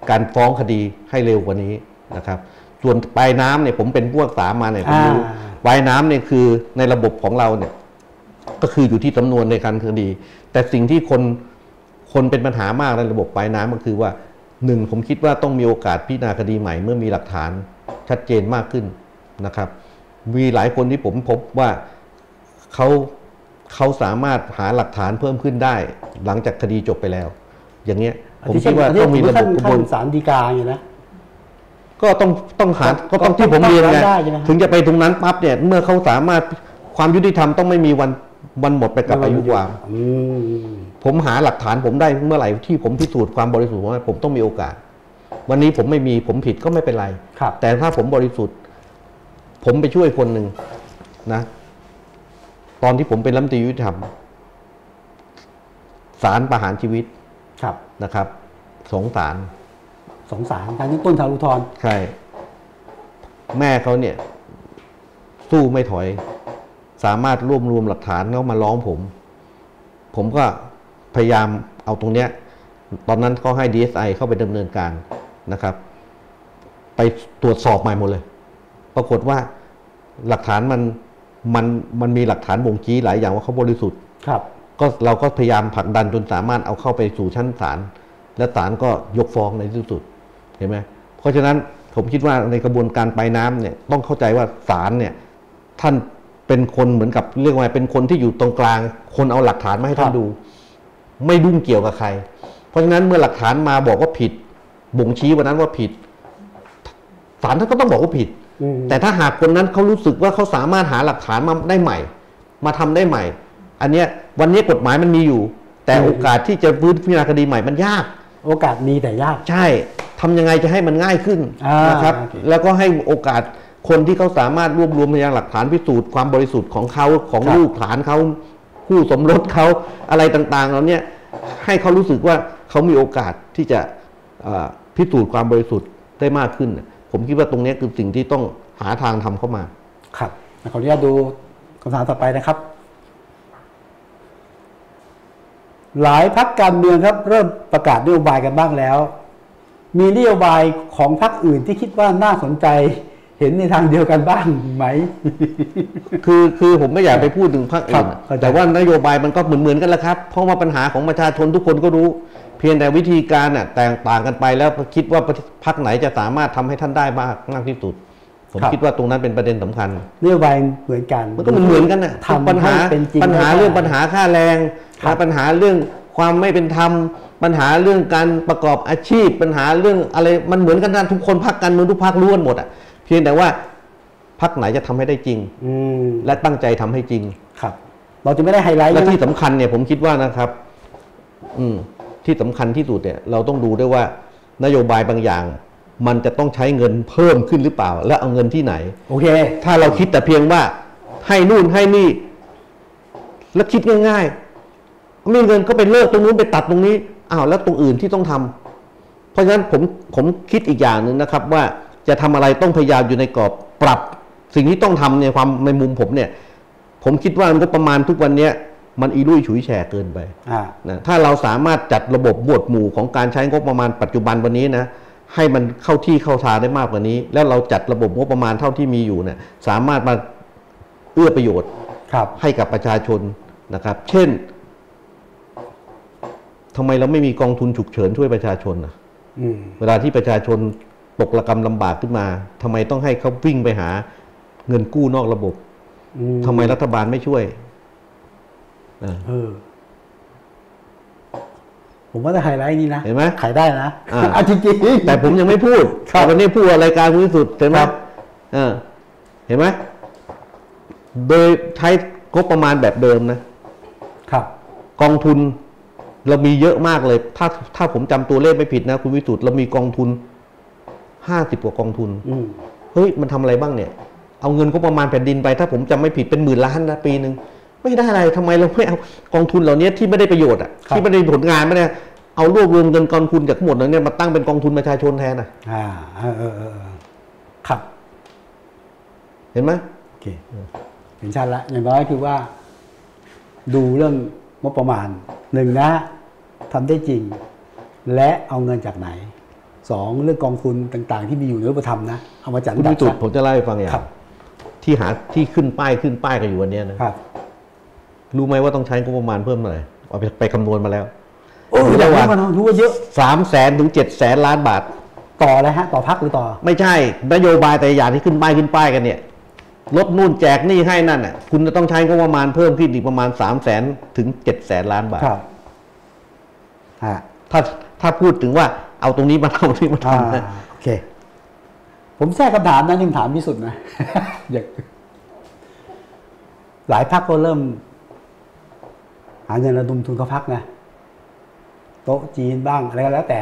B: การฟ้องคดีให้เร็วกว่านี้นะครับส่วนปลายน้ำเนี่ยผมเป็นผู้รักษามาเนี่ยผม
A: อ่า
B: รู้ ปลายน้ำเนี่ยคือในระบบของเราเนี่ยก็คืออยู่ที่สำนวนในการคดี แต่สิ่งที่คนคนเป็นปัญหามากในระบบปลายน้ำก็คือว่าหนึ่งผมคิดว่าต้องมีโอกาสพิจารณาคดีใหม่ เมื่อมีหลักฐานชัดเจนมากขึ้นนะครับ มีหลายคนที่ผมพบว่าเขาเขาสามารถหาหลักฐานเพิ่มขึ้นได้ หลังจากคดีจบไปแล้ว อย่างเงี้ยผมคิดว่าต้องมีระบบกระบวน
A: สารดีกาอย่างนี้นะ
B: ก็ต้องต้องหา
A: ก็
B: ก็ต้อง
A: ก็
B: ที่ผม
A: ต้อง
B: เรียนไง
A: ได้ใช่ไหมฮะ
B: ถึงจะไปตรงนั้นปั๊บเนี่ยเมื่อเขาสามารถความยุติธรรมต้องไม่มีวันวันหมดไปกับ
A: ไม่วัน
B: อายุความ
A: อืม
B: ผมหาหลักฐานผมได้เมื่อไหร่ที่ผมพิสูจน์ความบริสุทธิ์ของผมผมต้องมีโอกาส วันนี้ผมไม่มีผมผิดก็ไม่เป็นไร
A: ครับ
B: แต่ถ้าผมบริสุทธิ์ ผมไปช่วยคนหนึ่งนะ ตอนที่ผมเป็นรัฐมนตรียุติธรรมศาลประหารชีวิต
A: ครับ
B: นะครับสองศาล
A: สองสารการต้นทางอุทธรณ์
B: ใช่ แม่เขาเนี่ย สู้ไม่ถอย สามารถรวบรวมหลักฐานแล้วมาร้องผม ผมก็พยายามเอาตรงเนี้ย ตอนนั้นก็ให้ DSI เข้าไปดำเนินการนะครับ ไปตรวจสอบใหม่หมดเลย ปรากฏว่าหลักฐานมันมันมันมีหลักฐานบ่งชี้หลายอย่างว่าเขาบริสุทธิ
A: ครับ
B: ก็เราก็พยายามผลักดันจนสามารถเอาเข้าไปสู่ชั้นศาลและศาลก็ยกฟ้องในที่สุดเห็นไหมเพราะฉะนั้นผมคิดว่าในกระบวนการไปลายน้ำเนี่ยต้องเข้าใจว่าศาลเนี่ยท่านเป็นคนเหมือนกับเรียกว่าเป็นคนที่อยู่ตรงกลาง คนเอาหลักฐานมาให้
A: ค
B: ท่า
A: รั
B: น
A: บ
B: ดู ไม่ยุ่งเกี่ยวกับใคร เพราะฉะนั้นเมื่อหลักฐานมาบอกว่าผิด บ่งชี้วันนั้นว่าผิดศาลท่านก็ต้องบอกว่าผิด
A: อืม
B: แต่ถ้าหากคนนั้นเขารู้สึกว่าเขาสามารถหาหลักฐานมาได้ใหม่ มาทำได้ใหม่ อันเนี้ยวันเนี้ยกฎหมายมันมีอยู่ แต่โอกาสที่จะฟื้นพิจารณาคดีใหม่มันยาก
A: โอกาสมีแต่ยาก
B: ใช่ทำยังไงจะให้มันง่ายขึ้น
A: อ่าน
B: นะครับ
A: โอเค
B: แล้วก็ให้โอกาสคนที่เขาสามารถรวบรวมพยานหลักฐานพิสูจน์ความบริสุทธิ์ของเขาของลูกหลานเขาคู่สมรสเขาอะไรต่างๆเหล่าเนี้ยให้เขารู้สึกว่าเขามีโอกาสที่จะเอ่อพิสูจน์ความบริสุทธิ์ได้มากขึ้น ผมคิดว่าตรงเนี้ยคือสิ่งที่ต้องหาทางทำเข้ามา
A: ครับขออนุญาตดูคำถามต่อไปนะครับ หลายพักการเมืองครับ เริ่มประกาศนโยบายกันบ้างแล้ว มีนโยบายของพรรคอื่นที่คิดว่าน่าสนใจ เห็นในทางเดียวกันบ้างไหม *laughs*
B: คือคือผมไม่อยากไปพูดถึงพรรคอื่น
A: ครับเข้าใจ
B: แต่ว่านโยบายมันก็เหมือนเหมือนกันแหละครับ เพราะว่าปัญหาของประชาชนทุกคนก็รู้ เพียงแต่วิธีการน่ะแตกต่างกันไปแล้วคิดว่าพรรคไหนจะสามารถทำให้ท่านได้มากมากที่สุด ผมคิดว่าตรงนั้นเป็นประเด็นสำคัญ
A: นโยบายเหมือนกัน
B: มันก็เหมือนเหมือนกันนะ
A: ทำ
B: ปัญหา
A: ให้เป็นจริง
B: ปัญหา
A: ได้
B: เรื่องปัญหาค่าแรง
A: ครับ
B: ปัญหาเรื่องความไม่เป็นธรรม ปัญหาเรื่องการประกอบอาชีพ ปัญหาเรื่องอะไรมันเหมือนกันนะทุกคนพักกันเมืองทุกพักร่วนหมดอ่ะเพียงแต่ว่าพักไหนจะทำให้ได้จริง
A: อืม
B: และตั้งใจทำให้จริง
A: ครับ เราจะไม่ได้ไฮไลท์
B: และ
A: ใช่ไหม
B: ที่สำคัญเนี่ยผมคิดว่านะครับ อืมที่สำคัญที่สุดเนี่ยเราต้องดูด้วยว่า นโยบายบางอย่าง มันจะต้องใช้เงินเพิ่มขึ้นหรือเปล่า และเอาเงินที่ไหน
A: โอเค
B: ถ้าเราคิดแต่เพียงว่า ให้นู่นให้นี่ แล้วคิดง่ายๆมีเงินก็ไปเลิกตรงนู้นไปตัดตรงนี้อ้าวแล้วตรงอื่นที่ต้องทำเพราะฉะนั้นผมผมคิดอีกอย่างหนึ่งนะครับ ว่าจะทำอะไรต้องพยายามอยู่ในกรอบปรับ สิ่งที่ต้องทำเนี่ยความในมุมผมเนี่ย ผมคิดว่างบประมาณทุกวันเนี้ยมันอีรุ่ยฉุยแฉเกินไป
A: อ่า
B: นะถ้าเราสามารถจัดระบบหมวดหมู่ของการใช้งบประมาณปัจจุบันวันนี้นะให้มันเข้าที่เข้าทางได้มากกว่านี้ แล้วเราจัดระบบงบประมาณเท่าที่มีอยู่เนี่ยสามารถมาเอื้อประโยชน์
A: ครับ
B: ให้กับประชาชนนะครับ เช่นทำไมเราไม่มีกองทุนฉุกเฉินช่วยประชาชนนะ
A: อืม
B: เวลาที่ประชาชนตกระกรรมลำบากขึ้นมาทำไมต้องให้เขาวิ่งไปหาเงินกู้นอกระบบ
A: อืม
B: ทำไมรัฐบาลไม่ช่วยอ่า
A: เออ ผมว่าจะไฮไลท์นี่นะ
B: เห็นไหม
A: ขายได้นะ
B: อ
A: *laughs*
B: ่า
A: จริงจริงๆ
B: แต่ผมยังไม่พูด
A: ครับ
B: แต่วันนี้พูดว่ารายการคุณที่สุดเห็นไหม
A: ครับ
B: เออเห็นไหมโดยใช้งบประมาณแบบเดิมนะ
A: ครับ
B: กองทุนเรามีเยอะมากเลย ถ้าถ้าผมจำตัวเลขไม่ผิดนะ คุณวิสุทธ์เรามีกองทุนห้าสิบกว่ากองทุน
A: อืม
B: เฮ้ย มันทำอะไรบ้างเนี่ย เอาเงินก็ประมาณแผ่นดินไป ถ้าผมจำไม่ผิดเป็นหมื่นล้านนะปีหนึ่งไม่ได้อะไรทำไมเราไม่เอากองทุนเหล่านี้ที่ไม่ได้ประโยชน์อ่ะ
A: ครับ
B: ที่ไม่ได้ผลงานไม่ได้เอารวบรวมเงินกองทุนจากทั้งหมดนั้นเนี่ยมาตั้งเป็นกองทุนประชาชนแทนนะ
A: อ่า เออเออเออเออครับ
B: เห็นไหม
A: โอเคเห็นชัดละอย่างน้อยคือว่า ดูเรื่องงบประมาณหนึ่งนะทำได้จริง และเอาเงินจากไหนสองเรื่องกองทุนต่าง ๆ ที่มีอยู่ในรูปธรรมนะ เอามาจัดอั
B: คุณ
A: นดับ
B: พิสุท
A: ซะ
B: ธิ์ผมจะเล่าให้ฟังอย่าง
A: ครับ
B: ที่หาที่ขึ้นป้ายขึ้นป้ายกันอยู่วันเนี้ยนะครับ รู้ไหมว่าต้องใช้งบประมาณเพิ่มเท่าไหร่เอาไปไปคำนวณมาแล้ว
A: โอ้ย
B: ระห
A: รู้
B: ว่าง
A: กันรู้ว่าเยอะ
B: สามแสนถึงเจ็ดแสนล้านบาท
A: ต่ออะไรฮะ ต่อพักหรือต่อ
B: ไม่ใช่ นโยบายแต่ละอย่างที่ขึ้นป้ายขึ้นป้ายกันเนี่ยลดนู่นแจกนี่ให้นั่นน่ะคุณจะต้องใช้งบประมาณเพิ่มขึ้นอีกประมาณสามแสนถึงเจ็ดแสนล้านบาท
A: ครับอ่า
B: ถ้าถ้าพูดถึงว่าเอาตรงนี้มา *laughs* ทำตรงนี้มา
A: อ่า
B: ทำนะ
A: โอเค ผมแทรกคำถามนะคำถามที่สุดนะ *laughs* อยากหลายพักก็เริ่ม หาเงินระดมทุนเข้าพักนะ โต๊ะจีนบ้างอะไรก็แล้วแต่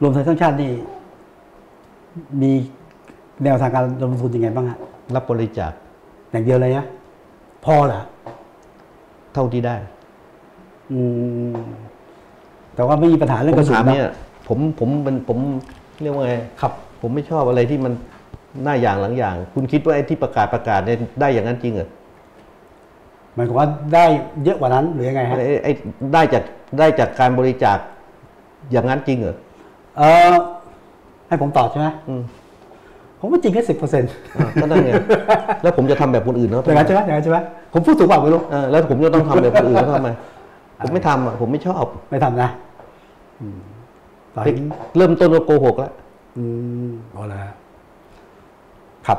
A: รวมไทยสร้างชาตินี่ มีแนวทางการระดมทุนยังไงบ้างฮะ
B: รับบริจาค
A: อย่างเดียวเลยนะพอเหรอ
B: เท่าที่ได้
A: อืม แต่ว่าไม่มีปัญหาเรื่องก
B: ผม
A: ระสุน
B: ถาม
A: นะ
B: เนี่ยผมผมมันผมเรียกว่าไง
A: ครับ
B: ผมไม่ชอบอะไรที่มันหน้าอย่างหลังอย่าง คุณคิดว่าไอ้ที่ประกาศประกาศเนี่ยได้อย่างนั้นจริงเหรอ
A: หมายความว่าได้เยอะกว่านั้นหรือยังไงฮะ
B: ไอ้ไอ้ได้จากได้จากการบริจาคอย่างนั้นจริงเหรอ
A: เออให้ผมตอบใช่ไหม
B: อืม
A: ผมว่าจริงแค่สิบเปอร์เซ็น *laughs* ต์
B: อ่ะก็นั่นไงแล้วผมจะทำแบบคนอื่นเขา
A: อย่าง
B: ทำ
A: นั้นใช่ไหมอย่างนั้นใช่ไหมผมพูดถูกเปล่าไม่รู้
B: เออแล้วผมจะต้องทำแบบคนอื่นเขาทำไมผมไม่ทำอ่ะผมไม่ชอบ
A: ไม่ทำนะอืมตอนนี้
B: เริ่มต้นก็โกหกแล้ว
A: อืมเอาละครับ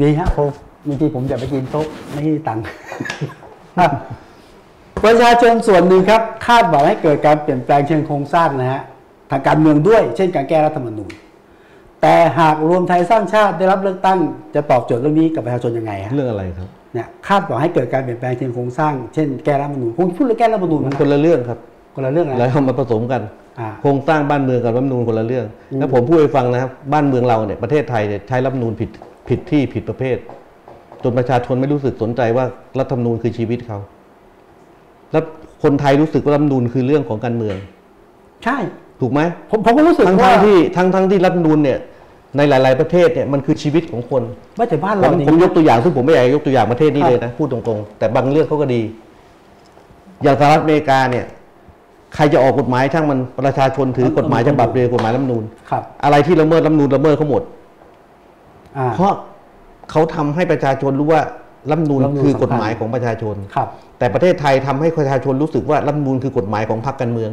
A: ดีฮะผมบางทีผมจะไปกินโต๊ะไม่ให้ตังค์ *laughs* ประชาชนส่วนหนึ่งครับ คาดหวังให้เกิดการเปลี่ยนแปลงเชิงโครงสร้างนะฮะทางการเมืองด้วย เช่นการแก้รัฐธรรมนูญ แต่หากรวมไทยสร้างชาติได้รับเลือกตั้ง จะตอบโจทย์เรื่องนี้กับประชาชนยังไงฮะ
B: เรื่องอะไรครับ
A: เนี่ยคาดหวังให้เกิดการเปลี่ยนแปลงเชิงโครงสร้างเช่นแก้รัฐธรรมนูญผมพูดเรื่องแก้รัฐธรรมนูญ
B: มัน
A: นะ
B: คนละเรื่องครับ
A: คนละเรื่องนะ
B: แล้วเอามาผสมกัน
A: อ่า
B: โครงสร้างบ้านเมืองกับรัฐธรรมนูญคนละเรื่อง
A: อืม
B: แล้วผมพูดให้ฟังนะครับบ้านเมืองเราเนี่ยประเทศไทยเนี่ยใช้รัฐธรรมนูญผิดผิดที่ผิดประเภท จนประชาชนไม่รู้สึกสนใจว่ารัฐธรรมนูญคือชีวิตเขาแล้วคนไทยรู้สึกว่ารัฐธรรมนูญคือเรื่องของการเมือง
A: ใช่
B: ถูกไหม
A: ผมผมก็รู้สึก
B: ทั้ง
A: ว่า
B: ทั้งที่ทั้งทั้งที่รัฐธรรมนูญเนี่ยในหลาย ๆประเทศเนี่ยมันคือชีวิตของคน
A: ไม่แต่บ้าน
B: ผ
A: เรา
B: ม
A: เนี่ย
B: ผมยกตัวอย่างซึ่งผมไม่อยากยกตัวอย่างประเทศนี้
A: ครับ
B: เลยนะพูดตรงๆ แต่บางเรื่องเขาก็ดี อย่างสหรัฐอเมริกาเนี่ย ใครจะออกกฎหมายช่างมันประชาชนถือกฎหมายฉบับเดียวกฎหมายรัฐธรรมนูญ
A: ครับ
B: อะไรที่ละเมิดรัฐธรรมนูญละเมิดเขาหมด
A: อ่า
B: เพราะเขาทำให้ประชาชนรู้ว่ารัฐธรรมนูญ
A: รัฐธรรมนูญ
B: คือ
A: สำคัญ
B: กฎหมายของประชาชน
A: ครับ
B: แต่ประเทศไทยทำให้ประชาชนรู้สึกว่ารัฐธรรมนูญคือกฎหมายของพรรคการเมือง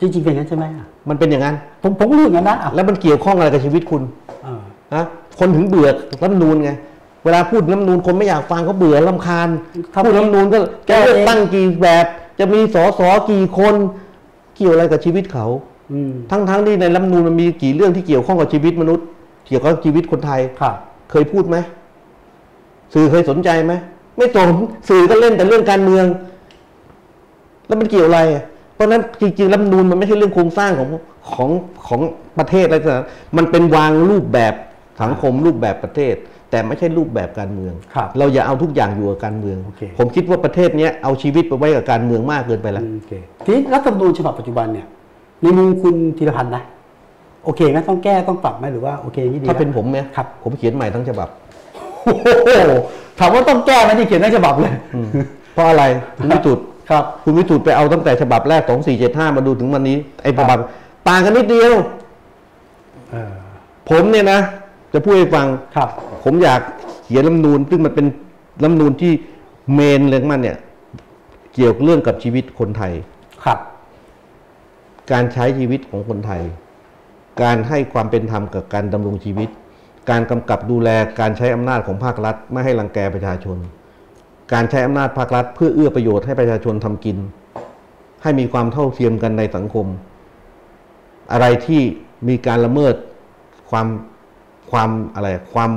A: จริงๆเป็นอย่างนั้นใช่ไหมอ่ะ
B: มันเป็นอย่างนั้น
A: ผมผมก็รู้อย่างนั้นนะอ่ะ
B: แล้วมันเกี่ยวข้องอะไรกับชีวิตคุณ
A: เออ
B: ฮะคนถึงเบื่อรัฐธรรมนูญไงเวลาพูดรัฐธรรมนูญคนไม่อยากฟังเขาเบื่อลำคาญพูดรัฐธรรมนูญก็จะเลือกตั้งกี่แบบ จะมีสสกี่คน เกี่ยวอะไรกับชีวิตเขา
A: อืม
B: ทั้งๆที่ในรัฐธรรมนูญมันมีกี่เรื่องที่เกี่ยวข้องกับชีวิตมนุษย์ เกี่ยวกับชีวิตคนไทย
A: ครับ
B: เคยพูดไหม สื่อเคยสนใจไหม ไม่สนสื่อก็เล่นแต่เรื่องการเมือง แล้วมันเกี่ยวอะไรอะเพราะฉะนั้นจริงๆรัฐธรรมนูญมันไม่ใช่เรื่องโครงสร้างของของของประเทศอะไรแต่างๆมันเป็นวางรูปแบบสังคมรูปแบบประเทศ แต่ไม่ใช่รูปแบบการเมือง
A: ครับ
B: เราอย่าเอาทุกอย่างอยู่กับการเมือง
A: โอเค
B: ผมคิดว่าประเทศเนี้ยเอาชีวิตไปไว้กับการเมืองมากเกินไปแล้ว
A: โอเคทีนี้รัฐธรรมนูญฉบับปัจจุบันเนี่ยในมุมคุณธีรพันธ์นะ โอเคไหมต้องแก้ต้องปรับไหมหรือว่าโอเคอย่างนี่ดี
B: ถ้าเป็น
A: แล้ว
B: ผมเนี่ย
A: ครับ
B: ผมเขียนใหม่ทั้งฉบับ *laughs*
A: โอ้โหถามว่าต้องแก้ไหมที่เขียนในฉบับเลย
B: เพราะอะไรคุณวิจุด
A: ครับ
B: คุณวิทูตไปเอาตั้งแต่ฉบับแรก 2475 มาดูถึงวันนี้ ไอ้ฉบับต่างกันนิดเดียว
A: เออ
B: ผมเนี่ยนะ จะพูดให้ฟัง
A: ครับ
B: ผมอยากเขียนรัฐธรรมนูนซึ่งมันเป็นรัฐธรรมนูนที่เมนเรื่องมันเนี่ย เกี่ยวกับเรื่องกับชีวิตคนไทย
A: ครับ
B: การใช้ชีวิตของคนไทย การให้ความเป็นธรรมกับการดำรงชีวิต การกำกับดูแลการใช้อำนาจของภาครัฐ ไม่ให้รังแกประชาชน การใช้อำนาจภาครัฐ เพื่อเอื้อประโยชน์ให้ประชาชนทำกิน ให้มีความเท่าเทียมกันในสังคม อะไรที่มีการละเมิดความความอะไรความ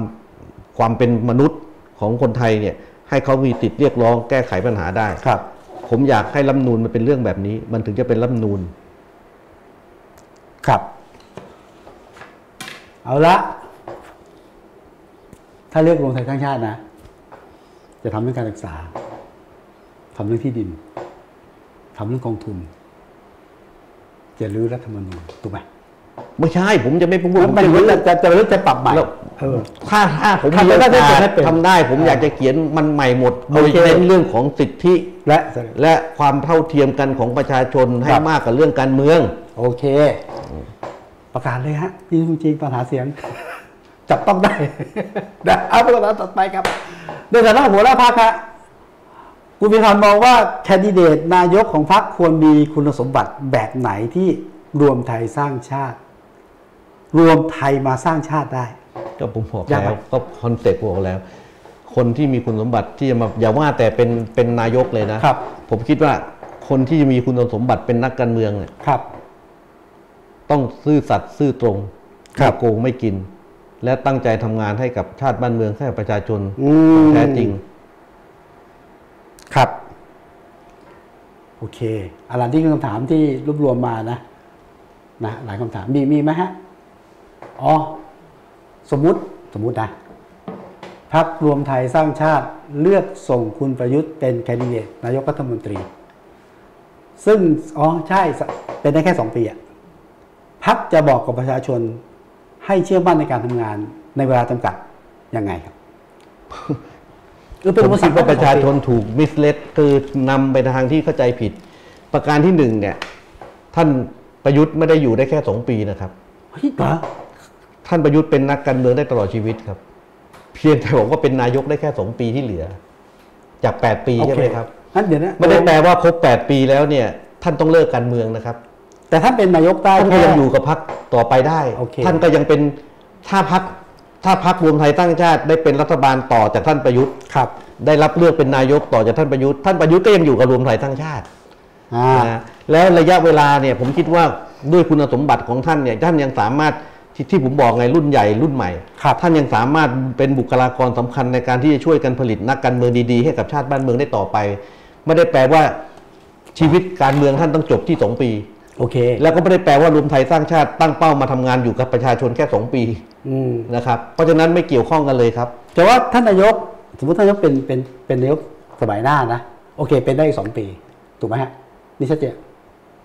B: ความเป็นมนุษย์ของคนไทยเนี่ยให้เขามีติดเรียกร้องแก้ไขปัญหาได้
A: ครับ
B: ผมอยากให้รัฐธรรมนูนมันเป็นเรื่องแบบนี้ มันถึงจะเป็นรัฐธรรมนูน
A: ครับ เอาละ ถ้าเลือกรวมไทยสร้างชาตินะ จะทำเรื่องการศึกษาทำเรื่องที่ดินทำเรื่องกองทุน จะรื้อรัฐธรรมนูญถูกไหม
B: ไม่ใช่ผมจะไม่พูดผม
A: มัน
B: จะ
A: เหมือน
B: รู้
A: จะจะจะรื้อจะปรับใหม่
B: แล้ว
A: เออ
B: ถ้าถ้าผม
A: ถ้า
B: มีโอ
A: ถ้าได้
B: กาส
A: ได้เป็น
B: ทำได้ผม
A: เอออย
B: อากจะเขียนมันใหม่หมด โดย
A: โอเค
B: เน้นเรื่องของสิทธิ
A: และ
B: และความเท่าเทียมกันของประชาชนให้มากกว่าเรื่องการเมือง
A: โอเค ประกาศเลยฮะนี่จริงๆปัญหาเสียง *laughs* จับต้องได้ *laughs* นะเอาไปกันต่อไปครับในฐานะหัวหน้าพรรคฮะ คุณพิธานมองว่าแคนดิเดตนายกของพรรคควรมีคุณสมบัติแบบไหนที่รวมไทยสร้างชาติ รวมไทยมาสร้างชาติได้
B: ก็ผมบอก
A: ยาก
B: แล้
A: ไหม
B: วก็คอนเซ็ปต์บอกแล้ว คนที่มีคุณสมบัติที่จะมาอย่าว่าแต่เป็นเป็นนายกเลยนะ
A: ครับ
B: ผมคิดว่าคนที่จะมีคุณสมบัติเป็นนักการเมืองเนี่ย
A: ครับ
B: ต้องซื่อสัตย์ซื่อตรง
A: ครับ
B: ไม่โกงไม่กิน และตั้งใจทำงานให้กับชาติบ้านเมืองให้กับประชาชน
A: อื
B: แท้จริง
A: ครับ โอเคอาลันที่คือคำถามที่รวบรวมมานะนะหลายคำถามมีมีไหมฮะอ๋อสมมุติสมมุตินะพักรวมไทยสร้างชาติเลือกส่งคุณประยุทธ์เป็นแคนดิเดตนายกรัฐมนตรี ซึ่งอ๋อใช่สเป็นได้แค่สองปีอะพักจะบอกกับประชาชนให้เชื่อมั่นในการทำงานในเวลาจำกัดยังไงครับเออ
B: ผม
A: อุปส
B: คิด
A: ค
B: ว่าประชาช
A: ของ
B: นถูกมิสเลดคือนำไปทางที่เข้าใจผิด ประการที่หนึ่งเนี่ย ท่านประยุทธ์ไม่ได้อยู่ได้แค่สองปีนะครับ
A: เฮ้ยเหรอ
B: ท่านประยุทธ์เป็นนักการเมืองได้ตลอดชีวิตครับ เพียงแต่บอกว่าเป็นนายกได้แค่สองปีที่เหลือ จากแปดปีใช่ไหมครับ
A: งั้นเดี๋ยวนะ
B: ไม่ได้แปลว่าครบแปดปีแล้วเนี่ย ท่านต้องเลิกการเมืองนะครับ
A: แต่ถ้าเป็นนายกได้
B: ท่าน
A: แค่
B: ก็ยังอยู่กับพรรคต่อไปได้
A: โอเค
B: ท่านก็ยังเป็นถ้าพรรคถ้าพรรครวมไทยตั้งชาติได้เป็นรัฐบาลต่อจากท่านประยุทธ์
A: ครับ
B: ได้รับเลือกเป็นนายกต่อจากท่านประยุทธ์ท่านประยุทธ์ก็ยังอยู่กับรวมไทยสร้างชาติ
A: อ่า
B: นะฮะแล้วระยะเวลาเนี่ยผมคิดว่าด้วยคุณสมบัติของท่านเนี่ยท่านยังสามารถที่ที่ผมบอกไงรุ่นใหญ่รุ่นใหม่
A: ครับ
B: ท่านยังสามารถเป็นบุคลากรสำคัญในการที่จะช่วยกันผลิตนักการเมืองดีๆ ให้กับชาติบ้านเมืองได้ต่อไป ไม่ได้แปลว่าชีวิตการเมืองท่านต้องจบที่สองปี
A: โอเค
B: แล้วก็ไม่ได้แปลว่ารวมไทยสร้างชาติตั้งเป้ามาทำงานอยู่กับประชาชนแค่สองปี
A: อืม
B: นะครับเพราะฉะนั้นไม่เกี่ยวข้องกันเลยครับ
A: แต่ว่าท่านนายก สมมติท่านนายกเป็นเป็นเป็นนายกสมัยหน้านะ โอเค เป็นได้อีกสองปี ถูกไหมฮะ นี่ชัดเจน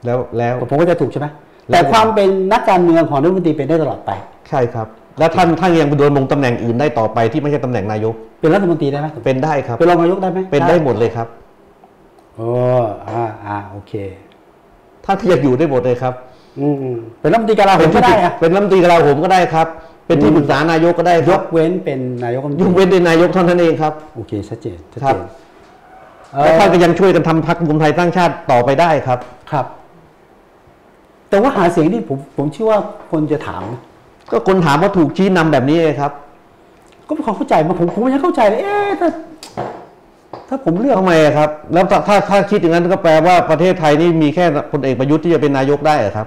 B: แล้วแล้ว
A: ผมก็จะถูกใช่ไหม
B: แล้ว
A: แต่ความเป็นนักการเมืองของรัฐมนตรีเป็นได้ตลอดไป
B: ใช่ครับ และท่านท่านยังโดนลงตำแหน่งอื่นได้ต่อไปที่ไม่ใช่ตำแหน่งนายก
A: เป็นรัฐมนตรีได้ไหม
B: เป็นได้ครับ
A: เป็นรองนายกได้ไหม
B: เป็นได้หมดเลยครับ
A: โอ้อ่าอ่า โอเค
B: ท่านก็ยังอยู่ได้หมดเลยครับ
A: อืมอืมเป็นรัฐมนตรีกลาโหมก็
B: ที่
A: ได้อะ
B: เป็นรัฐมนตรีกลาโหมก็ได้ครับ เป็นที่ปรึกษานายกก็ได้ค
A: ย
B: รับ
A: กเว้นเป็นนายกรัฐมนต
B: ย
A: รี
B: กเว้นแต่นายกเท่านั้นเองครับ
A: โอเคชัดเจนชัด
B: ครั
A: เจ
B: บ
A: นเอ่อ
B: และท่านก็ยังช่วยกันทำพักรวมไทยสร้างชาติต่อไปได้ครับ
A: ครับ แต่ว่าหาเสียงที่ผมผมเชื่อว่าคนจะถาม
B: ก็คนถามว่าถูกชี้นำแบบนี้ไงครับ
A: ก็ผมเข้าใจมาผมผมยังเข้าใจเลยเอ๊ะถ้าถ้าผมเลือก
B: ทำไมอะครับ แล้วถ้าถ้าถ้าคิดอย่างนั้นก็แปลว่าประเทศไทยนี่มีแค่พลเอกประยุทธ์ที่จะเป็นนายกได้เหรอครับ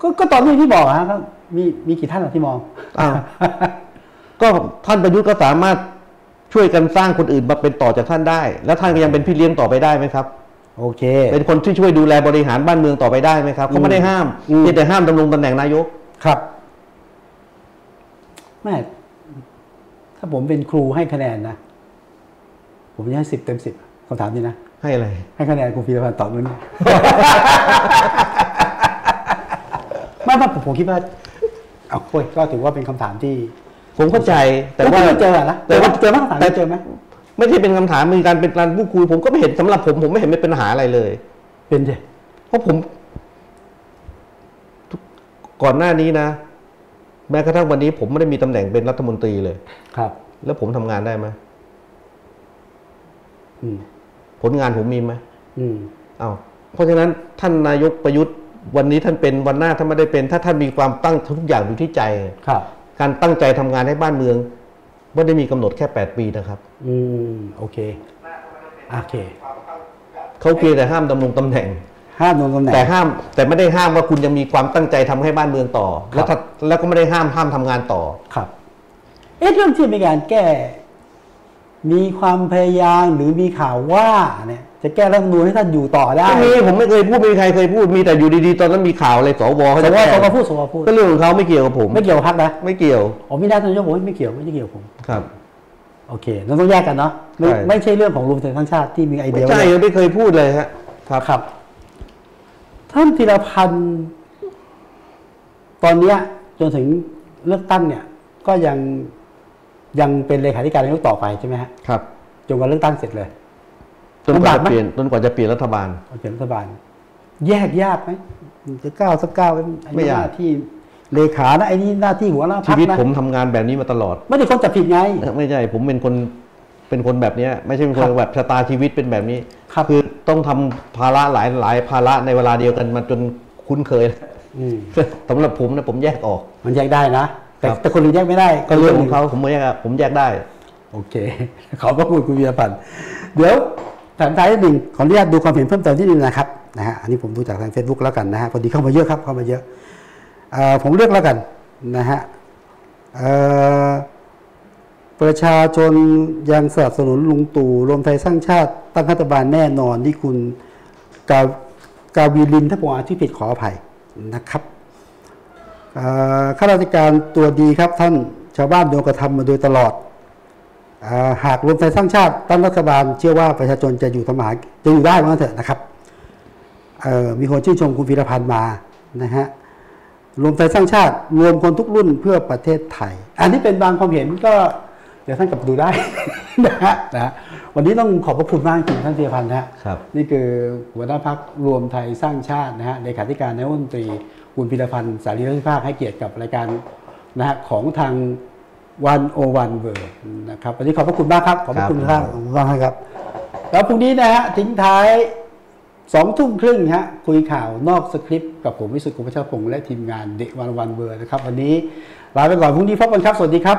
A: ก็ก็ตอนนี้ที่บอกอะฮะก็มีมีกี่ท่านอะที่มอง
B: อ้าว ก็ท่านประยุทธ์ก็สามารถช่วยกันสร้างคนอื่นมาเป็นต่อจากท่านได้ แล้วท่านก็ยังเป็นพี่เลี้ยงต่อไปได้ไหมครับ
A: *laughs* โอเค
B: เป็นคนที่ช่วยดูแลบริหารบ้านเมืองต่อไปได้ไหมครับเขาไม่ได้ห้าม
A: อืม
B: เพียงแต่ห้ามดำรงตำแหน่งนายก
A: ครับแม่ถ้าผมเป็นครูให้คะแนนนะผมจะให้สิบเต็มสิบคำถามนี้นะ
B: ให้อะไร
A: ให้คะแนนครูพีรพันธ์ตอบมันย *laughs* ไม่ไม่ผมผมคิดว่าเอาโอ้ยก็ถือว่าเป็นคำถามที่
B: ผมเข้าใจแต่
A: ล้ว
B: ว่า
A: ที่ไม่เจอนะแต่
B: แต่
A: ว่า
B: ว่า
A: เจอไหมคำถาม
B: แต่
A: นี้เจอไหม
B: ไม่ใช่เป็นคำถามมีการเป็นการพูดคุยผมก็ไม่เห็นสำหรับผมผมไม่เห็นเป็นปัญหาอะไรเลย
A: เป็นเจ
B: เพราะผมทุกก่อนหน้านี้นะ แม้กระทั่งวันนี้ ผมไม่ได้มีตำแหน่งเป็นรัฐมนตรีเลย
A: ครับ
B: แล้วผมทำงานได้ไหม
A: อืม
B: ผลงานผมมีไหม
A: อืม
B: เอาวเพราะฉะนั้นท่านนายกประยุทธ์ วันนี้ท่านเป็นวันหน้าท่านไม่ได้เป็น ถ้าท่านมีความตั้งทุกอย่างอยู่ที่ใจ
A: ครับ
B: การตั้งใจทำงานให้บ้านเมืองไม่ได้มีกำหนดแค่ 8 ปีนะครับ
A: อืม โอเค โอเค
B: เขาเพียงแต่ห้ามดำรงตำแหน่ง
A: ห้ามลงตำแหน่ง
B: แต่ห้ามแต่ไม่ได้ห้ามว่าคุณยังมีความตั้งใจทำให้บ้านเมืองต่อ
A: ครั
B: แล้ว
A: บ
B: ถ้าแล้วก็ไม่ได้ห้ามห้ามทำงานต่อ
A: ครับ เอ๊ะเรื่องที่มีการแก้ มีความพยายามหรือมีข่าวว่าเนี่ย จะแก้รัฐธรรมนูญให้ท่านอยู่ต่อได้
B: ไม่มีผมไม่เคยพูดไม่มีใครเคยพูดมีแต่อยู่ดีๆ ตอนนั้นมีข่าวอะไรสวเขา
A: ส
B: จะ
A: ว
B: แก้
A: สวพูดสวพูด
B: ก็เรื่องของเขาไม่เกี่ยวกับผม
A: ไม่เกี่ยวกับพักนะ
B: ไม่เกี่ยว
A: อ๋อไม่ได้ท่านนายกบอกว่าไม่เกี่ยวไม่ได้เกี่ยวกับผม
B: ครับ
A: โอเคเราต้องแยกกันเนาะไม่
B: ใช่
A: ไม่ใช่เรื่องของรวมไทยสร้างชาติที่มีไอเดี
B: ไม่
A: ย
B: ใช่
A: ว่า
B: ไม่เคยพูดเลยฮะครับ
A: ครับ ท่านธีรพันธ์ตอนเนี้ย จนถึงเลือกตั้งเนี่ย ก็ยังยังเป็นเลขาธิการนายกต่อไปใช่ไหมฮะ
B: ครับ
A: จนกว่าเลือกตั้งเสร็จเลย
B: จนกว่า
A: ลำบาก
B: จะ
A: ไหม
B: เปลี่ยนจนกว่าจะเปลี่ยนรัฐบาล
A: เอาเสียงรัฐบาล แยกยากไหมจะก้าวสักก้าวหอัน
B: ไม่
A: นี้
B: ยาก
A: หน้าที่เลขานะไอ้นี่หน้าที่หัวหน้าพร
B: ชี
A: รค
B: วิต
A: นะ
B: ผมทำงานแบบนี้มาตลอด
A: ไม่ได้คนจับผิดไง
B: ไม่ใช่ผมเป็นคนเป็นคนแบบเนี้ยไม่ใช่เป็นคน
A: ครับ
B: แบบชะตาชีวิตเป็นแบบนี้
A: ครับ
B: คือต้องทำภาระหลายหลายภาระในเวลาเดียวกันมาจนคุ้นเคย
A: ม
B: *laughs* สำหรับผมนะผมแยกออก
A: มันแยกได้นะแต่
B: ครับ
A: แต่คนอื่นแยกไม่ได้
B: ก็เรื่องของเขาผมแยกอะผมแยกได้
A: โอเค *laughs* ขอบพระคุณคุณวีรพันธ์เดี๋ยวถามท้ายนิดหนึ่งขออนุญาตดูความเห็นเพิ่มเติมที่นึงนะครับนะฮะอันนี้ผมดูจากทาง Facebook แล้วกันนะฮะพอดีเข้ามาเยอะครับเข้ามาเยอะเอ่อผมเลือกแล้วกันนะฮะเอ่อ ประชาชนยังสนับสนุนลุงตู่รวมไทยสร้างชาติ ตั้งรัฐบาลแน่นอนที่คุณกากาวีลินถ้าผมอ่านที่ผิดขออภัยนะครับเอ่อข้าราชการตัวดีครับท่านชาวบ้านโดนกระทำมาโดยตลอดเออหากรวมไทยสร้างชาติตั้งรัฐบาล เชื่อว่าประชาชนจะอยู่ทำมาหาจะอยู่ได้มั้งนเถอะนะครับเอ่อมีคนชื่นชมคุณพีรพันธ์มานะฮะ รวมไทยสร้างชาติรวมคนทุกรุ่นเพื่อประเทศไทย อันนี้เป็นบางความเห็นก็เดี๋ยวท่านกลับไปดูได้ *laughs* นะฮะนะฮะวันนี้ต้องขอบพระคุณมากจริงท่านเจียพันธ์นะฮะ
B: ครับ
A: นี่คือหัวหน้าพักรวมไทยสร้างชาตินะฮะเลขาธิการนายกรัฐมนตรีคุณพิรพันธ์สารีรัฐพิภาคให้เกียรติกับรายการนะฮะของทางวันโอวันเวิร์นะครับวันนี้ขอบพระคุณมากครับขอบพระคุณท่านมากครับ แล้วพรุ่งนี้นะฮะทิ้งท้าย สองทุ่มครึ่งฮะคุยข่าวนอกสคริปต์กับผมวิสุทธิ์กุมพัชรพงษ์และทีมงานเด็กวันวันเบอร์นะครับ วันนี้ลาไปก่อนพรุ่งนี้พบกันครับ สวัสดีครับ